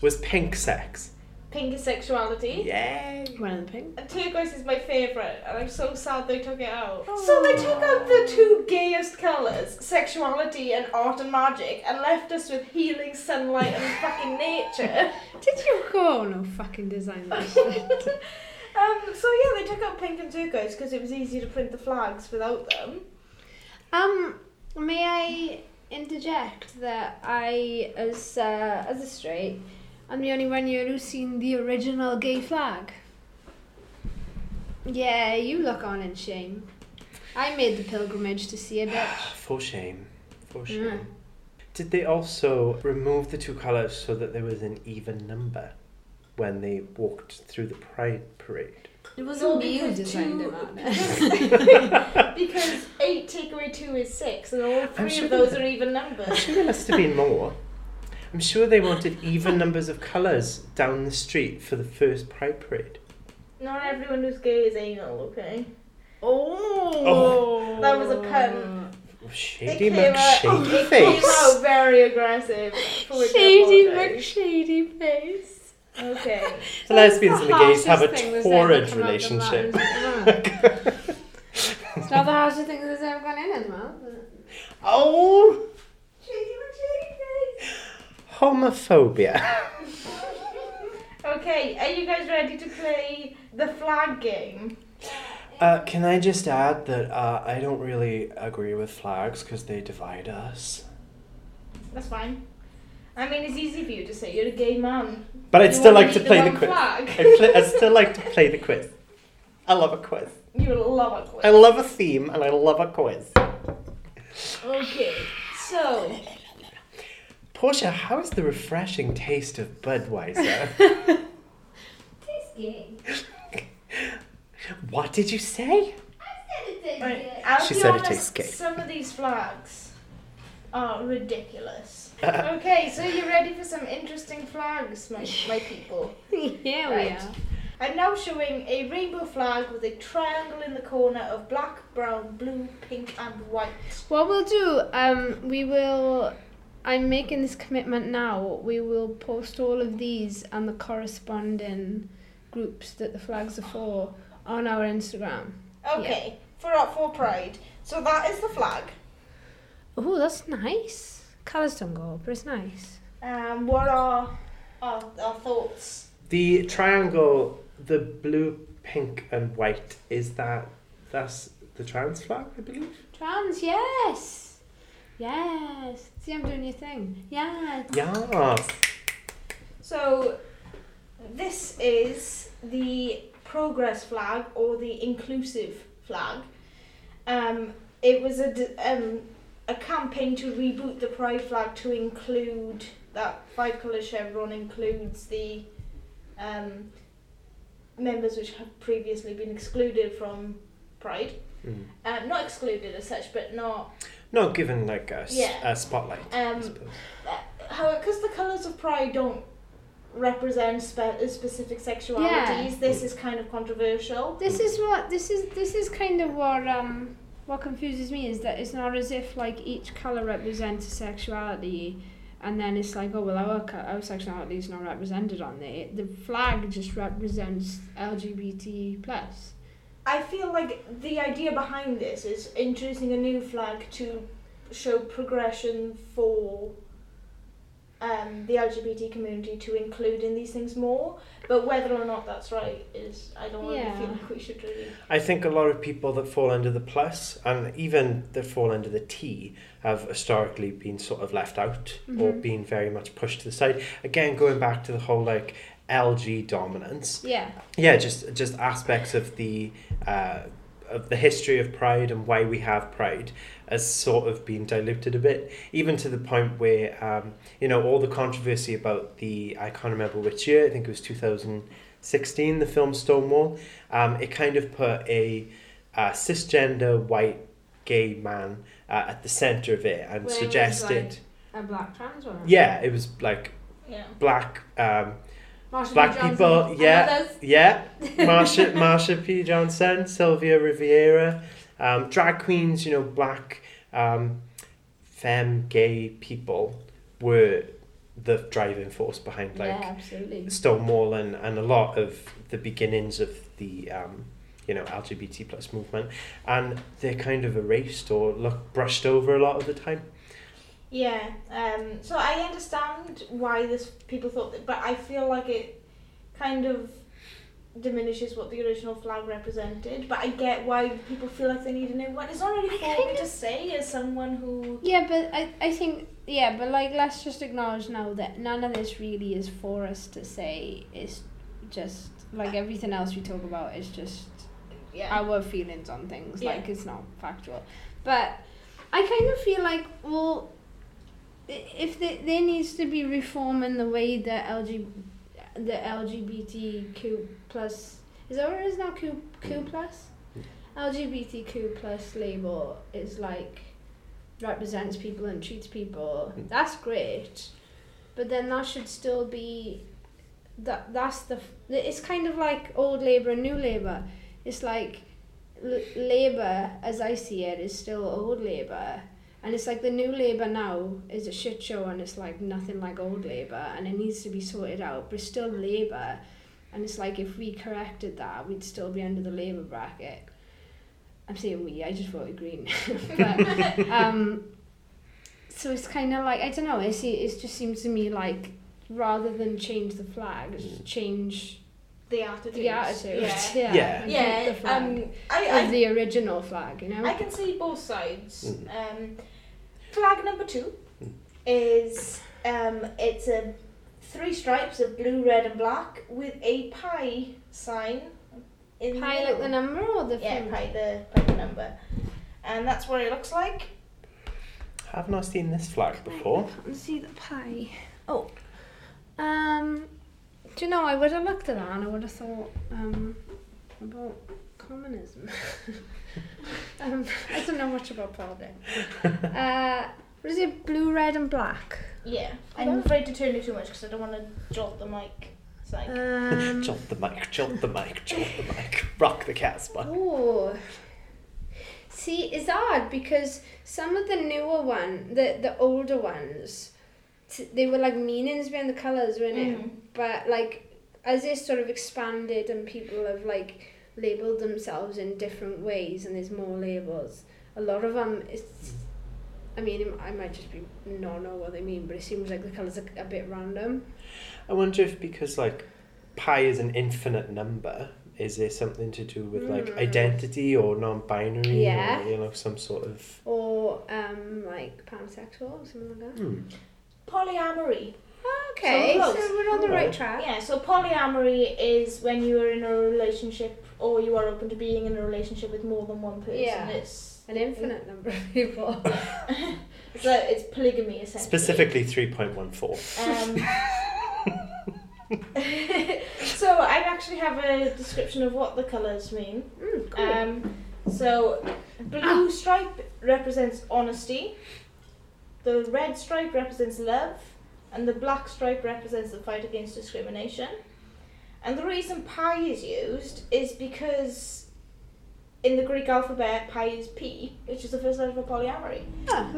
Speaker 3: Was pink sex?
Speaker 1: Pink is sexuality.
Speaker 3: Yay.
Speaker 2: One of the pink.
Speaker 1: And turquoise is my favourite, and I'm so sad they took it out. So they took out the two gayest colours, sexuality and art and magic, and left us with healing, sunlight, and fucking nature.
Speaker 2: Did you go? No fucking design.
Speaker 1: um,
Speaker 2: that
Speaker 1: so
Speaker 2: shit.
Speaker 1: Um, yeah, they took out pink and turquoise because it was easy to print the flags without them.
Speaker 2: Um, may I interject that I, as uh, as a straight, I'm the only one here who's seen the original gay flag. Yeah, you look on in shame. I made the pilgrimage to see a bitch.
Speaker 3: For shame. For shame.
Speaker 2: Mm.
Speaker 3: Did they also remove the two colours so that there was an even number when they walked through the Pride Parade?
Speaker 2: It
Speaker 1: No, because two- Because eight take away two is six, and all three
Speaker 3: sure
Speaker 1: of those
Speaker 3: that-
Speaker 1: are even
Speaker 3: I'm
Speaker 1: numbers.
Speaker 3: sure there must have been more. I'm sure they wanted even numbers of colours down the street for the first Pride Parade.
Speaker 1: Not everyone who's gay is anal, okay?
Speaker 2: Oh.
Speaker 1: That was a pun.
Speaker 3: Shady
Speaker 1: came out-
Speaker 3: McShady
Speaker 1: it came
Speaker 3: face.
Speaker 1: out very aggressive. for which I
Speaker 2: Shady
Speaker 1: apologise.
Speaker 2: McShady face.
Speaker 1: Okay.
Speaker 3: The lesbians and the gays have a
Speaker 2: harshest thing that's ever
Speaker 3: torrid
Speaker 2: come out Mm. of that,
Speaker 3: relationship.
Speaker 2: isn't it? it's not the hardest thing that's ever gone in as well. is it?
Speaker 3: Oh! Homophobia.
Speaker 1: Okay, are you guys ready to play the flag game?
Speaker 3: Uh, can I just add that uh, I don't really agree with flags because they divide us.
Speaker 1: That's fine. I mean, it's easy for you to say you're a gay man.
Speaker 3: But I'd
Speaker 1: You
Speaker 3: still
Speaker 1: wanna
Speaker 3: like to
Speaker 1: lead
Speaker 3: play the
Speaker 1: wrong
Speaker 3: quiz.
Speaker 1: flag.
Speaker 3: I pl- I'd still like to play the quiz. I love a quiz.
Speaker 1: You love a quiz.
Speaker 3: I love a theme and I love a quiz. Oh.
Speaker 1: Okay, so
Speaker 3: Portia, how is the refreshing taste of Budweiser? what did you say?
Speaker 1: right, I'll
Speaker 3: She
Speaker 1: be
Speaker 3: said it
Speaker 1: honest,
Speaker 3: tastes gay.
Speaker 1: Some of these flags are ridiculous. okay, so you're ready for some interesting flags, my my people.
Speaker 2: Yeah,
Speaker 1: Right.
Speaker 2: we are.
Speaker 1: I'm now showing a rainbow flag with a triangle in the corner of black, brown, blue, pink, and white.
Speaker 2: What we'll do, um, we will. I'm making this commitment now. We will post all of these and the corresponding groups that the flags are for on our Instagram.
Speaker 1: Okay, for for pride. So that is the flag.
Speaker 2: Oh, that's nice. Colours don't go, but it's nice.
Speaker 1: Um, what are our, our thoughts?
Speaker 3: The triangle, the blue, pink, and white, is that that's the trans flag, I believe?
Speaker 2: Trans, yes, yes. See, I'm doing your thing. Yeah.
Speaker 3: Yeah.
Speaker 1: So this is the progress flag or the inclusive flag. Um, it was a d- um, a campaign to reboot the pride flag to include that five colour chevron includes the um, members which have previously been excluded from pride.
Speaker 3: Mm.
Speaker 1: Uh, not excluded as such, but not
Speaker 3: Not given like a, s-
Speaker 1: Yeah.
Speaker 3: a spotlight, I
Speaker 1: Um,
Speaker 3: suppose.
Speaker 1: How, because the colours of pride don't represent spe- uh, specific sexualities, this is kind of controversial.
Speaker 2: This is what this is. This is kind of what um what confuses me is that it's not as if like each color represents a sexuality, and then it's like oh well our co- our sexuality is not represented on there. The flag just represents LGBT plus.
Speaker 1: I feel like the idea behind this is introducing a new flag to show progression for um, the LGBT community to include in these things more, but whether or not that's right is I don't
Speaker 2: Yeah.
Speaker 1: really feel like we should really.
Speaker 3: I think a lot of people that fall under the plus and even that fall under the T have historically been sort of left out or
Speaker 2: Mhm.
Speaker 3: been very much pushed to the side. Again, going back to the whole like LG dominance.
Speaker 2: Yeah.
Speaker 3: Yeah, just just aspects of the uh, of the history of pride and why we have pride has sort of been diluted a bit, even to the point where um, you know all the controversy about the I can't remember which year I think it was two thousand sixteen the film Stonewall. Um, it kind of put a, uh cisgender white gay man uh, at the center of it and
Speaker 2: Where it was,
Speaker 3: suggested
Speaker 2: like- A black trans woman.
Speaker 3: yeah it was like
Speaker 1: Yeah.
Speaker 3: black um,
Speaker 2: Marsha
Speaker 3: Black
Speaker 2: B. Johnson.
Speaker 3: people,
Speaker 2: I know
Speaker 3: yeah.
Speaker 2: that's-
Speaker 3: yeah Marsha, Marsha P. Johnson, Sylvia Riviera, um, drag queens, you know, black, um, femme, gay people were the driving force behind like
Speaker 2: yeah, absolutely.
Speaker 3: Stonewall and, and a lot of the beginnings of the um, you know LGBT plus movement, and they're kind of erased or look brushed over a lot of the time.
Speaker 1: Yeah, um, so I understand why this people thought that, but I feel like it kind of diminishes what the original flag represented. But I get why people feel like they need a new one. It's not really
Speaker 2: I
Speaker 1: for me
Speaker 2: kind
Speaker 1: to say as someone who.
Speaker 2: Yeah, but I, I think yeah, but like let's just acknowledge now that none of this really is for us to say. It's just like everything else we talk about is just
Speaker 1: Yeah.
Speaker 2: our feelings on things.
Speaker 1: Yeah.
Speaker 2: Like it's not factual. But I kind of feel like well, i- if there, there needs to be reform in the way that LG, the LGBTQ plus is that what it is now Q Q plus, LGBTQ plus label is like represents people and treats people. That's great, but then that should still be. That that's the f- it's kind of like old labor and new labor. It's like l- labor, as I see it, is still old labor, and it's like the new labor now is a shit show, and it's like nothing like old labor, and it needs to be sorted out. But it's still labor, and it's like if we corrected that, we'd still be under the labor bracket. I'm saying we. I just voted green, but um, so it's kind of like I don't know. It se- it just seems to me like rather than change the flag, it's just change
Speaker 1: The attitude.
Speaker 2: the attitude.
Speaker 1: Yeah.
Speaker 2: Yeah.
Speaker 3: Yeah.
Speaker 2: and
Speaker 1: Yeah,
Speaker 2: keep the flag
Speaker 1: um, I, I
Speaker 2: of the original flag, you know?
Speaker 1: I can see both sides. Um, flag number two is um, it's a three stripes of blue, red, and black with a pie sign. In
Speaker 2: Pi
Speaker 1: the
Speaker 2: like
Speaker 1: middle.
Speaker 2: the number or the
Speaker 1: yeah,
Speaker 2: thing?
Speaker 1: pi the pi the number, and that's what it looks like.
Speaker 3: Have not seen this flag before.
Speaker 2: I can't see the pie. Oh. Um, do you know, I would have looked at that and I would have thought um, about communism. um, I don't know much about politics. Uh, what is it? Blue, red and black.
Speaker 1: Yeah,
Speaker 2: Oh.
Speaker 1: I'm afraid to turn it too much because I don't want to jolt the mic.
Speaker 5: It's like,
Speaker 2: Um,
Speaker 3: Jolt the mic, jolt the mic, jolt the mic. Rock the Casbah.
Speaker 2: Oh. See, it's odd because some of the newer one, the the older ones, t- they were like meanings behind the colors, weren't
Speaker 1: Mm-hmm.
Speaker 2: it?
Speaker 5: Mhm.
Speaker 2: But like as they sort of expanded and people have like labeled themselves in different ways, and there's more labels. A lot of them, it's. I mean, I might just be not know what they mean, but it seems like the colors are a bit random.
Speaker 3: I wonder if because like pi is an infinite number, is there something to do with like
Speaker 1: Hmm.
Speaker 2: Mm.
Speaker 3: identity or non-binary
Speaker 2: Yeah.
Speaker 3: or you know some sort of
Speaker 2: Or um, like pansexual, something like that.
Speaker 3: hmm.
Speaker 1: Polyamory.
Speaker 2: Okay, so,
Speaker 1: So close.
Speaker 2: we're on the right
Speaker 3: Alright.
Speaker 2: track.
Speaker 1: Yeah, so polyamory is when you are in a relationship or you are open to being in a relationship with more than one person.
Speaker 2: Yeah.
Speaker 1: It's
Speaker 2: An infinite number of people.
Speaker 1: so it's polygamy essentially.
Speaker 3: specifically three point one four.
Speaker 1: Um, so I actually have a description of what the colours mean.
Speaker 2: Mm, cool. Ah.
Speaker 1: Um, so, blue stripe represents honesty, the red stripe represents love, and the black stripe represents the fight against discrimination. And the reason pi is used is because in the Greek alphabet, pi is p, which is the first letter of polyamory.
Speaker 2: Ah,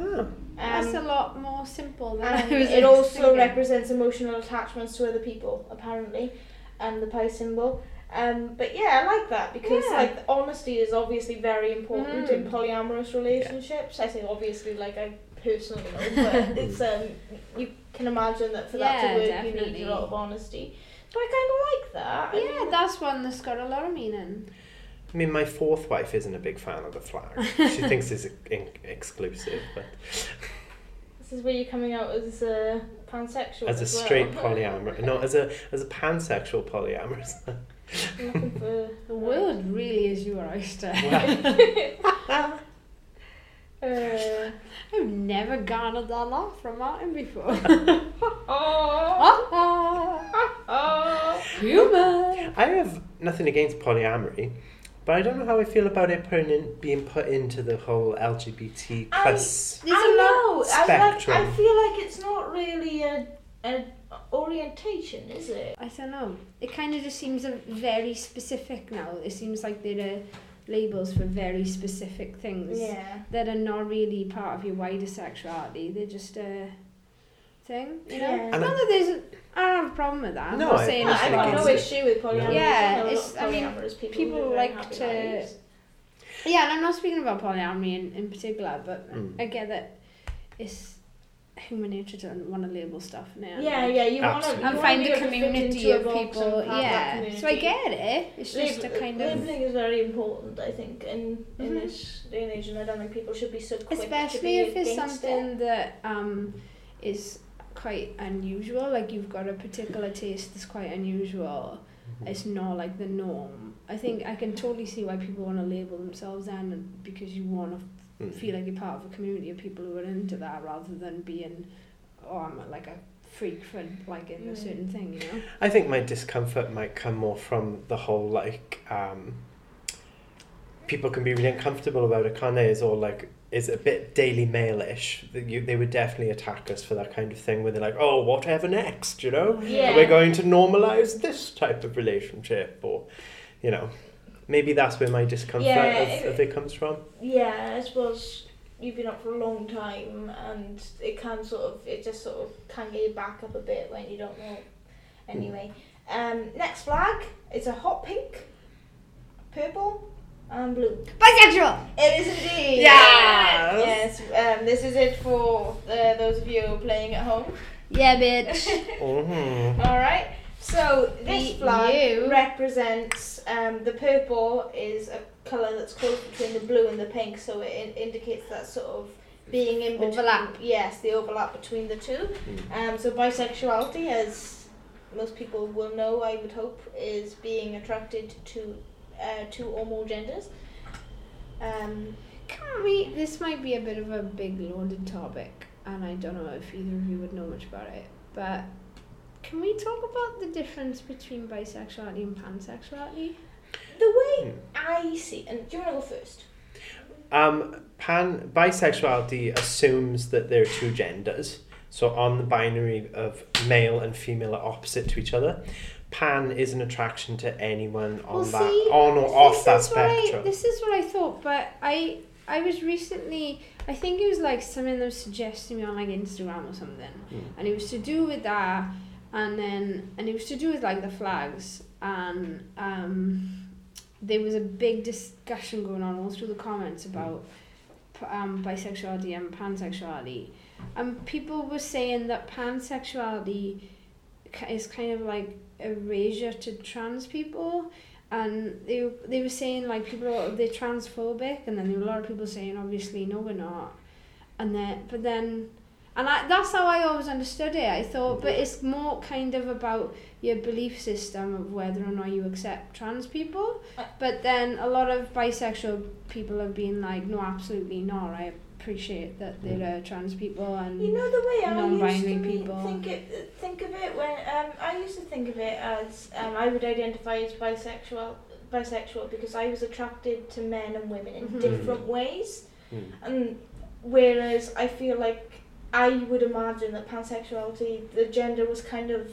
Speaker 2: that's a
Speaker 1: Um,
Speaker 2: lot more simple than
Speaker 1: and
Speaker 2: I was
Speaker 1: it also
Speaker 2: expecting.
Speaker 1: represents emotional attachments to other people, apparently, and the pi symbol. Um, but yeah, I like that because
Speaker 2: Yeah.
Speaker 1: like honesty is obviously very important
Speaker 2: Mm.
Speaker 1: in polyamorous relationships. I say obviously, like I personally know, but it's um, you can imagine that for that
Speaker 2: Yeah,
Speaker 1: to work, you
Speaker 2: definitely.
Speaker 1: need a lot of honesty. So I kind of like that. I
Speaker 2: Yeah,
Speaker 1: mean,
Speaker 2: that's one that's got a lot of meaning.
Speaker 3: I mean, my fourth wife isn't a big fan of the flag. She thinks it's e-, in- exclusive, but
Speaker 1: this is where you're coming out as a pansexual.
Speaker 3: as a
Speaker 1: as well.
Speaker 3: straight polyamorous, no, as a as a pansexual polyamorous.
Speaker 1: I'm looking for
Speaker 2: The world really is your oyster.
Speaker 3: Wow.
Speaker 1: uh,
Speaker 2: I've never garnered that laugh from Martin before.
Speaker 1: oh,
Speaker 2: Ah, ah,
Speaker 1: oh.
Speaker 2: Humour.
Speaker 3: I have nothing against polyamory, but I don't know how I feel about it putting in, being put into the whole LGBT
Speaker 1: I-
Speaker 3: plus.
Speaker 2: There's
Speaker 1: I
Speaker 2: a lot-
Speaker 1: know. I, like, I
Speaker 3: spectrum.
Speaker 1: feel like it's not really a, a orientation, is it?
Speaker 2: I don't know. It kind of just seems a very specific now. It seems like there are labels for very specific things that are not really part of your wider sexuality. They're just a thing, you know.
Speaker 1: Yeah.
Speaker 3: And
Speaker 2: Not
Speaker 3: I-
Speaker 2: that there's. I don't have a problem with that. I'm
Speaker 3: No,
Speaker 2: not
Speaker 3: I-
Speaker 2: saying
Speaker 1: No,
Speaker 3: Yeah,
Speaker 1: I've
Speaker 2: it's
Speaker 1: got
Speaker 2: like
Speaker 1: no
Speaker 3: it's-
Speaker 1: issue with polyamory.
Speaker 2: Yeah,
Speaker 1: I know a lot
Speaker 2: it's-
Speaker 1: of
Speaker 2: I mean,
Speaker 1: polyamorous people,
Speaker 2: people
Speaker 1: who are very
Speaker 2: like
Speaker 1: happy
Speaker 2: to-
Speaker 1: lives.
Speaker 2: Yeah, and I'm not speaking about polyamory in, in particular, but
Speaker 3: Mm.
Speaker 2: I get that it's human nature to want to label stuff now.
Speaker 1: Yeah, yeah, you want to
Speaker 3: Absolutely.
Speaker 2: And find a community of people. Yeah. So I get it. It's just a kind of.
Speaker 1: labeling is very important, I think, in, in
Speaker 2: Mhm.
Speaker 1: this day and age, and I don't think people should be so quick to
Speaker 2: Especially
Speaker 1: be
Speaker 2: if it's
Speaker 1: against it.
Speaker 2: something that um, is quite unusual, like you've got a particular taste that's quite unusual. It's not like the norm. I think I can totally see why people want to label themselves then because you want to
Speaker 3: Mm.
Speaker 2: feel like you're part of a community of people who are into that rather than being oh I'm like a freak for liking a
Speaker 1: Mm.
Speaker 2: certain thing you know
Speaker 3: I think my discomfort might come more from the whole like um, people can be really uncomfortable about it, can't they? Is all like is a bit Daily Mail-ish. That you, they would definitely attack us for that kind of thing, where they're like, "Oh, whatever next," you know.
Speaker 1: Yeah.
Speaker 3: We're going to normalize this type of relationship, or you know, maybe that's where my discomfort
Speaker 1: Yeah,
Speaker 3: of,
Speaker 1: it-
Speaker 3: of it comes from.
Speaker 1: Yeah, I suppose you've been up for a long time, and it can sort of it just sort of can get you back up a bit when you don't know. Anyway, um, next flag it's a hot pink, purple, and blue.
Speaker 2: bisexual
Speaker 1: It is indeed.
Speaker 3: Yes!
Speaker 1: Yes. Um, this is it for uh, those of you playing at home.
Speaker 2: yeah bitch
Speaker 3: hmm
Speaker 1: All right. So this
Speaker 2: The
Speaker 1: flag
Speaker 2: you.
Speaker 1: represents um, the purple is a color that's close between the blue and the pink, so it in- indicates that sort of being in between.
Speaker 2: Overlap.
Speaker 1: Yes, the overlap between the two.
Speaker 3: Hmm.
Speaker 1: Um, so bisexuality, as most people will know, I would hope, is being attracted to uh, two or more genders. Um,
Speaker 2: can we this might be a bit of a big loaded topic and I don't know if either of you would know much about it but can we talk about the difference between bisexuality and pansexuality
Speaker 1: the way
Speaker 3: Hmm.
Speaker 1: I see, and do you want to go first?
Speaker 3: Um, pan bisexuality assumes that there are two genders, so on the binary of male and female are opposite to each other. Pan is an attraction to anyone on
Speaker 2: Well,
Speaker 3: that
Speaker 2: see,
Speaker 3: on or off that
Speaker 2: is what I-
Speaker 3: spectrum.
Speaker 2: this is what I thought, but I I was recently I think it was like something that was suggesting me on like Instagram or something,
Speaker 3: Mm.
Speaker 2: and it was to do with that, and then and it was to do with like the flags, and um, there was a big discussion going on all through the comments about p- um, bisexuality and pansexuality, and people were saying that pansexuality ki- is kind of like erasure to trans people and they they were saying like people are, they're transphobic and then there were a lot of people saying obviously no we're not and then but then and I, that's how I always understood it I thought but it's more kind of about your belief system of whether or not you accept trans people
Speaker 1: Uh.
Speaker 2: but then a lot of bisexual people have been like no absolutely not I appreciate that there are trans people and
Speaker 1: You know the way I used to
Speaker 2: Non-binary
Speaker 1: be-
Speaker 2: people.
Speaker 1: think it, think of it when um, I used to think of it as um, I would identify as bisexual bisexual because I was attracted to men and women in
Speaker 2: Mhm.
Speaker 1: different ways,
Speaker 3: Mm.
Speaker 1: and whereas I feel like I would imagine that pansexuality the gender was kind of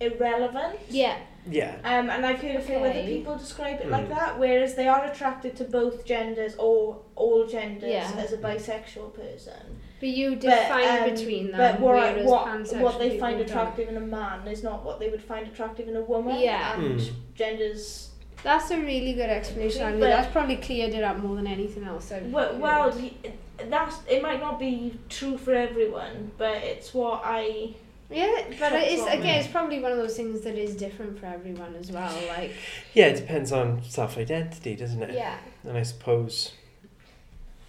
Speaker 1: irrelevant.
Speaker 2: yeah
Speaker 3: Yeah.
Speaker 1: Um, and I've heard a few other
Speaker 2: Okay.
Speaker 1: people describe it
Speaker 3: Mm.
Speaker 1: like that, whereas they are attracted to both genders or all genders
Speaker 2: Yeah.
Speaker 1: as a bisexual person.
Speaker 2: but you
Speaker 1: But,
Speaker 2: define
Speaker 1: um,
Speaker 2: between them
Speaker 1: But what, I-
Speaker 2: whereas
Speaker 1: what,
Speaker 2: pansexual
Speaker 1: what they
Speaker 2: people
Speaker 1: find
Speaker 2: don't.
Speaker 1: attractive in a man is not what they would find attractive in a woman.
Speaker 2: Yeah.
Speaker 1: And
Speaker 3: Mm.
Speaker 1: genders.
Speaker 2: That's a really good explanation. I mean,
Speaker 1: But-
Speaker 2: that's probably cleared it up more than anything else. I've
Speaker 1: Well,
Speaker 2: heard.
Speaker 1: well y- that's, it might not be true for everyone, but it's what I.
Speaker 2: yeah, but it's
Speaker 1: That's what-
Speaker 2: again, it's probably one of those things that is different for everyone as well. Like,
Speaker 3: Yeah, it depends on self identity, doesn't it?
Speaker 2: yeah,
Speaker 3: And I suppose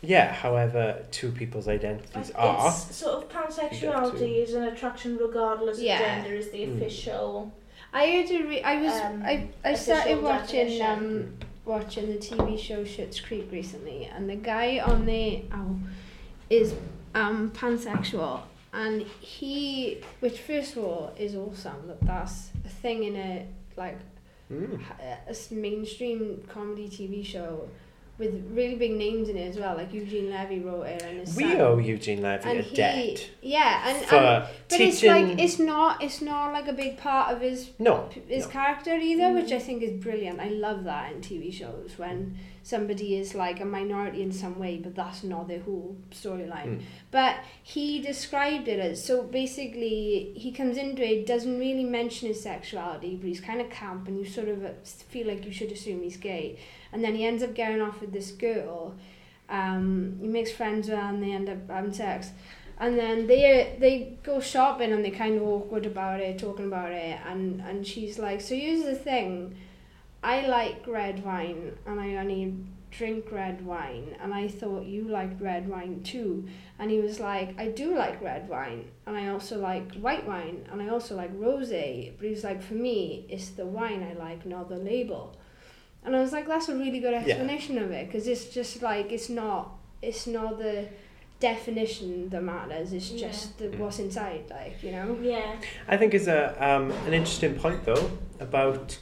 Speaker 3: yeah, however two people's identities
Speaker 2: Oh,
Speaker 3: are.
Speaker 1: It's sort of pansexuality is an attraction regardless
Speaker 2: Yeah.
Speaker 1: of gender, is the
Speaker 3: Mm.
Speaker 1: official.
Speaker 2: I heard a re- I was
Speaker 1: Um,
Speaker 2: I I started
Speaker 1: official
Speaker 2: watching
Speaker 1: definition.
Speaker 2: um watching the TV show Schitt's Creek recently, and the guy on there oh, is um pansexual, and he, which first of all is awesome that that's a thing in a like
Speaker 3: Mm.
Speaker 2: a s- mainstream comedy TV show with really big names in it as well, like Eugene Levy wrote it and his
Speaker 3: We
Speaker 2: son.
Speaker 3: owe Eugene Levy
Speaker 2: and
Speaker 3: a
Speaker 2: he,
Speaker 3: debt
Speaker 2: yeah, and,
Speaker 3: for
Speaker 2: and but
Speaker 3: teaching
Speaker 2: it's like it's not it's not like a big part of his
Speaker 3: No.
Speaker 2: his
Speaker 3: no.
Speaker 2: character either, which I think is brilliant. I love that in TV shows when somebody is like a minority in some way, but that's not their whole storyline.
Speaker 3: Mm.
Speaker 2: But he described it as so basically he comes into it, doesn't really mention his sexuality, but he's kind of camp, and you sort of uh, feel like you should assume he's gay, and then he ends up getting off with this girl. Um, he makes friends with her, and they end up having sex. And then they uh, they go shopping and they're kind of awkward about it, talking about it, and and she's like, so here's the thing, I like red wine and I only drink red wine, and I thought you liked red wine too, and he was like, I do like red wine, and I also like white wine, and I also like rosé, but he was like, for me, it's the wine I like, not the label, and I was like, that's a really good explanation of it, because it's just like it's not it's not the definition that matters. It's
Speaker 1: Yeah.
Speaker 2: just the,
Speaker 3: Mm.
Speaker 2: what's inside, like you know.
Speaker 1: Yeah.
Speaker 3: I think is a um, an interesting point though about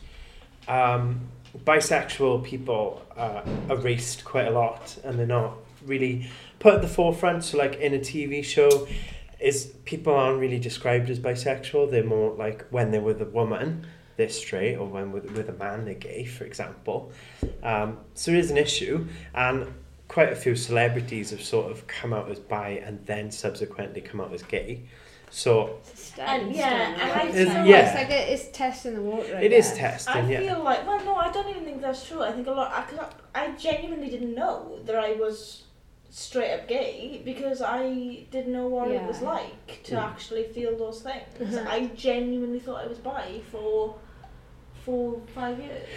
Speaker 3: um, bisexual people uh, erased quite a lot and they're not really put at the forefront. So like in a TV show, is people aren't really described as bisexual. They're more like when they're with a woman, they're straight, or when with with a man, they're gay, for example. Um, so it is an issue, and quite a few celebrities have sort of come out as bi and then subsequently come out as gay. So
Speaker 1: And- yeah, and I
Speaker 2: it's,
Speaker 1: It's-
Speaker 3: feel- yeah.
Speaker 2: it's like a, it's testing the water. I
Speaker 3: It is
Speaker 2: guess.
Speaker 3: testing,
Speaker 1: I
Speaker 3: yeah.
Speaker 1: feel like well, no, I don't even think that's true. I think a lot. I cause I, I genuinely didn't know that I was straight up gay because I didn't know what it was
Speaker 2: Yeah.
Speaker 1: like to
Speaker 3: Mm.
Speaker 1: actually feel those things.
Speaker 2: Mhm.
Speaker 1: I genuinely thought I was bi for four, five years,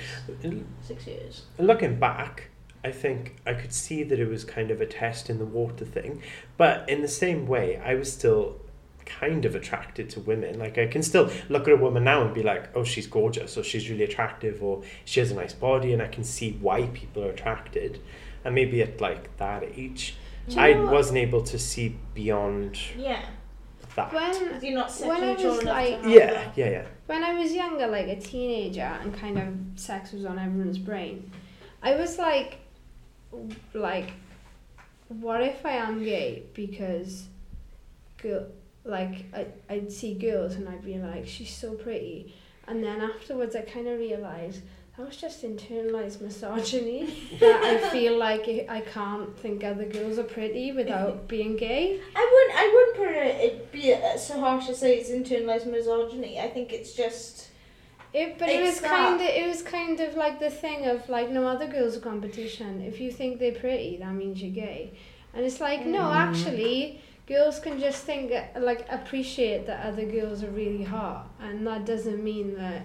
Speaker 1: six years.
Speaker 3: Looking back, I think I could see that it was kind of a test in the water thing, but in the same way, I was still kind of attracted to women. Like I can still look at a woman now and be like, "Oh, she's gorgeous," or "She's really attractive," or "She has a nice body," and I can see why people are attracted. And maybe at like that age,
Speaker 2: Do you
Speaker 3: I
Speaker 2: know what-
Speaker 3: wasn't able to see beyond
Speaker 1: Yeah,
Speaker 3: that.
Speaker 2: When
Speaker 1: 'Cause you're not
Speaker 2: When I
Speaker 1: sexually drawn
Speaker 2: was,
Speaker 1: enough to
Speaker 2: like-
Speaker 1: have
Speaker 3: yeah, yeah, yeah.
Speaker 2: when I was younger, like a teenager, and kind of sex was on everyone's brain, I was like, w- like, what if I am gay? Because, girl, like I I'd see girls and I'd be like, she's so pretty, And then afterwards, I kind of realised that was just internalised misogyny. that I feel like I- I can't think other girls are pretty without being gay.
Speaker 1: I wouldn't. I wouldn't put it, it be uh, so harsh as say it's internalized misogyny. I think it's just
Speaker 2: It, but it was
Speaker 1: It's not-
Speaker 2: kind of it was kind of like the thing of like no other girls are competition. If you think they're pretty, that means you're gay, and it's like
Speaker 1: Mm.
Speaker 2: no, actually, girls can just think like appreciate that other girls are really hot, and that doesn't mean that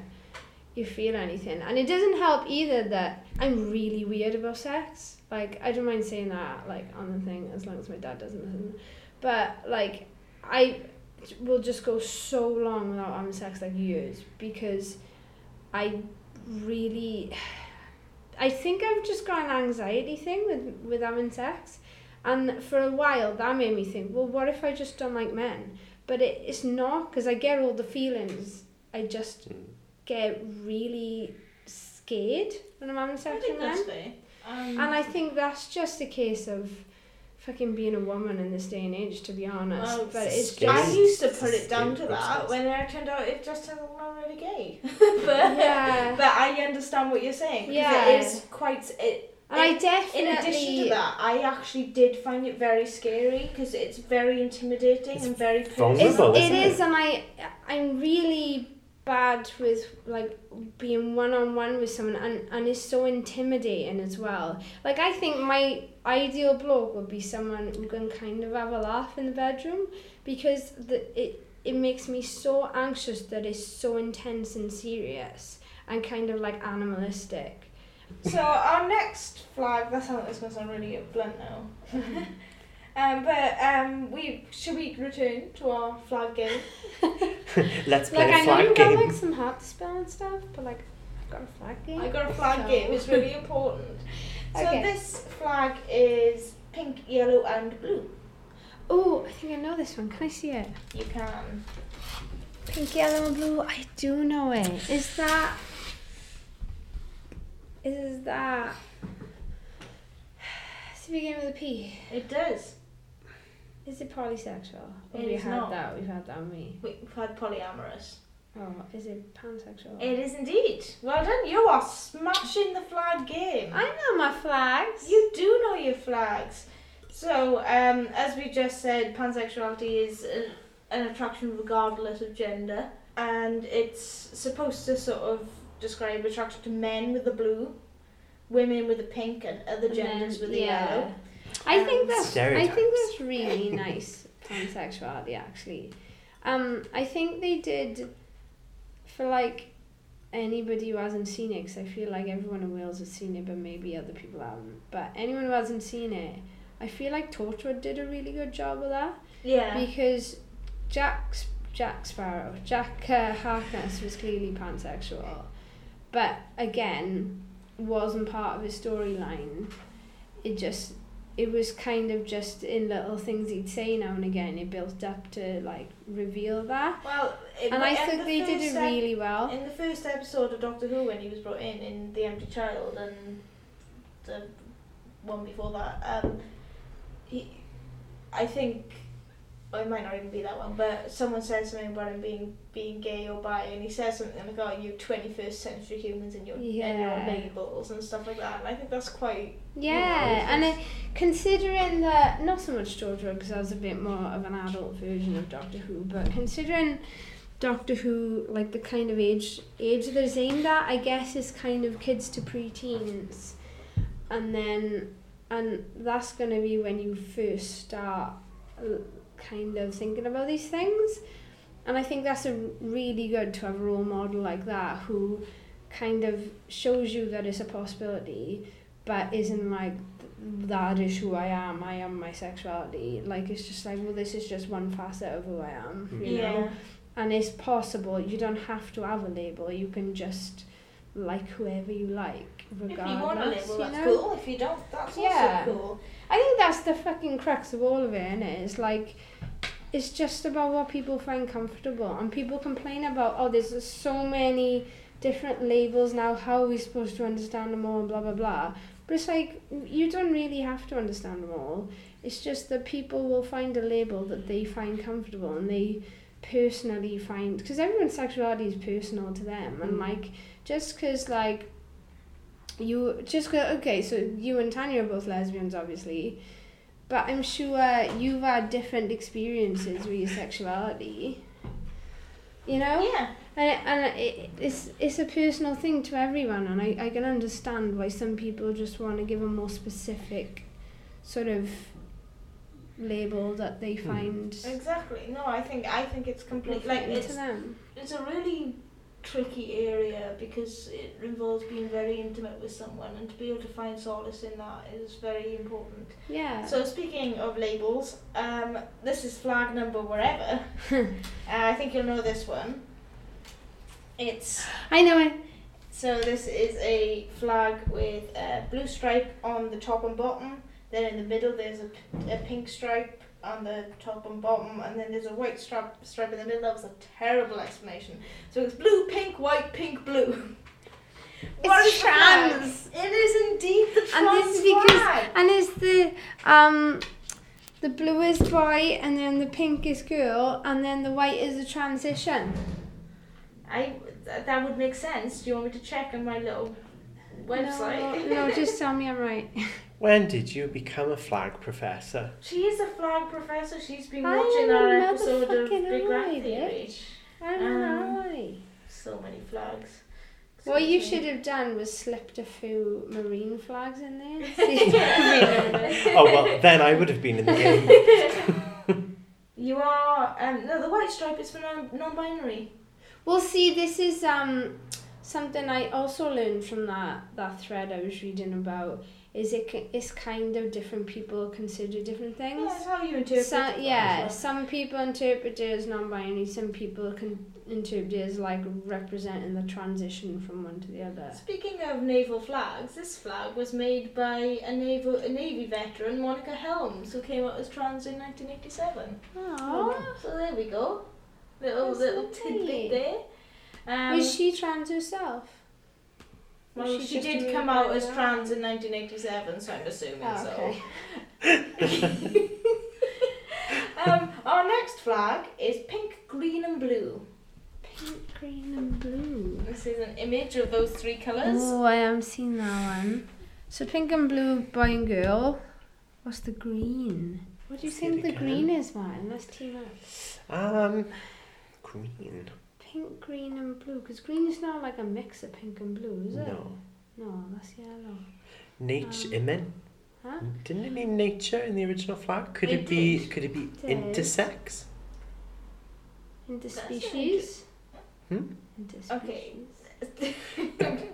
Speaker 2: you feel anything. And it doesn't help either that I'm really weird about sex. Like I don't mind saying that like on the thing as long as my dad doesn't listen. But like I will just go so long without having sex like years because I really I think I've just got an anxiety thing with with having sex. And for a while that made me think, well what if I just don't like men? But it, it's not because I get all the feelings. I just
Speaker 3: Mm.
Speaker 2: get really scared when I'm having
Speaker 1: I
Speaker 2: sex
Speaker 1: think
Speaker 2: with men.
Speaker 1: that's fair. Um,
Speaker 2: And I think that's just a case of fucking being a woman in this day and age, to be honest.
Speaker 1: Well,
Speaker 2: but
Speaker 3: it's
Speaker 2: it's
Speaker 3: scary.
Speaker 2: just
Speaker 1: I used to put it down to
Speaker 3: Same
Speaker 1: that
Speaker 3: process.
Speaker 1: when it turned out it just turned out I'm really gay. but
Speaker 2: yeah.
Speaker 1: but I understand what you're saying. 'cause
Speaker 2: Yeah.
Speaker 1: it is quite. It,
Speaker 2: And I
Speaker 1: in addition to
Speaker 2: definitely
Speaker 1: that, I actually did find it very scary because it's very intimidating
Speaker 3: It's
Speaker 1: and very
Speaker 2: it's,
Speaker 3: vulnerable,
Speaker 2: it
Speaker 3: isn't it?
Speaker 2: is, and I I'm really bad with like being one on one with someone, and and it's so intimidating as well. Like I think my ideal bloke would be someone who can kind of have a laugh in the bedroom because the it it makes me so anxious that it's so intense and serious and kind of like animalistic.
Speaker 1: So our next flag. That's how this goes. I'm really blunt now. um, but um, we should we return to our flag game.
Speaker 3: Let's play
Speaker 2: Like
Speaker 3: a
Speaker 2: I know
Speaker 3: flag
Speaker 2: you've got
Speaker 3: game.
Speaker 2: like some hard to spell and stuff, but like I've got a flag game.
Speaker 1: I got a flag
Speaker 2: So-
Speaker 1: game. It's really important. So
Speaker 2: Okay.
Speaker 1: this flag is pink, yellow, and blue.
Speaker 2: Oh, I think I know this one. Can I see it?
Speaker 1: You can.
Speaker 2: Pink, yellow, and blue. I do know it. Is that? Is that? Does it begin with a P?
Speaker 1: It does.
Speaker 2: Is it polysexual?
Speaker 1: It
Speaker 2: we
Speaker 1: is
Speaker 2: had
Speaker 1: not.
Speaker 2: that. We've had that on me.
Speaker 1: We've had polyamorous.
Speaker 2: Oh, is it pansexual?
Speaker 1: It is indeed. Well done. You are smashing the flag game.
Speaker 2: I know my flags.
Speaker 1: You do know your flags. So, um, as we just said, pansexuality is a, an attraction regardless of gender, and it's supposed to sort of describe attraction to men with the blue, women with the pink, and other
Speaker 2: And
Speaker 1: genders
Speaker 2: then-
Speaker 1: with the yellow.
Speaker 2: I think
Speaker 1: Um,
Speaker 2: that's I think
Speaker 3: Stereotypes.
Speaker 2: that's really nice pansexuality actually. Um, I think they did for like anybody who hasn't seen it because I feel like everyone in Wales has seen it, but maybe other people haven't. But anyone who hasn't seen it, I feel like Torchwood did a really good job of that
Speaker 1: Yeah.
Speaker 2: because Jack Sp- Jack Sparrow Jack uh, Harkness was clearly pansexual, but again wasn't part of his storyline. It just it was kind of just in little things he'd say now and again. It built up to like reveal that,
Speaker 1: Well, it,
Speaker 2: and I
Speaker 1: in
Speaker 2: think
Speaker 1: the
Speaker 2: they did
Speaker 1: first
Speaker 2: it
Speaker 1: ep-
Speaker 2: really well.
Speaker 1: In the first episode of Doctor Who, when he was brought in in The Empty Child and the one before that, um, he, I think, well, it might not even be that one, but someone said something about him being being gay or bi, and he says something like, "Oh, you twenty first century humans and your and
Speaker 2: Yeah.
Speaker 1: your labels and stuff like that," and I think that's quite
Speaker 2: Yeah, and it, considering that not so much Georgia because I was a bit more of an adult version of Doctor Who, but considering Doctor Who like the kind of age age that it's aimed at, I guess is kind of kids to preteens, and then and that's gonna be when you first start uh, kind of thinking about these things, and I think that's a really good to have a role model like that who kind of shows you that it's a possibility but isn't like th- that is who I am. I am my sexuality. Like it's just like well, this is just one facet of who I am.
Speaker 3: Mm.
Speaker 2: You
Speaker 1: yeah.
Speaker 2: know, and it's possible. You don't have to have a label. You can just like whoever you like,
Speaker 1: If
Speaker 2: regardless.
Speaker 1: you want a label,
Speaker 2: you
Speaker 1: that's
Speaker 2: know?
Speaker 1: cool. If you don't, that's
Speaker 2: Yeah.
Speaker 1: also cool.
Speaker 2: I think that's the fucking crux of all of it, and it? it's like it's just about what people find comfortable, and people complain about oh, there's so many different labels now. How are we supposed to understand them all? And blah blah blah. But it's like you don't really have to understand them all. It's just that people will find a label that they find comfortable, and they personally find because everyone's sexuality is personal to them and
Speaker 1: Mm.
Speaker 2: like just because like you just 'cause- okay so you and tanya are both lesbians obviously but i'm sure you've had different experiences with your sexuality you know
Speaker 1: Yeah.
Speaker 2: and, it, and it, it's it's a personal thing to everyone, and I, I can understand why some people just want to give a more specific sort of label that they
Speaker 3: Hmm.
Speaker 2: find
Speaker 1: Exactly. No, I think I think it's complete. Like
Speaker 2: fitting
Speaker 1: it's
Speaker 2: to them.
Speaker 1: it's a really tricky area because it involves being very intimate with someone, and to be able to find solace in that is very important.
Speaker 2: Yeah.
Speaker 1: So speaking of labels, um, this is flag number wherever. uh, I think you'll know this one. It's
Speaker 2: I know it.
Speaker 1: so this is a flag with a blue stripe on the top and bottom. Then in the middle there's a, p- a pink stripe on the top and bottom, and then there's a white stripe stripe in the middle. That was a terrible explanation. So it's blue, pink, white, pink, blue. What
Speaker 2: It's
Speaker 1: is
Speaker 2: trans.
Speaker 1: It is indeed the
Speaker 2: And
Speaker 1: trans
Speaker 2: this is because-
Speaker 1: flag.
Speaker 2: And it's the um the blue is boy, and then the pink is girl, and then the white is the transition.
Speaker 1: I th- that would make sense. Do you want me to check on my little website?
Speaker 2: No, no, just tell me I'm right.
Speaker 3: When did you become a flag professor?
Speaker 1: she is a flag professor. She's been
Speaker 2: I
Speaker 1: watching
Speaker 2: am
Speaker 1: our
Speaker 2: a
Speaker 1: episode of
Speaker 2: motherfucking
Speaker 1: Big
Speaker 2: ally,
Speaker 1: Bang Theory.
Speaker 2: I
Speaker 1: Um,
Speaker 2: don't know why.
Speaker 1: So many flags.
Speaker 2: What you should
Speaker 1: Excuse
Speaker 2: have done was slipped a few marine flags in there.
Speaker 1: me.
Speaker 3: Oh well, then I would have been in the game.
Speaker 1: you are um, no. The white stripe is for non- non-binary.
Speaker 2: well, see, this is um something I also learned from that that thread I was reading about. Is it ki- it's kind of different people consider different
Speaker 1: Yeah,
Speaker 2: things.
Speaker 1: that's how you interpret.
Speaker 2: Some,
Speaker 1: it.
Speaker 2: yeah, some people interpret it as non-binary. Some people can interpret it as like representing the transition from one to the other.
Speaker 1: Speaking of naval flags, this flag was made by a naval a navy veteran, Monica Helms, who came out as trans in 1987.
Speaker 2: Aww.
Speaker 1: So there we go. Little
Speaker 2: That's
Speaker 1: little
Speaker 2: lovely.
Speaker 1: tidbit there. Um,
Speaker 2: was she trans herself? was
Speaker 1: well,
Speaker 2: she
Speaker 1: she
Speaker 2: just a
Speaker 1: did
Speaker 2: really
Speaker 1: come out
Speaker 2: bad
Speaker 1: as
Speaker 2: girl?
Speaker 1: trans in 1987, so I'm assuming
Speaker 2: Oh, okay.
Speaker 1: so. Um, our next flag is pink, green, and blue.
Speaker 2: Pink, green, and blue.
Speaker 1: This is an image of those three colours.
Speaker 2: Oh, I haven't seen that one. So pink and blue, boy and girl. What's the green? What do you
Speaker 3: See
Speaker 2: think
Speaker 3: it
Speaker 2: the
Speaker 3: again.
Speaker 2: green is, Martin? Let's team up.
Speaker 3: Um, green.
Speaker 2: Pink, green, and blue. Because green is not like a mix of pink and blue, is it?
Speaker 3: No.
Speaker 2: No, that's yellow.
Speaker 3: Nature.
Speaker 2: Um,
Speaker 3: it meant.
Speaker 2: huh?
Speaker 3: Didn't it mean nature in the original flag? Could it,
Speaker 1: It
Speaker 3: be?
Speaker 1: did.
Speaker 3: Could it be
Speaker 2: Did.
Speaker 3: intersex?
Speaker 2: Interspecies.
Speaker 3: Hmm?
Speaker 2: Interspecies.
Speaker 1: Okay.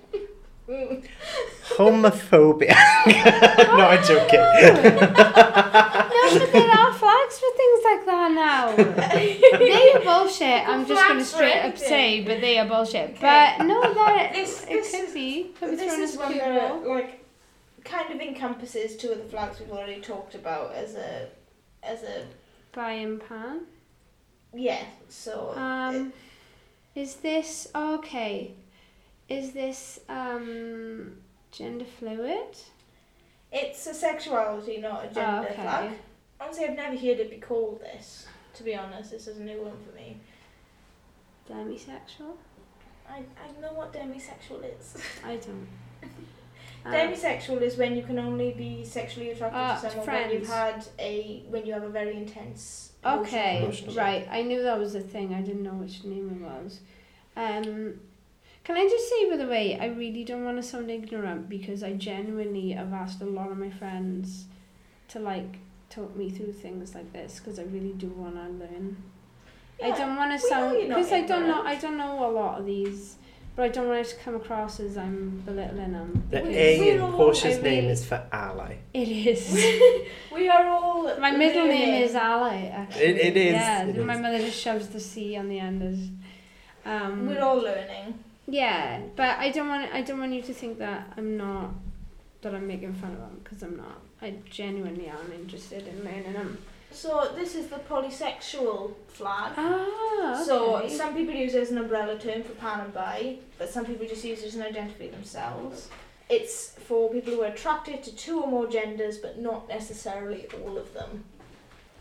Speaker 3: Homophobia. no, I'm joking.
Speaker 2: No, but there are flags for things like that now. they are bullshit. I'm just going to
Speaker 1: Flags for
Speaker 2: straight up say,
Speaker 1: everything.
Speaker 2: but they are bullshit.
Speaker 1: Okay.
Speaker 2: But no, that
Speaker 1: This-
Speaker 2: it
Speaker 1: this
Speaker 2: could
Speaker 1: is-
Speaker 2: be. Could be
Speaker 1: this
Speaker 2: thrown
Speaker 1: is
Speaker 2: as
Speaker 1: one
Speaker 2: cute
Speaker 1: that
Speaker 2: ball.
Speaker 1: like kind of encompasses two of the flags we've already talked about as a as a
Speaker 2: Buy and pan.
Speaker 1: yeah. So
Speaker 2: Um, is this okay? Is this um gender fluid?
Speaker 1: It's a sexuality, not a gender
Speaker 2: Oh, okay.
Speaker 1: flag. Honestly, I've never heard it be called this. To be honest, this is a new one for me.
Speaker 2: Demisexual?
Speaker 1: I, I know what demisexual is.
Speaker 2: I don't. Um,
Speaker 1: demisexual is when you can only be sexually attracted
Speaker 2: Ah,
Speaker 1: to someone
Speaker 2: friends.
Speaker 1: when you've had a when you have a very intense. emotion.
Speaker 2: Um, okay,
Speaker 3: Emotional.
Speaker 2: right. I knew that was a thing. I didn't know which name it was. Um, can I just say, by the way, I really don't want to sound ignorant because I genuinely have asked a lot of my friends to like talk me through things like this because I really do want to learn. I
Speaker 1: Yeah.
Speaker 2: don't want to
Speaker 1: we know
Speaker 2: sound
Speaker 1: you're not
Speaker 2: because I don't know
Speaker 1: ignorant.
Speaker 2: I don't know a lot of these, but I don't want it to come across as I'm belittling them.
Speaker 3: The
Speaker 1: We-
Speaker 3: A
Speaker 1: we
Speaker 3: in
Speaker 1: all-
Speaker 3: Portia's
Speaker 2: I
Speaker 3: name
Speaker 2: really-
Speaker 3: is for ally.
Speaker 2: It is.
Speaker 1: We are all.
Speaker 2: my middle name
Speaker 1: learning.
Speaker 2: is Ali. Actually.
Speaker 3: It- it is,
Speaker 2: Yeah,
Speaker 3: it
Speaker 2: my
Speaker 3: is.
Speaker 2: mother just shoves the C on the end as. Um,
Speaker 1: We're all learning.
Speaker 2: yeah, but I don't want I don't want you to think that I'm not that I'm making fun of them because I'm not. I genuinely am interested in learning them.
Speaker 1: So this is the polysexual flag.
Speaker 2: Ah, okay.
Speaker 1: So some people use it as an umbrella term for pan and bi, but some people just use it as an identity themselves. It's for people who are attracted to two or more genders, but not necessarily all of them.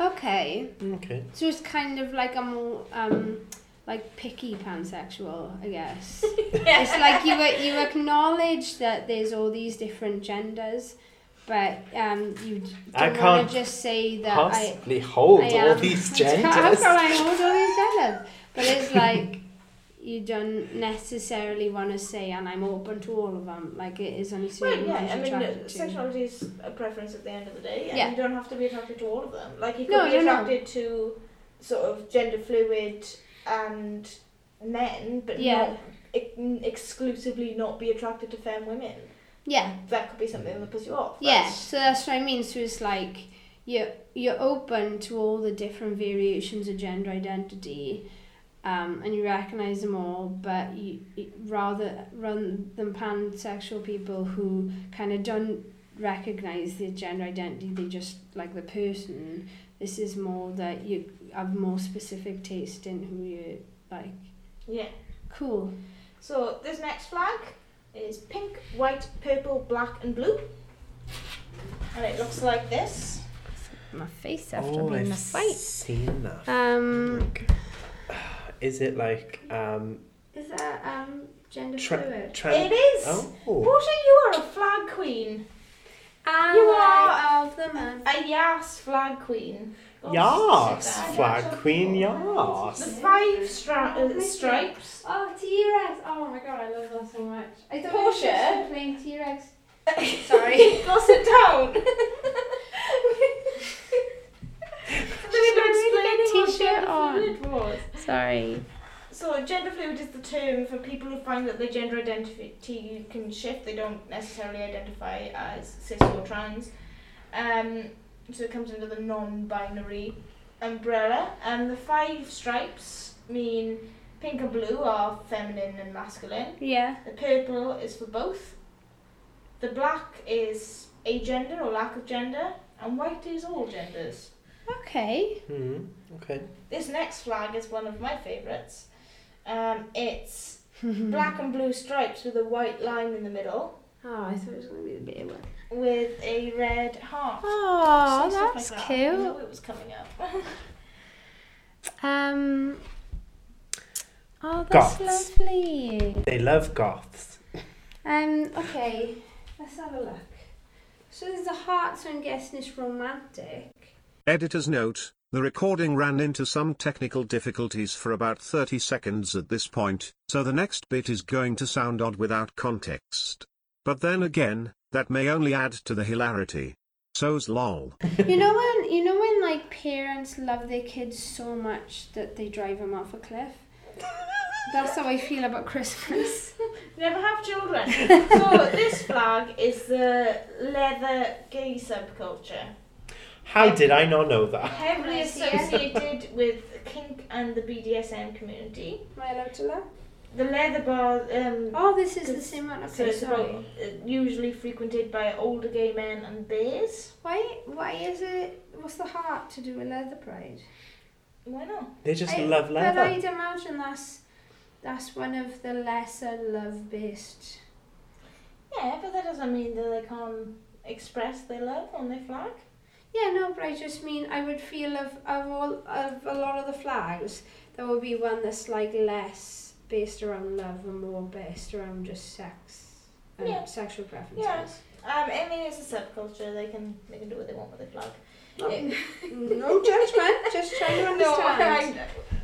Speaker 2: Okay.
Speaker 3: Okay.
Speaker 2: So it's kind of like a more um, like picky pansexual, I guess. It's like you you acknowledge that there's all these different genders, but um, you d-
Speaker 3: I
Speaker 2: don't want
Speaker 3: can't
Speaker 2: to just say that I.
Speaker 3: Possibly hold
Speaker 2: I
Speaker 3: all
Speaker 2: am-
Speaker 3: these
Speaker 2: How
Speaker 3: genders.
Speaker 2: can I hold all these genders? But it's like you don't necessarily want to say, and I'm open to all of them. Like it is only
Speaker 1: Well,
Speaker 2: certain
Speaker 1: yeah,
Speaker 2: ones
Speaker 1: I
Speaker 2: you're
Speaker 1: mean,
Speaker 2: attracted
Speaker 1: uh,
Speaker 2: to.
Speaker 1: sexuality is a preference at the end of the day, and
Speaker 2: Yeah.
Speaker 1: you don't have to be attracted to all of them. Like, you could
Speaker 2: No,
Speaker 1: be
Speaker 2: no, no.
Speaker 1: attracted to sort of gender fluid and men, but
Speaker 2: Yeah.
Speaker 1: not ex- mm, exclusively not be attracted to femme women.
Speaker 2: Yeah,
Speaker 1: That could be something that puts you off.
Speaker 2: yeah.
Speaker 1: That's-
Speaker 2: So that's what I mean. So it's like you're you're open to all the different variations of gender identity, um, and you recognise them all. But you, you rather run than pansexual people who kind of don't recognise their gender identity. They just like the person. This is more that you have more specific taste in who you like.
Speaker 1: Yeah.
Speaker 2: Cool.
Speaker 1: So, this next flag is pink, white, purple, black, and blue. And it looks like this.
Speaker 2: My face
Speaker 3: oh, I've seen that.
Speaker 2: Um,
Speaker 3: Like, is it like um
Speaker 2: is that um gender
Speaker 3: tra-
Speaker 1: It
Speaker 3: trans?
Speaker 1: is!
Speaker 3: Oh,
Speaker 1: Portia, you are a flag queen.
Speaker 2: And
Speaker 1: You are-
Speaker 2: of the man.
Speaker 1: A yas flag queen. God, sit
Speaker 3: yes,
Speaker 1: down.
Speaker 3: flag queen,
Speaker 1: The
Speaker 3: yes.
Speaker 1: five stra- uh, stripes.
Speaker 2: Oh, T Rex! Oh my god, I love that so much. I thought
Speaker 1: Portia?
Speaker 2: Portia. I was playing T Rex. Sorry.
Speaker 1: Go sit down. Then you're explaining what
Speaker 2: T-shirt
Speaker 1: gender
Speaker 2: on.
Speaker 1: fluid was.
Speaker 2: Sorry.
Speaker 1: So gender fluid is the term for people who find that their gender identity can shift. They don't necessarily identify as cis or trans. Um, so it comes under the non-binary umbrella. And the five stripes mean pink and blue are feminine and masculine.
Speaker 2: Yeah.
Speaker 1: The purple is for both. The black is agender or lack of gender, and white is all genders.
Speaker 2: Okay.
Speaker 3: Hmm. Okay.
Speaker 1: This next flag is one of my favourites. Um, it's black and blue stripes with a white line in the middle
Speaker 2: Oh, I thought it was gonna be the beer one.
Speaker 1: with a red heart.
Speaker 2: Oh,
Speaker 1: Some stuff
Speaker 2: that's
Speaker 1: like that. I
Speaker 2: cute.
Speaker 1: knew it was coming up.
Speaker 2: Um. Oh, that's
Speaker 3: Goths.
Speaker 2: lovely.
Speaker 3: They love goths.
Speaker 2: Um. Okay. Let's have a look. So there's a heart, so I'm guessing it's romantic.
Speaker 6: Editor's note, the recording ran into some technical difficulties for about 30 seconds at this point, so the next bit is going to sound odd without context. But then again, that may only add to the hilarity. So's lol.
Speaker 2: you know when you know when like parents love their kids so much that they drive them off a cliff. That's how I feel about Christmas.
Speaker 1: Never have children. so this flag is the leather gay subculture.
Speaker 3: How did I not know that?
Speaker 1: heavily
Speaker 2: Nice, yeah.
Speaker 1: associated with kink and the BDSM community.
Speaker 2: Am I allowed to laugh?
Speaker 1: The leather bar, um,
Speaker 2: Oh, this is the same one.
Speaker 1: so
Speaker 2: Okay,
Speaker 1: it's about,
Speaker 2: sorry.
Speaker 1: uh, usually frequented by older gay men and bears.
Speaker 2: Why? Why is it? What's the heart to do with leather pride?
Speaker 1: Why not?
Speaker 3: They just
Speaker 2: I-
Speaker 3: love
Speaker 2: But I'd
Speaker 3: leather.
Speaker 2: imagine that's that's one of the lesser love based.
Speaker 1: Yeah, but that doesn't mean that they can't express their love on their flag.
Speaker 2: Yeah, no, but I just mean I would feel of of all of a lot of the flags, there would be one that's like less based around love and more based around just sex and
Speaker 1: Yeah.
Speaker 2: sexual preferences.
Speaker 1: Um, I mean, it's a subculture. They can they can do what they want with their flag.
Speaker 3: Oh.
Speaker 2: No, no judgment, just trying to
Speaker 1: No,
Speaker 2: understand.
Speaker 1: I-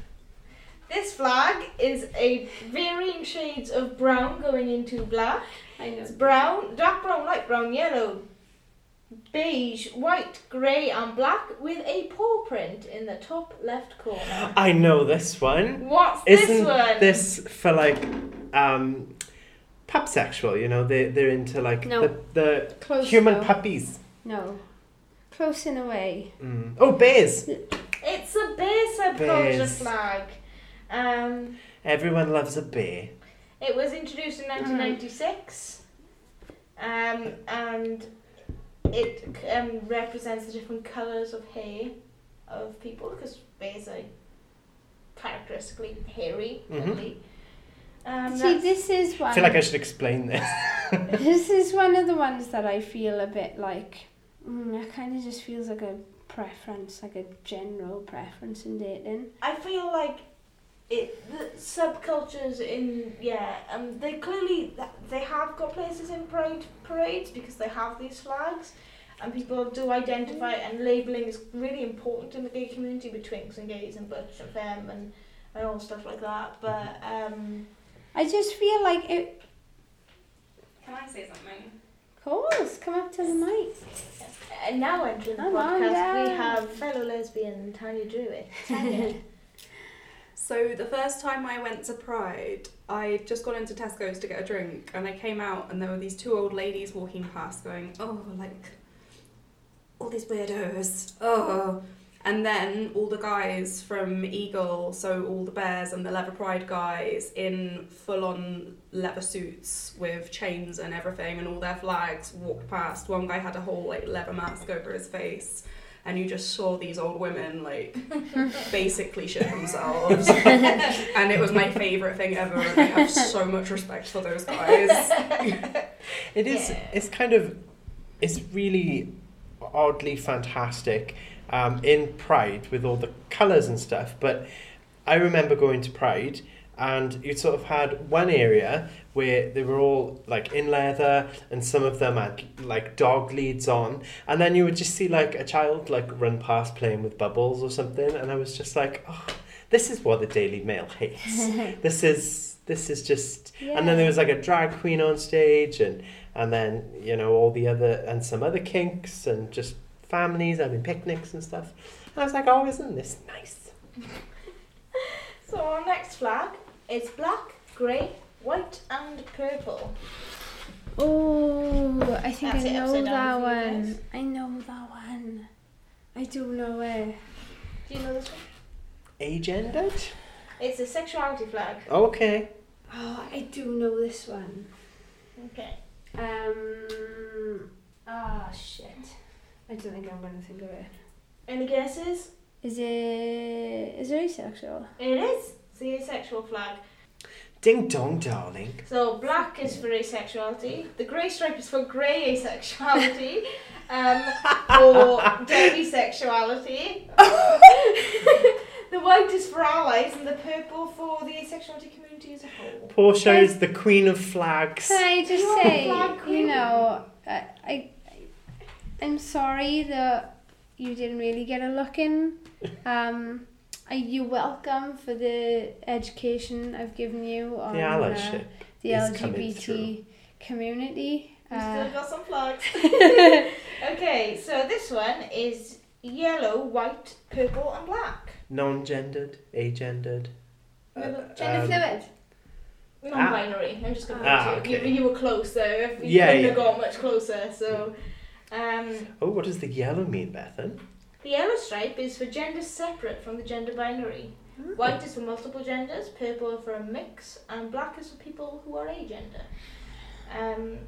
Speaker 1: This flag is a varying shades of brown going into black.
Speaker 2: I know.
Speaker 1: It's brown, dark brown, light brown, yellow, beige, white, grey, and black with a paw print in the top left corner.
Speaker 3: I know this one.
Speaker 1: What's this
Speaker 3: Isn't
Speaker 1: one?
Speaker 3: this for like um pup sexual, you know, they they're into like
Speaker 2: No.
Speaker 3: the, the
Speaker 2: Close
Speaker 3: human
Speaker 2: though.
Speaker 3: puppies.
Speaker 2: No. Close in a way.
Speaker 3: Mm. Oh bears.
Speaker 1: It's a bear subculture
Speaker 3: Bears.
Speaker 1: flag. Um,
Speaker 3: Everyone loves a bear.
Speaker 1: it was introduced in 1996, um, and it um, represents the different colours of hair of people because bears are characteristically hairy.
Speaker 3: Mhm.
Speaker 1: really. Um,
Speaker 2: See,
Speaker 1: that's-
Speaker 2: this is one.
Speaker 3: I feel like I should explain this.
Speaker 2: this is one of the ones that I feel a bit like. Mm, it kind of just feels like a preference, like a general preference in dating.
Speaker 1: I feel like it the subcultures in yeah, um, they clearly they have got places in parade parades because they have these flags, and people do identify and labeling is really important in the gay community with twinks and gays and butch and femme and and all stuff like that. But um,
Speaker 2: I just feel like it.
Speaker 7: Can I say something?
Speaker 2: Of course, come up to the mic.
Speaker 1: and now entering the
Speaker 2: Come
Speaker 1: podcast,
Speaker 2: on
Speaker 1: we
Speaker 2: down.
Speaker 1: have fellow lesbian Tanya Druitt.
Speaker 7: So the first time I went to Pride, I just gone into Tesco's to get a drink, and I came out, and there were these two old ladies walking past, going, "Oh, like all these weirdos." Oh, and then all the guys from Eagle, so all the bears and the Leather Pride guys in full-on leather suits with chains and everything, and all their flags walked past. One guy had a whole like leather mask over his face. And you just saw these old women like basically shit themselves. and it was my favourite thing ever. And I have so much respect for those guys.
Speaker 3: It is. It's kind of. It's really oddly fantastic um, in Pride with all the colours and stuff. But I remember going to Pride, and you sort of had one area where they were all like in leather, and some of them had like dog leads on, and then you would just see like a child like run past playing with bubbles or something, and I was just like, oh, this is what the Daily Mail hates. this is this is just and then there was like a drag queen on stage and and then you know all the other and some other kinks and just families having picnics and stuff and i was like oh isn't this nice
Speaker 1: So our next flag is black, grey, white, and purple.
Speaker 2: Oh, I think
Speaker 1: That's
Speaker 2: I
Speaker 1: it,
Speaker 2: know
Speaker 1: upside down
Speaker 2: that
Speaker 1: for you guys.
Speaker 2: one. I know that one. I do know it.
Speaker 1: Do you know this one?
Speaker 3: agendered
Speaker 1: It's a sexuality flag.
Speaker 3: okay
Speaker 2: Oh, I do know this one.
Speaker 1: Okay.
Speaker 2: Um. Ah, shit. I don't think I'm gonna think of it.
Speaker 1: Any guesses?
Speaker 2: Is it is it asexual?
Speaker 1: It is. It's the asexual flag.
Speaker 3: ding dong darling
Speaker 1: So black is for asexuality. The grey stripe is for grey asexuality. Um, or demi sexuality. the white is for allies, and the purple for the asexuality community as a whole.
Speaker 3: portia is the queen of flags
Speaker 2: Can I just
Speaker 1: You're a flag
Speaker 2: say, you
Speaker 1: queen.
Speaker 2: know, I, I, I'm sorry that you didn't really get a look in. Um, are you welcome for the education I've given you on
Speaker 3: the
Speaker 1: Oh,
Speaker 2: uh,
Speaker 3: allyship
Speaker 2: the
Speaker 3: is coming
Speaker 2: LGBT community?
Speaker 1: We
Speaker 2: Uh,
Speaker 1: still got some flags. okay, so this one is yellow, white, purple, and black.
Speaker 3: non-gendered agendered
Speaker 1: Gender
Speaker 3: um,
Speaker 2: fluid.
Speaker 1: Non-binary. I'm just gonna.
Speaker 3: Ah,
Speaker 1: put you.
Speaker 3: okay.
Speaker 1: You, you were close there. If you
Speaker 3: Yeah,
Speaker 1: couldn't have
Speaker 3: yeah.
Speaker 1: got much closer. So, um,
Speaker 3: oh what does the yellow mean bethan
Speaker 1: the yellow stripe is for genders separate from the gender binary. White is for multiple genders. Purple for a mix, and black is for people who are agender. Um,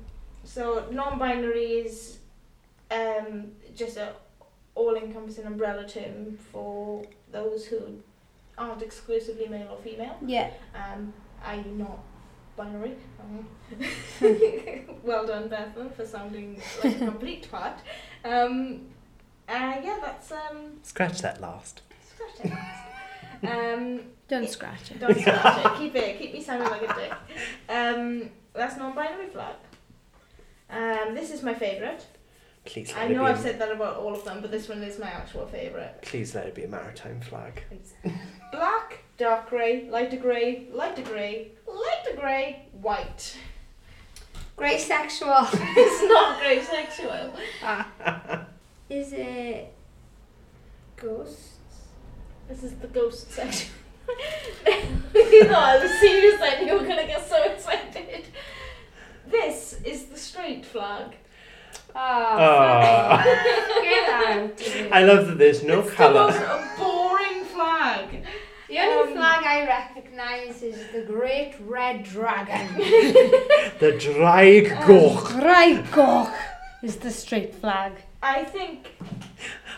Speaker 1: so non-binary is um, just a all-encompassing umbrella term for those who aren't exclusively male or female.
Speaker 2: Yeah.
Speaker 1: Um, are you not binary? Um, well done, Bethan, for sounding like a complete twat. Um, uh, yeah, that's um,
Speaker 3: scratch that last
Speaker 1: scratch it. Um,
Speaker 2: Don't scratch it.
Speaker 1: don't scratch it. Keep it. Keep me sounding like a dick. Um, that's non-binary flag. Um, this is my favourite.
Speaker 3: please let
Speaker 1: I
Speaker 3: it
Speaker 1: know
Speaker 3: be
Speaker 1: I've
Speaker 3: a-
Speaker 1: said that about all of them, but this one is my actual favourite.
Speaker 3: please let it be a maritime flag
Speaker 1: It's black, dark grey, lighter grey, lighter grey, lighter grey, white.
Speaker 2: Great sexual.
Speaker 1: It's not grey sexual.
Speaker 2: Is it ghosts?
Speaker 1: This is the ghost section. you know, I was serious that you were gonna get so excited. This is the straight flag. Oh,
Speaker 3: Ah.
Speaker 2: Get out.
Speaker 3: I love that there's no
Speaker 1: it's
Speaker 3: colour.
Speaker 1: the most boring flag.
Speaker 2: The only
Speaker 1: Um,
Speaker 2: flag I recognise is the Great Red Dragon.
Speaker 3: The Dreig
Speaker 1: Oh.
Speaker 3: Goch,
Speaker 2: Greigorch is the straight flag.
Speaker 1: I think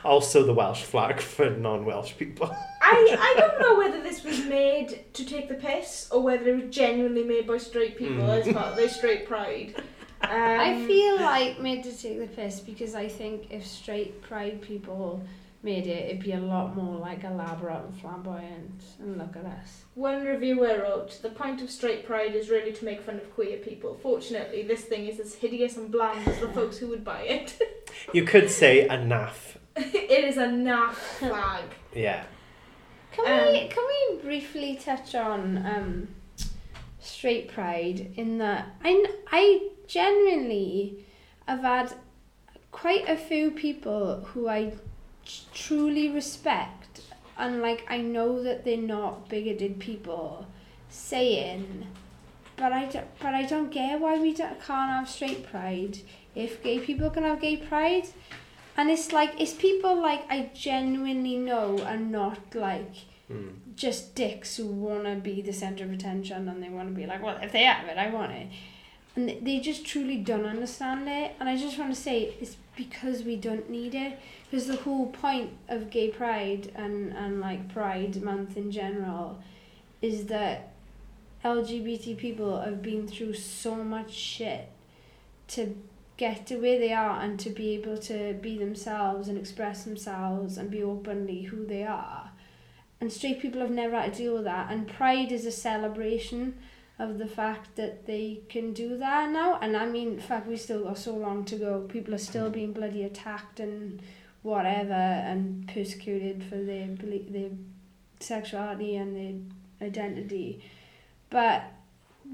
Speaker 3: also the Welsh flag for non Welsh people.
Speaker 1: I I don't know whether this was made to take the piss or whether it was genuinely made by straight people as part of their straight pride. Um,
Speaker 2: I feel like made to take the piss because I think if straight pride people made it, it'd be a lot more like elaborate and flamboyant. And look at us.
Speaker 1: One reviewer wrote, The point of straight pride is really to make fun of queer people. Fortunately, this thing is as hideous and bland as the folks who would buy it.
Speaker 3: You could say enough.
Speaker 1: it is a naff flag.
Speaker 3: Yeah.
Speaker 2: Can we
Speaker 1: Um,
Speaker 2: can we briefly touch on um, straight pride in that I kn- I genuinely have had quite a few people who I t- truly respect and like I know that they're not bigoted people saying but I don't, but I don't get why we don't, can't have straight pride if gay people can have gay pride and it's like it's people like I genuinely know are not like
Speaker 3: Hmm.
Speaker 2: just dicks who want to be the center of attention and they want to be like, well, if they have it, I want it. And th- they just truly don't understand it. And I just want to say it's because we don't need it. Because the whole point of gay pride and, and like Pride Month in general is that LGBT people have been through so much shit to get to where they are and to be able to be themselves and express themselves and be openly who they are and straight people have never had to deal with that and pride is a celebration of the fact that they can do that now and i mean fuck we still got so long to go people are still being bloody attacked and whatever and persecuted for their beli- their sexuality and their identity but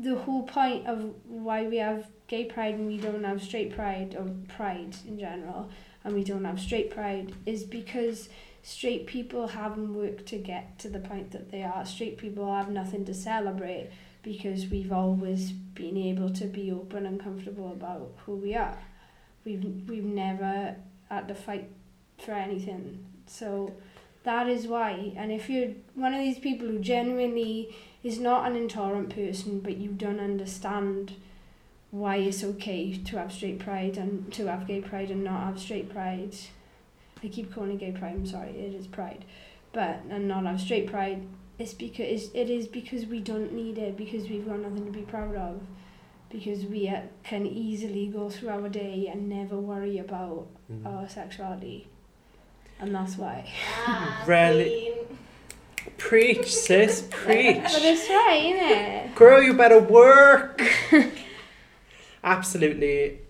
Speaker 2: the whole point of why we have gay pride and we don't have straight pride or pride in general and we don't have straight pride is because straight people haven't worked to get to the point that they are. Straight people have nothing to celebrate because we've always been able to be open and comfortable about who we are. We've we've never had to fight for anything. So that is why. And if you're one of these people who genuinely is not an intolerant person, but you don't understand why it's okay to have straight pride and to have gay pride and not have straight pride, I keep calling it gay pride. I'm sorry, it is pride, but and not have straight pride. It's because it's, it is because we don't need it because we've got nothing to be proud of, because we uh, can easily go through our day and never worry about
Speaker 3: Mm.
Speaker 2: our sexuality, and that's why.
Speaker 3: Rarely- Preach, sis, preach.
Speaker 2: But it's right, isn't it?
Speaker 3: Girl, you better work. Absolutely.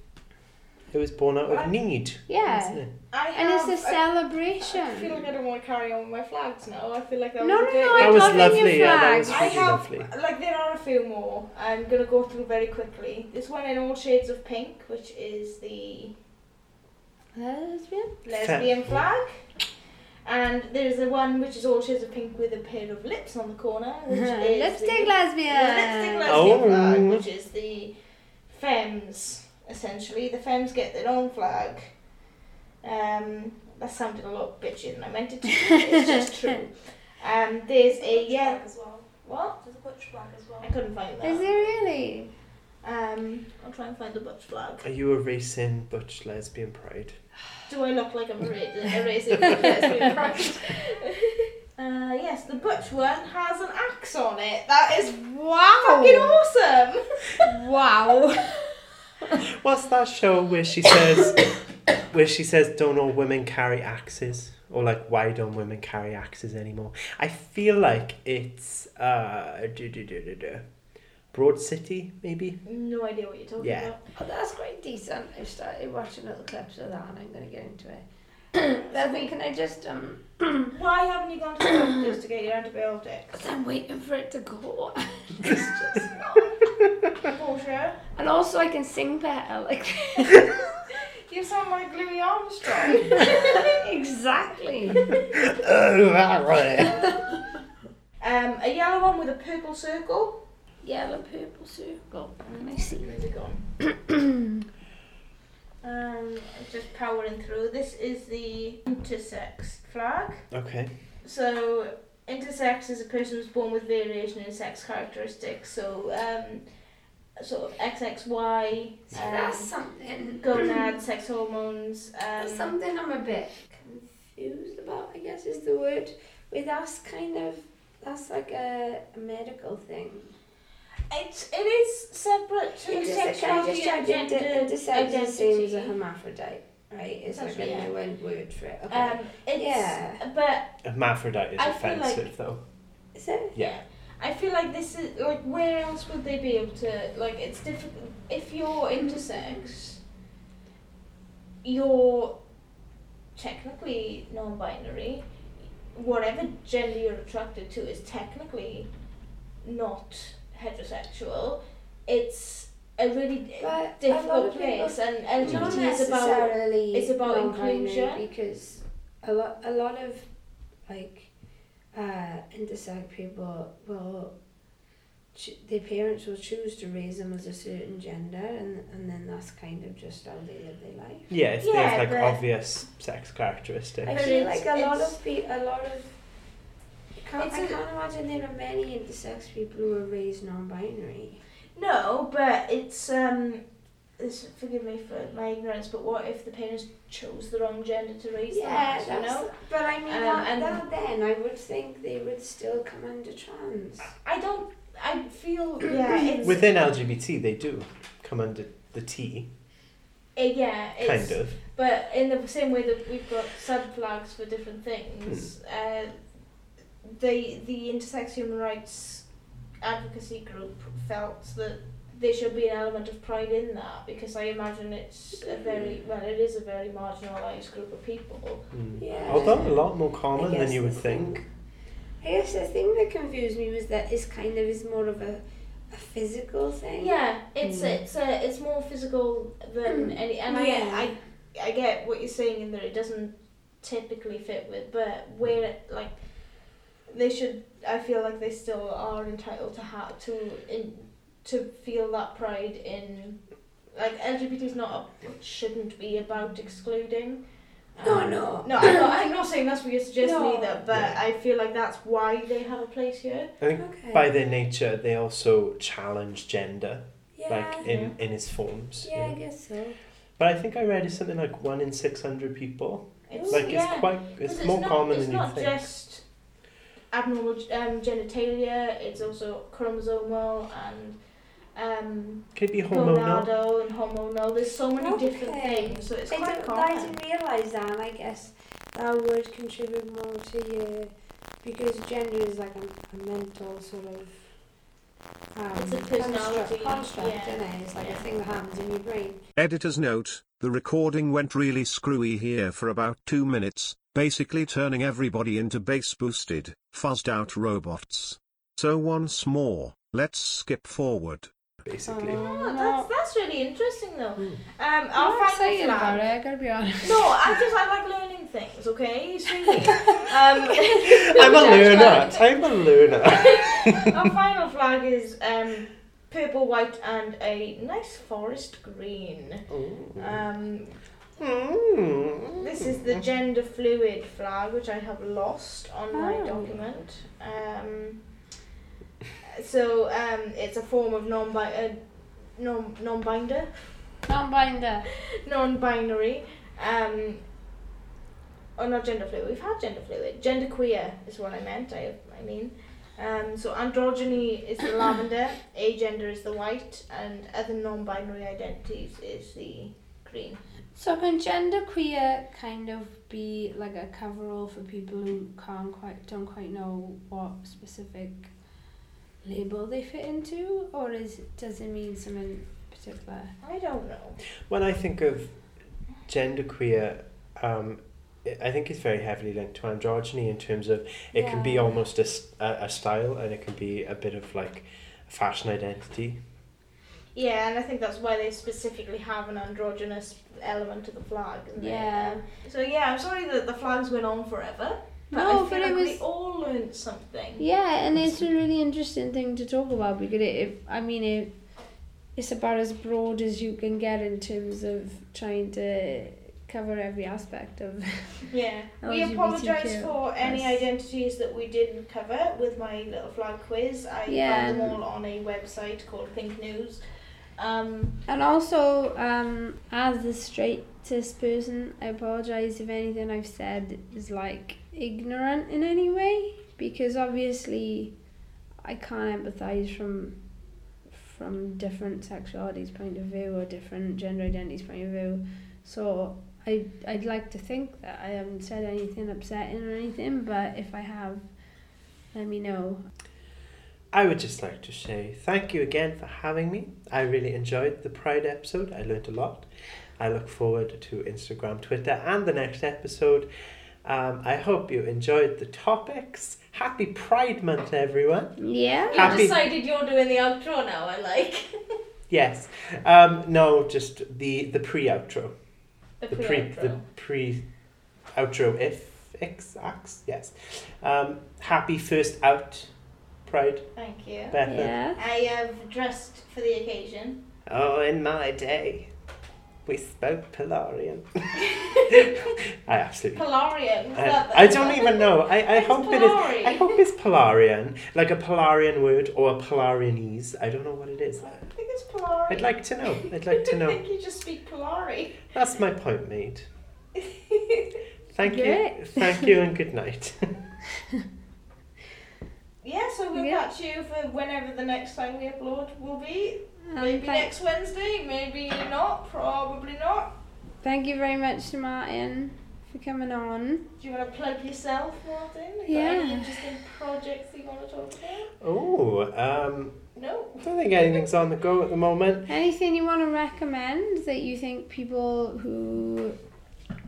Speaker 3: It was born out of need. Isn't
Speaker 2: Yeah,
Speaker 3: it?
Speaker 1: I
Speaker 2: and it's
Speaker 1: have,
Speaker 2: a
Speaker 1: I-
Speaker 2: celebration.
Speaker 1: I feel like I don't want to carry on with my flags now. I feel like that
Speaker 2: No, no,
Speaker 1: was a bit-
Speaker 2: no, I
Speaker 3: That was
Speaker 2: love in your
Speaker 3: lovely, yeah, that
Speaker 2: flag.
Speaker 3: was
Speaker 1: I
Speaker 3: really
Speaker 1: have-
Speaker 3: lovely.
Speaker 1: Like there are a few more. I'm gonna go through very quickly. This one in all shades of pink, which is the
Speaker 2: Lesbian?
Speaker 1: lesbian flag. And there's the one which is all shades of pink with a pair of lips on the corner, which is
Speaker 2: Uh-huh. Lipstick
Speaker 1: the,
Speaker 2: lesbian.
Speaker 1: the lipstick lesbian
Speaker 3: Oh.
Speaker 1: flag, which is the femmes essentially. The femmes get their own flag. Um, that sounded a lot bitchy than I meant it to. it's just true. Um, there's a yeah.
Speaker 8: as well.
Speaker 1: What?
Speaker 8: There's a butch flag as well.
Speaker 1: I couldn't find that.
Speaker 2: Is it really?
Speaker 1: Um, I'll try and find the butch flag.
Speaker 3: Are you erasing Butch lesbian pride?
Speaker 1: Do I look like I'm erasing? erasing lesbian pride? uh, yes, the butch one has an axe on it. That is fucking
Speaker 2: Wow!
Speaker 1: awesome.
Speaker 2: Wow!
Speaker 3: What's that show where she says, where she says, don't all women carry axes? Or like, why don't women carry axes anymore? I feel like it's uh, do do do do do, Broad City maybe.
Speaker 1: No idea what you're talking
Speaker 3: Yeah.
Speaker 1: about.
Speaker 2: Oh, that's quite decent. I started watching little clips of that, and I'm going to get into it.
Speaker 1: So
Speaker 2: But wait, can I just um?
Speaker 1: Why haven't you gone to the doctors to get your antibiotics?
Speaker 2: 'cause I'm waiting for it to go. It's just-
Speaker 1: Portia,
Speaker 2: and also, I can sing better. Like
Speaker 1: you sound like Louis Armstrong.
Speaker 2: exactly.
Speaker 1: um, a yellow one with a purple circle. Mm,
Speaker 2: Yellow purple circle. Can I see?
Speaker 1: Where's it gone? Um, just powering through. This is the intersex flag.
Speaker 3: okay.
Speaker 1: So, intersex is a person who's born with variation in sex characteristics. So, um, sort of XXY,
Speaker 2: So that's
Speaker 1: um,
Speaker 2: something.
Speaker 1: gonad, sex hormones. Um,
Speaker 2: That's something I'm a bit confused about. I guess is the word. With that's kind of that's like a medical thing.
Speaker 1: It's, it is separate to
Speaker 2: Intersex-
Speaker 1: sexuality and
Speaker 2: intersex-
Speaker 1: gender
Speaker 2: intersex is the same as a
Speaker 1: identity.
Speaker 2: hermaphrodite. right? Is that
Speaker 1: Essentially,
Speaker 2: when
Speaker 1: yeah.
Speaker 2: they went word for it? Okay.
Speaker 1: Um, it's,
Speaker 2: Yeah.
Speaker 1: But
Speaker 3: Hermaphrodite is
Speaker 1: I feel
Speaker 3: offensive,
Speaker 1: like-
Speaker 3: though.
Speaker 2: is it?
Speaker 3: Yeah.
Speaker 1: I feel like this is like where else would they be able to like it's difficult if you're intersex. You're technically non-binary. Whatever gender you're attracted to is technically not heterosexual. It's a really
Speaker 2: But a lot
Speaker 1: difficult
Speaker 2: of people
Speaker 1: place, and and
Speaker 2: not
Speaker 1: LGBT is about
Speaker 2: necessarily
Speaker 1: it's about
Speaker 2: non-binary
Speaker 1: inclusion.
Speaker 2: because a lot a lot of like uh intersex people will cho- their parents will choose to raise them as a certain gender and and then that's kind of just how they live their life
Speaker 3: Yeah, if they
Speaker 1: Yeah,
Speaker 3: have like
Speaker 1: but-
Speaker 3: obvious sex characteristics.
Speaker 2: I
Speaker 1: But
Speaker 2: feel
Speaker 1: it's-
Speaker 2: like a lot
Speaker 1: it's-
Speaker 2: of people a lot of can't,
Speaker 1: It's
Speaker 2: I
Speaker 1: a-
Speaker 2: can't imagine there are many intersex people who are raised non-binary.
Speaker 1: No, but it's um. This, forgive me for my ignorance, but what if the parents chose the wrong gender to raise
Speaker 2: Yeah,
Speaker 1: them? as, You
Speaker 2: that's,
Speaker 1: know,
Speaker 2: but I mean
Speaker 1: Um,
Speaker 2: that,
Speaker 1: and-
Speaker 2: that then I would think they would still come under trans.
Speaker 1: I don't. I feel yeah. It's,
Speaker 3: Within LGBT, they do come under the T,
Speaker 1: uh, yeah, it's,
Speaker 3: kind of.
Speaker 1: But in the same way that we've got sub flags for different things, uh, the the intersex human rights advocacy group felt that there should be an element of pride in that because I imagine it's a very well, it is a very marginalised group of people.
Speaker 3: Mm.
Speaker 2: Yeah.
Speaker 3: Although a lot more common
Speaker 2: I
Speaker 3: than you would
Speaker 2: guess the
Speaker 3: think.
Speaker 2: I guess the thing that confused me was that it's kind of is more of a, a physical thing.
Speaker 1: Yeah, it's
Speaker 2: Hmm.
Speaker 1: it's uh, it's more physical than any, and I,
Speaker 2: Yeah.
Speaker 1: I I get what you're saying in that it doesn't typically fit with, but where like they should, I feel like they still are entitled to have to in, to feel that pride in like LGBT is not shouldn't be about excluding.
Speaker 2: No,
Speaker 1: Um,
Speaker 2: no.
Speaker 1: No, I'm not, I'm not saying that's what you're suggesting
Speaker 2: No.
Speaker 1: either, but
Speaker 3: Yeah.
Speaker 1: I feel like that's why they have a place here.
Speaker 3: I think
Speaker 2: Okay.
Speaker 3: by their nature, they also challenge gender,
Speaker 2: yeah.
Speaker 3: like in, in its forms. you
Speaker 2: yeah, I
Speaker 3: know.
Speaker 2: guess so.
Speaker 3: But I think I read it's something like one in 600 people.
Speaker 1: It's,
Speaker 3: Like
Speaker 1: yeah.
Speaker 3: it's quite,
Speaker 1: Because
Speaker 3: it's more
Speaker 1: not,
Speaker 3: common
Speaker 1: it's
Speaker 3: than you
Speaker 1: not
Speaker 3: think.
Speaker 1: just abnormal um, genitalia it's also chromosomal and um,
Speaker 3: Could be hormonal.
Speaker 1: gonadal and hormonal there's so many different
Speaker 2: Okay.
Speaker 1: things so it's
Speaker 2: I
Speaker 1: quite
Speaker 2: didn't, I
Speaker 1: common
Speaker 2: didn't realise that, and I guess that would contribute more to your. Because gender is like a, a mental sort of. Um,
Speaker 1: It's a personality,
Speaker 2: Construct, construct
Speaker 1: yeah.
Speaker 2: isn't it? It's like
Speaker 1: Yeah.
Speaker 2: a thing that happens in your brain.
Speaker 6: Editor's note, the recording went really screwy here for about two minutes, basically turning everybody into bass boosted, fuzzed out robots. So once more, let's skip forward.
Speaker 3: basically.
Speaker 1: Oh, that's, that's really interesting
Speaker 3: Hmm.
Speaker 1: though um,
Speaker 2: I'm
Speaker 1: I'll
Speaker 2: not
Speaker 1: find the
Speaker 2: excited about
Speaker 1: flag.
Speaker 2: it, I gotta be honest.
Speaker 1: no I just I like learning things okay so, um,
Speaker 3: I'm a
Speaker 1: Don't judge
Speaker 3: learner. I'm a learner.
Speaker 1: our final flag is um, purple white and a nice forest green
Speaker 3: Hmm.
Speaker 1: um,
Speaker 3: Mm.
Speaker 1: Uh, This is the gender fluid flag, which I have lost on my
Speaker 2: Oh.
Speaker 1: document. Um, so um, it's a form of non uh, non non-binder,
Speaker 2: Non-binder.
Speaker 1: non-binary. Um, oh, not gender fluid. We've had gender fluid. Gender queer is what I meant. I I mean. Um, so androgyny is the lavender, agender is the white, and other non-binary identities is the green.
Speaker 2: So can genderqueer kind of be like a coverall for people who can't quite don't quite know what specific label they fit into, or is does it mean something particular?
Speaker 1: I don't know.
Speaker 3: When I think of genderqueer, um, I- I think it's very heavily linked to androgyny in terms of it can be
Speaker 2: Yeah.
Speaker 3: almost a, s- a- a style and it can be a bit of like fashion identity.
Speaker 1: Yeah, and I think that's why they specifically have an androgynous element to the flag. isn't it?
Speaker 2: Yeah.
Speaker 1: Um, So yeah, I'm sorry that the flags went on forever. But I
Speaker 2: No,
Speaker 1: feel
Speaker 2: but
Speaker 1: like
Speaker 2: it
Speaker 1: we
Speaker 2: was
Speaker 1: all learned something.
Speaker 2: yeah, and it's a really interesting thing to talk about because it, it I mean it it's about as broad as you can get in terms of trying to cover every aspect of
Speaker 1: Yeah. We
Speaker 2: LGBTQ
Speaker 1: apologise for any
Speaker 2: plus.
Speaker 1: identities that we didn't cover with my little flag quiz. I
Speaker 2: Yeah,
Speaker 1: found them
Speaker 2: and-
Speaker 1: all on a website called Think News. Um,
Speaker 2: And also, um, as the straightest person, I apologize if anything I've said is like ignorant in any way, because obviously, I can't empathize from from different sexualities' point of view or different gender identities' point of view. So I I'd like to think that I haven't said anything upsetting or anything, but if I have, let me know.
Speaker 3: I would just like to say thank you again for having me. I really enjoyed the Pride episode. I learnt a lot. I look forward to Instagram, Twitter, and the next episode. Um, I hope you enjoyed the topics. Happy Pride Month, everyone.
Speaker 2: Yeah.
Speaker 9: You
Speaker 3: Happy-
Speaker 9: decided you're doing the outro now, I like.
Speaker 3: Yes. Um, no, just the the pre outro.
Speaker 9: The
Speaker 3: The
Speaker 9: pre
Speaker 3: pre the
Speaker 9: outro.
Speaker 3: pre outro if x x yes. Um, happy first out Pride,
Speaker 9: Thank you.
Speaker 3: Bethan.
Speaker 2: Yeah.
Speaker 9: I have dressed for the occasion.
Speaker 3: Oh, in my day, we spoke Polarian. I absolutely.
Speaker 9: Polarian. is
Speaker 3: I,
Speaker 9: that the-
Speaker 3: I don't even know. I, I
Speaker 9: It's
Speaker 3: hope it
Speaker 9: Polari.
Speaker 3: is. I hope it's Polarian, like a Polarian word or a Polarianese. I don't know what it is.
Speaker 9: I think it's Polari.
Speaker 3: I'd like to know. I'd like to
Speaker 9: I
Speaker 3: know.
Speaker 9: think you just speak Polari.
Speaker 3: That's my point made. Thank you.
Speaker 2: Great.
Speaker 3: Thank you and good night.
Speaker 9: Yeah, so we'll
Speaker 2: Yeah.
Speaker 9: catch you for whenever the next time we upload will be.
Speaker 2: Um,
Speaker 9: Maybe
Speaker 2: thank,
Speaker 9: next Wednesday, maybe not, probably not.
Speaker 2: thank you very much to Martin for coming on.
Speaker 9: Do you want to plug yourself, Martin? Have you got
Speaker 2: Yeah.
Speaker 9: Any interesting projects that you want to talk about?
Speaker 3: Oh, um,
Speaker 9: No.
Speaker 3: I don't think anything's on the go at the moment.
Speaker 2: Anything you want to recommend that you think people who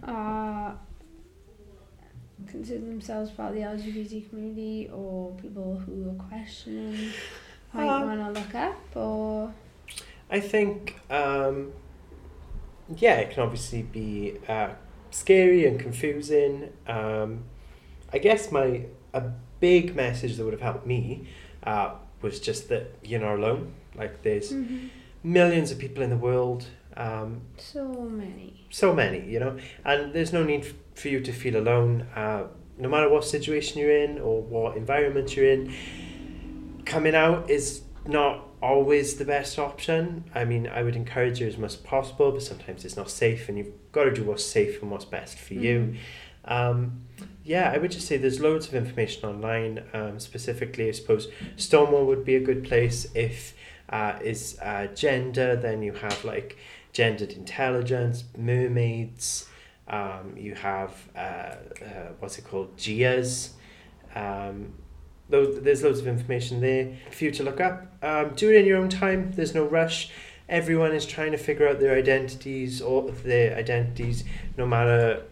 Speaker 2: are consider themselves part of the LGBT community or people who are questioning might
Speaker 3: Um,
Speaker 2: want to look up or
Speaker 3: I think, um, yeah, it can obviously be uh, scary and confusing. Um, I guess my a big message that would have helped me uh, was just that you're not alone. Like there's
Speaker 9: mm-hmm.
Speaker 3: millions of people in the world, um,
Speaker 2: so many.
Speaker 3: so many, you know, and there's no need f- for you to feel alone. Uh, no matter what situation you're in or what environment you're in, coming out is not always the best option. I mean, I would encourage you as much as possible, but sometimes it's not safe, and you've got to do what's safe and what's best for you. Um, yeah, I would just say there's loads of information online. Um, specifically, I suppose Stonewall would be a good place if uh, is uh, gender. Then you have like gendered intelligence, mermaids. Um, you have uh, uh, what's it called, Gias. Um, Lo- there's loads of information there for you to look up. Um, do it in your own time. There's no rush. Everyone is trying to figure out their identities or their identities, no matter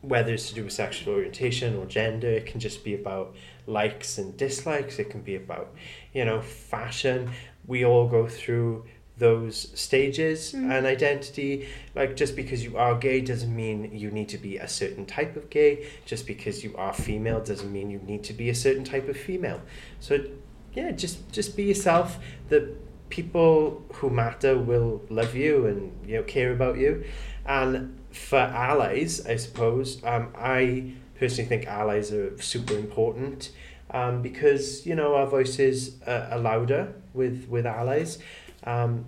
Speaker 3: whether it's to do with sexual orientation or gender. It can just be about likes and dislikes. It can be about, you know, fashion. We all go through those stages
Speaker 2: Mm.
Speaker 3: and identity like just because you are gay doesn't mean you need to be a certain type of gay just because you are female doesn't mean you need to be a certain type of female so yeah just just be yourself the people who matter will love you and you know care about you and for allies i suppose um, i personally think allies are super important um, because you know our voices are, are louder with with allies um,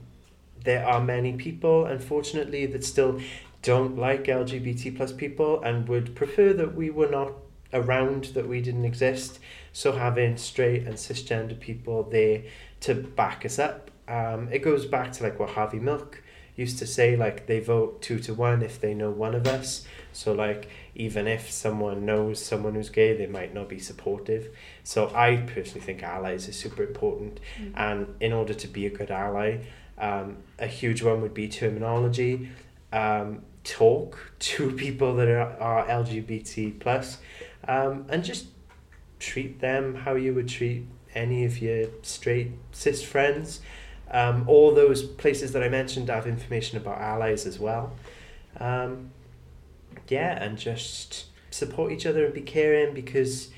Speaker 3: there are many people unfortunately that still don't like LGBT plus people and would prefer that we were not around, that we didn't exist. So having straight and cisgender people there to back us up. Um, it goes back to like what Harvey Milk used to say, like they vote two to one if they know one of us. So like even if someone knows someone who's gay, they might not be supportive. So I personally think allies is super important, and in order to be a good ally, um, a huge one would be terminology um, talk to people that are, are LGBT plus, um, and just treat them how you would treat any of your straight cis friends. Um, all those places that I mentioned have information about allies as well. Um, yeah, and just support each other and be caring because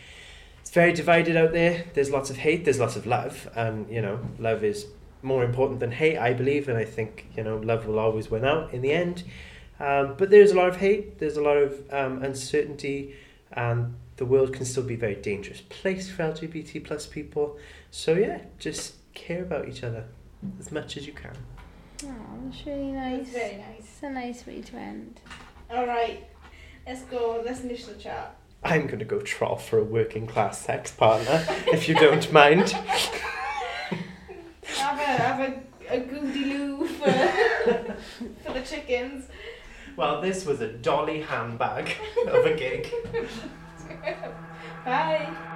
Speaker 3: it's very divided out there. There's lots of hate, there's lots of love, and you know, love is more important than hate, I believe, and I think you know love will always win out in the end. Um, but there's a lot of hate, there's a lot of um, uncertainty, and the world can still be a very dangerous place for LGBT plus people. So yeah, just care about each other as much as you can.
Speaker 2: Oh, that's really
Speaker 9: That's
Speaker 2: nice.
Speaker 9: very nice.
Speaker 2: It's a nice way to end.
Speaker 9: Alright, let's go, let's finish the chat.
Speaker 3: I'm gonna go troll for a working class sex partner, if you don't mind.
Speaker 9: Have a, have a, a goody loo for, for the chickens.
Speaker 3: Well, this was a dolly handbag of a gig.
Speaker 1: Bye.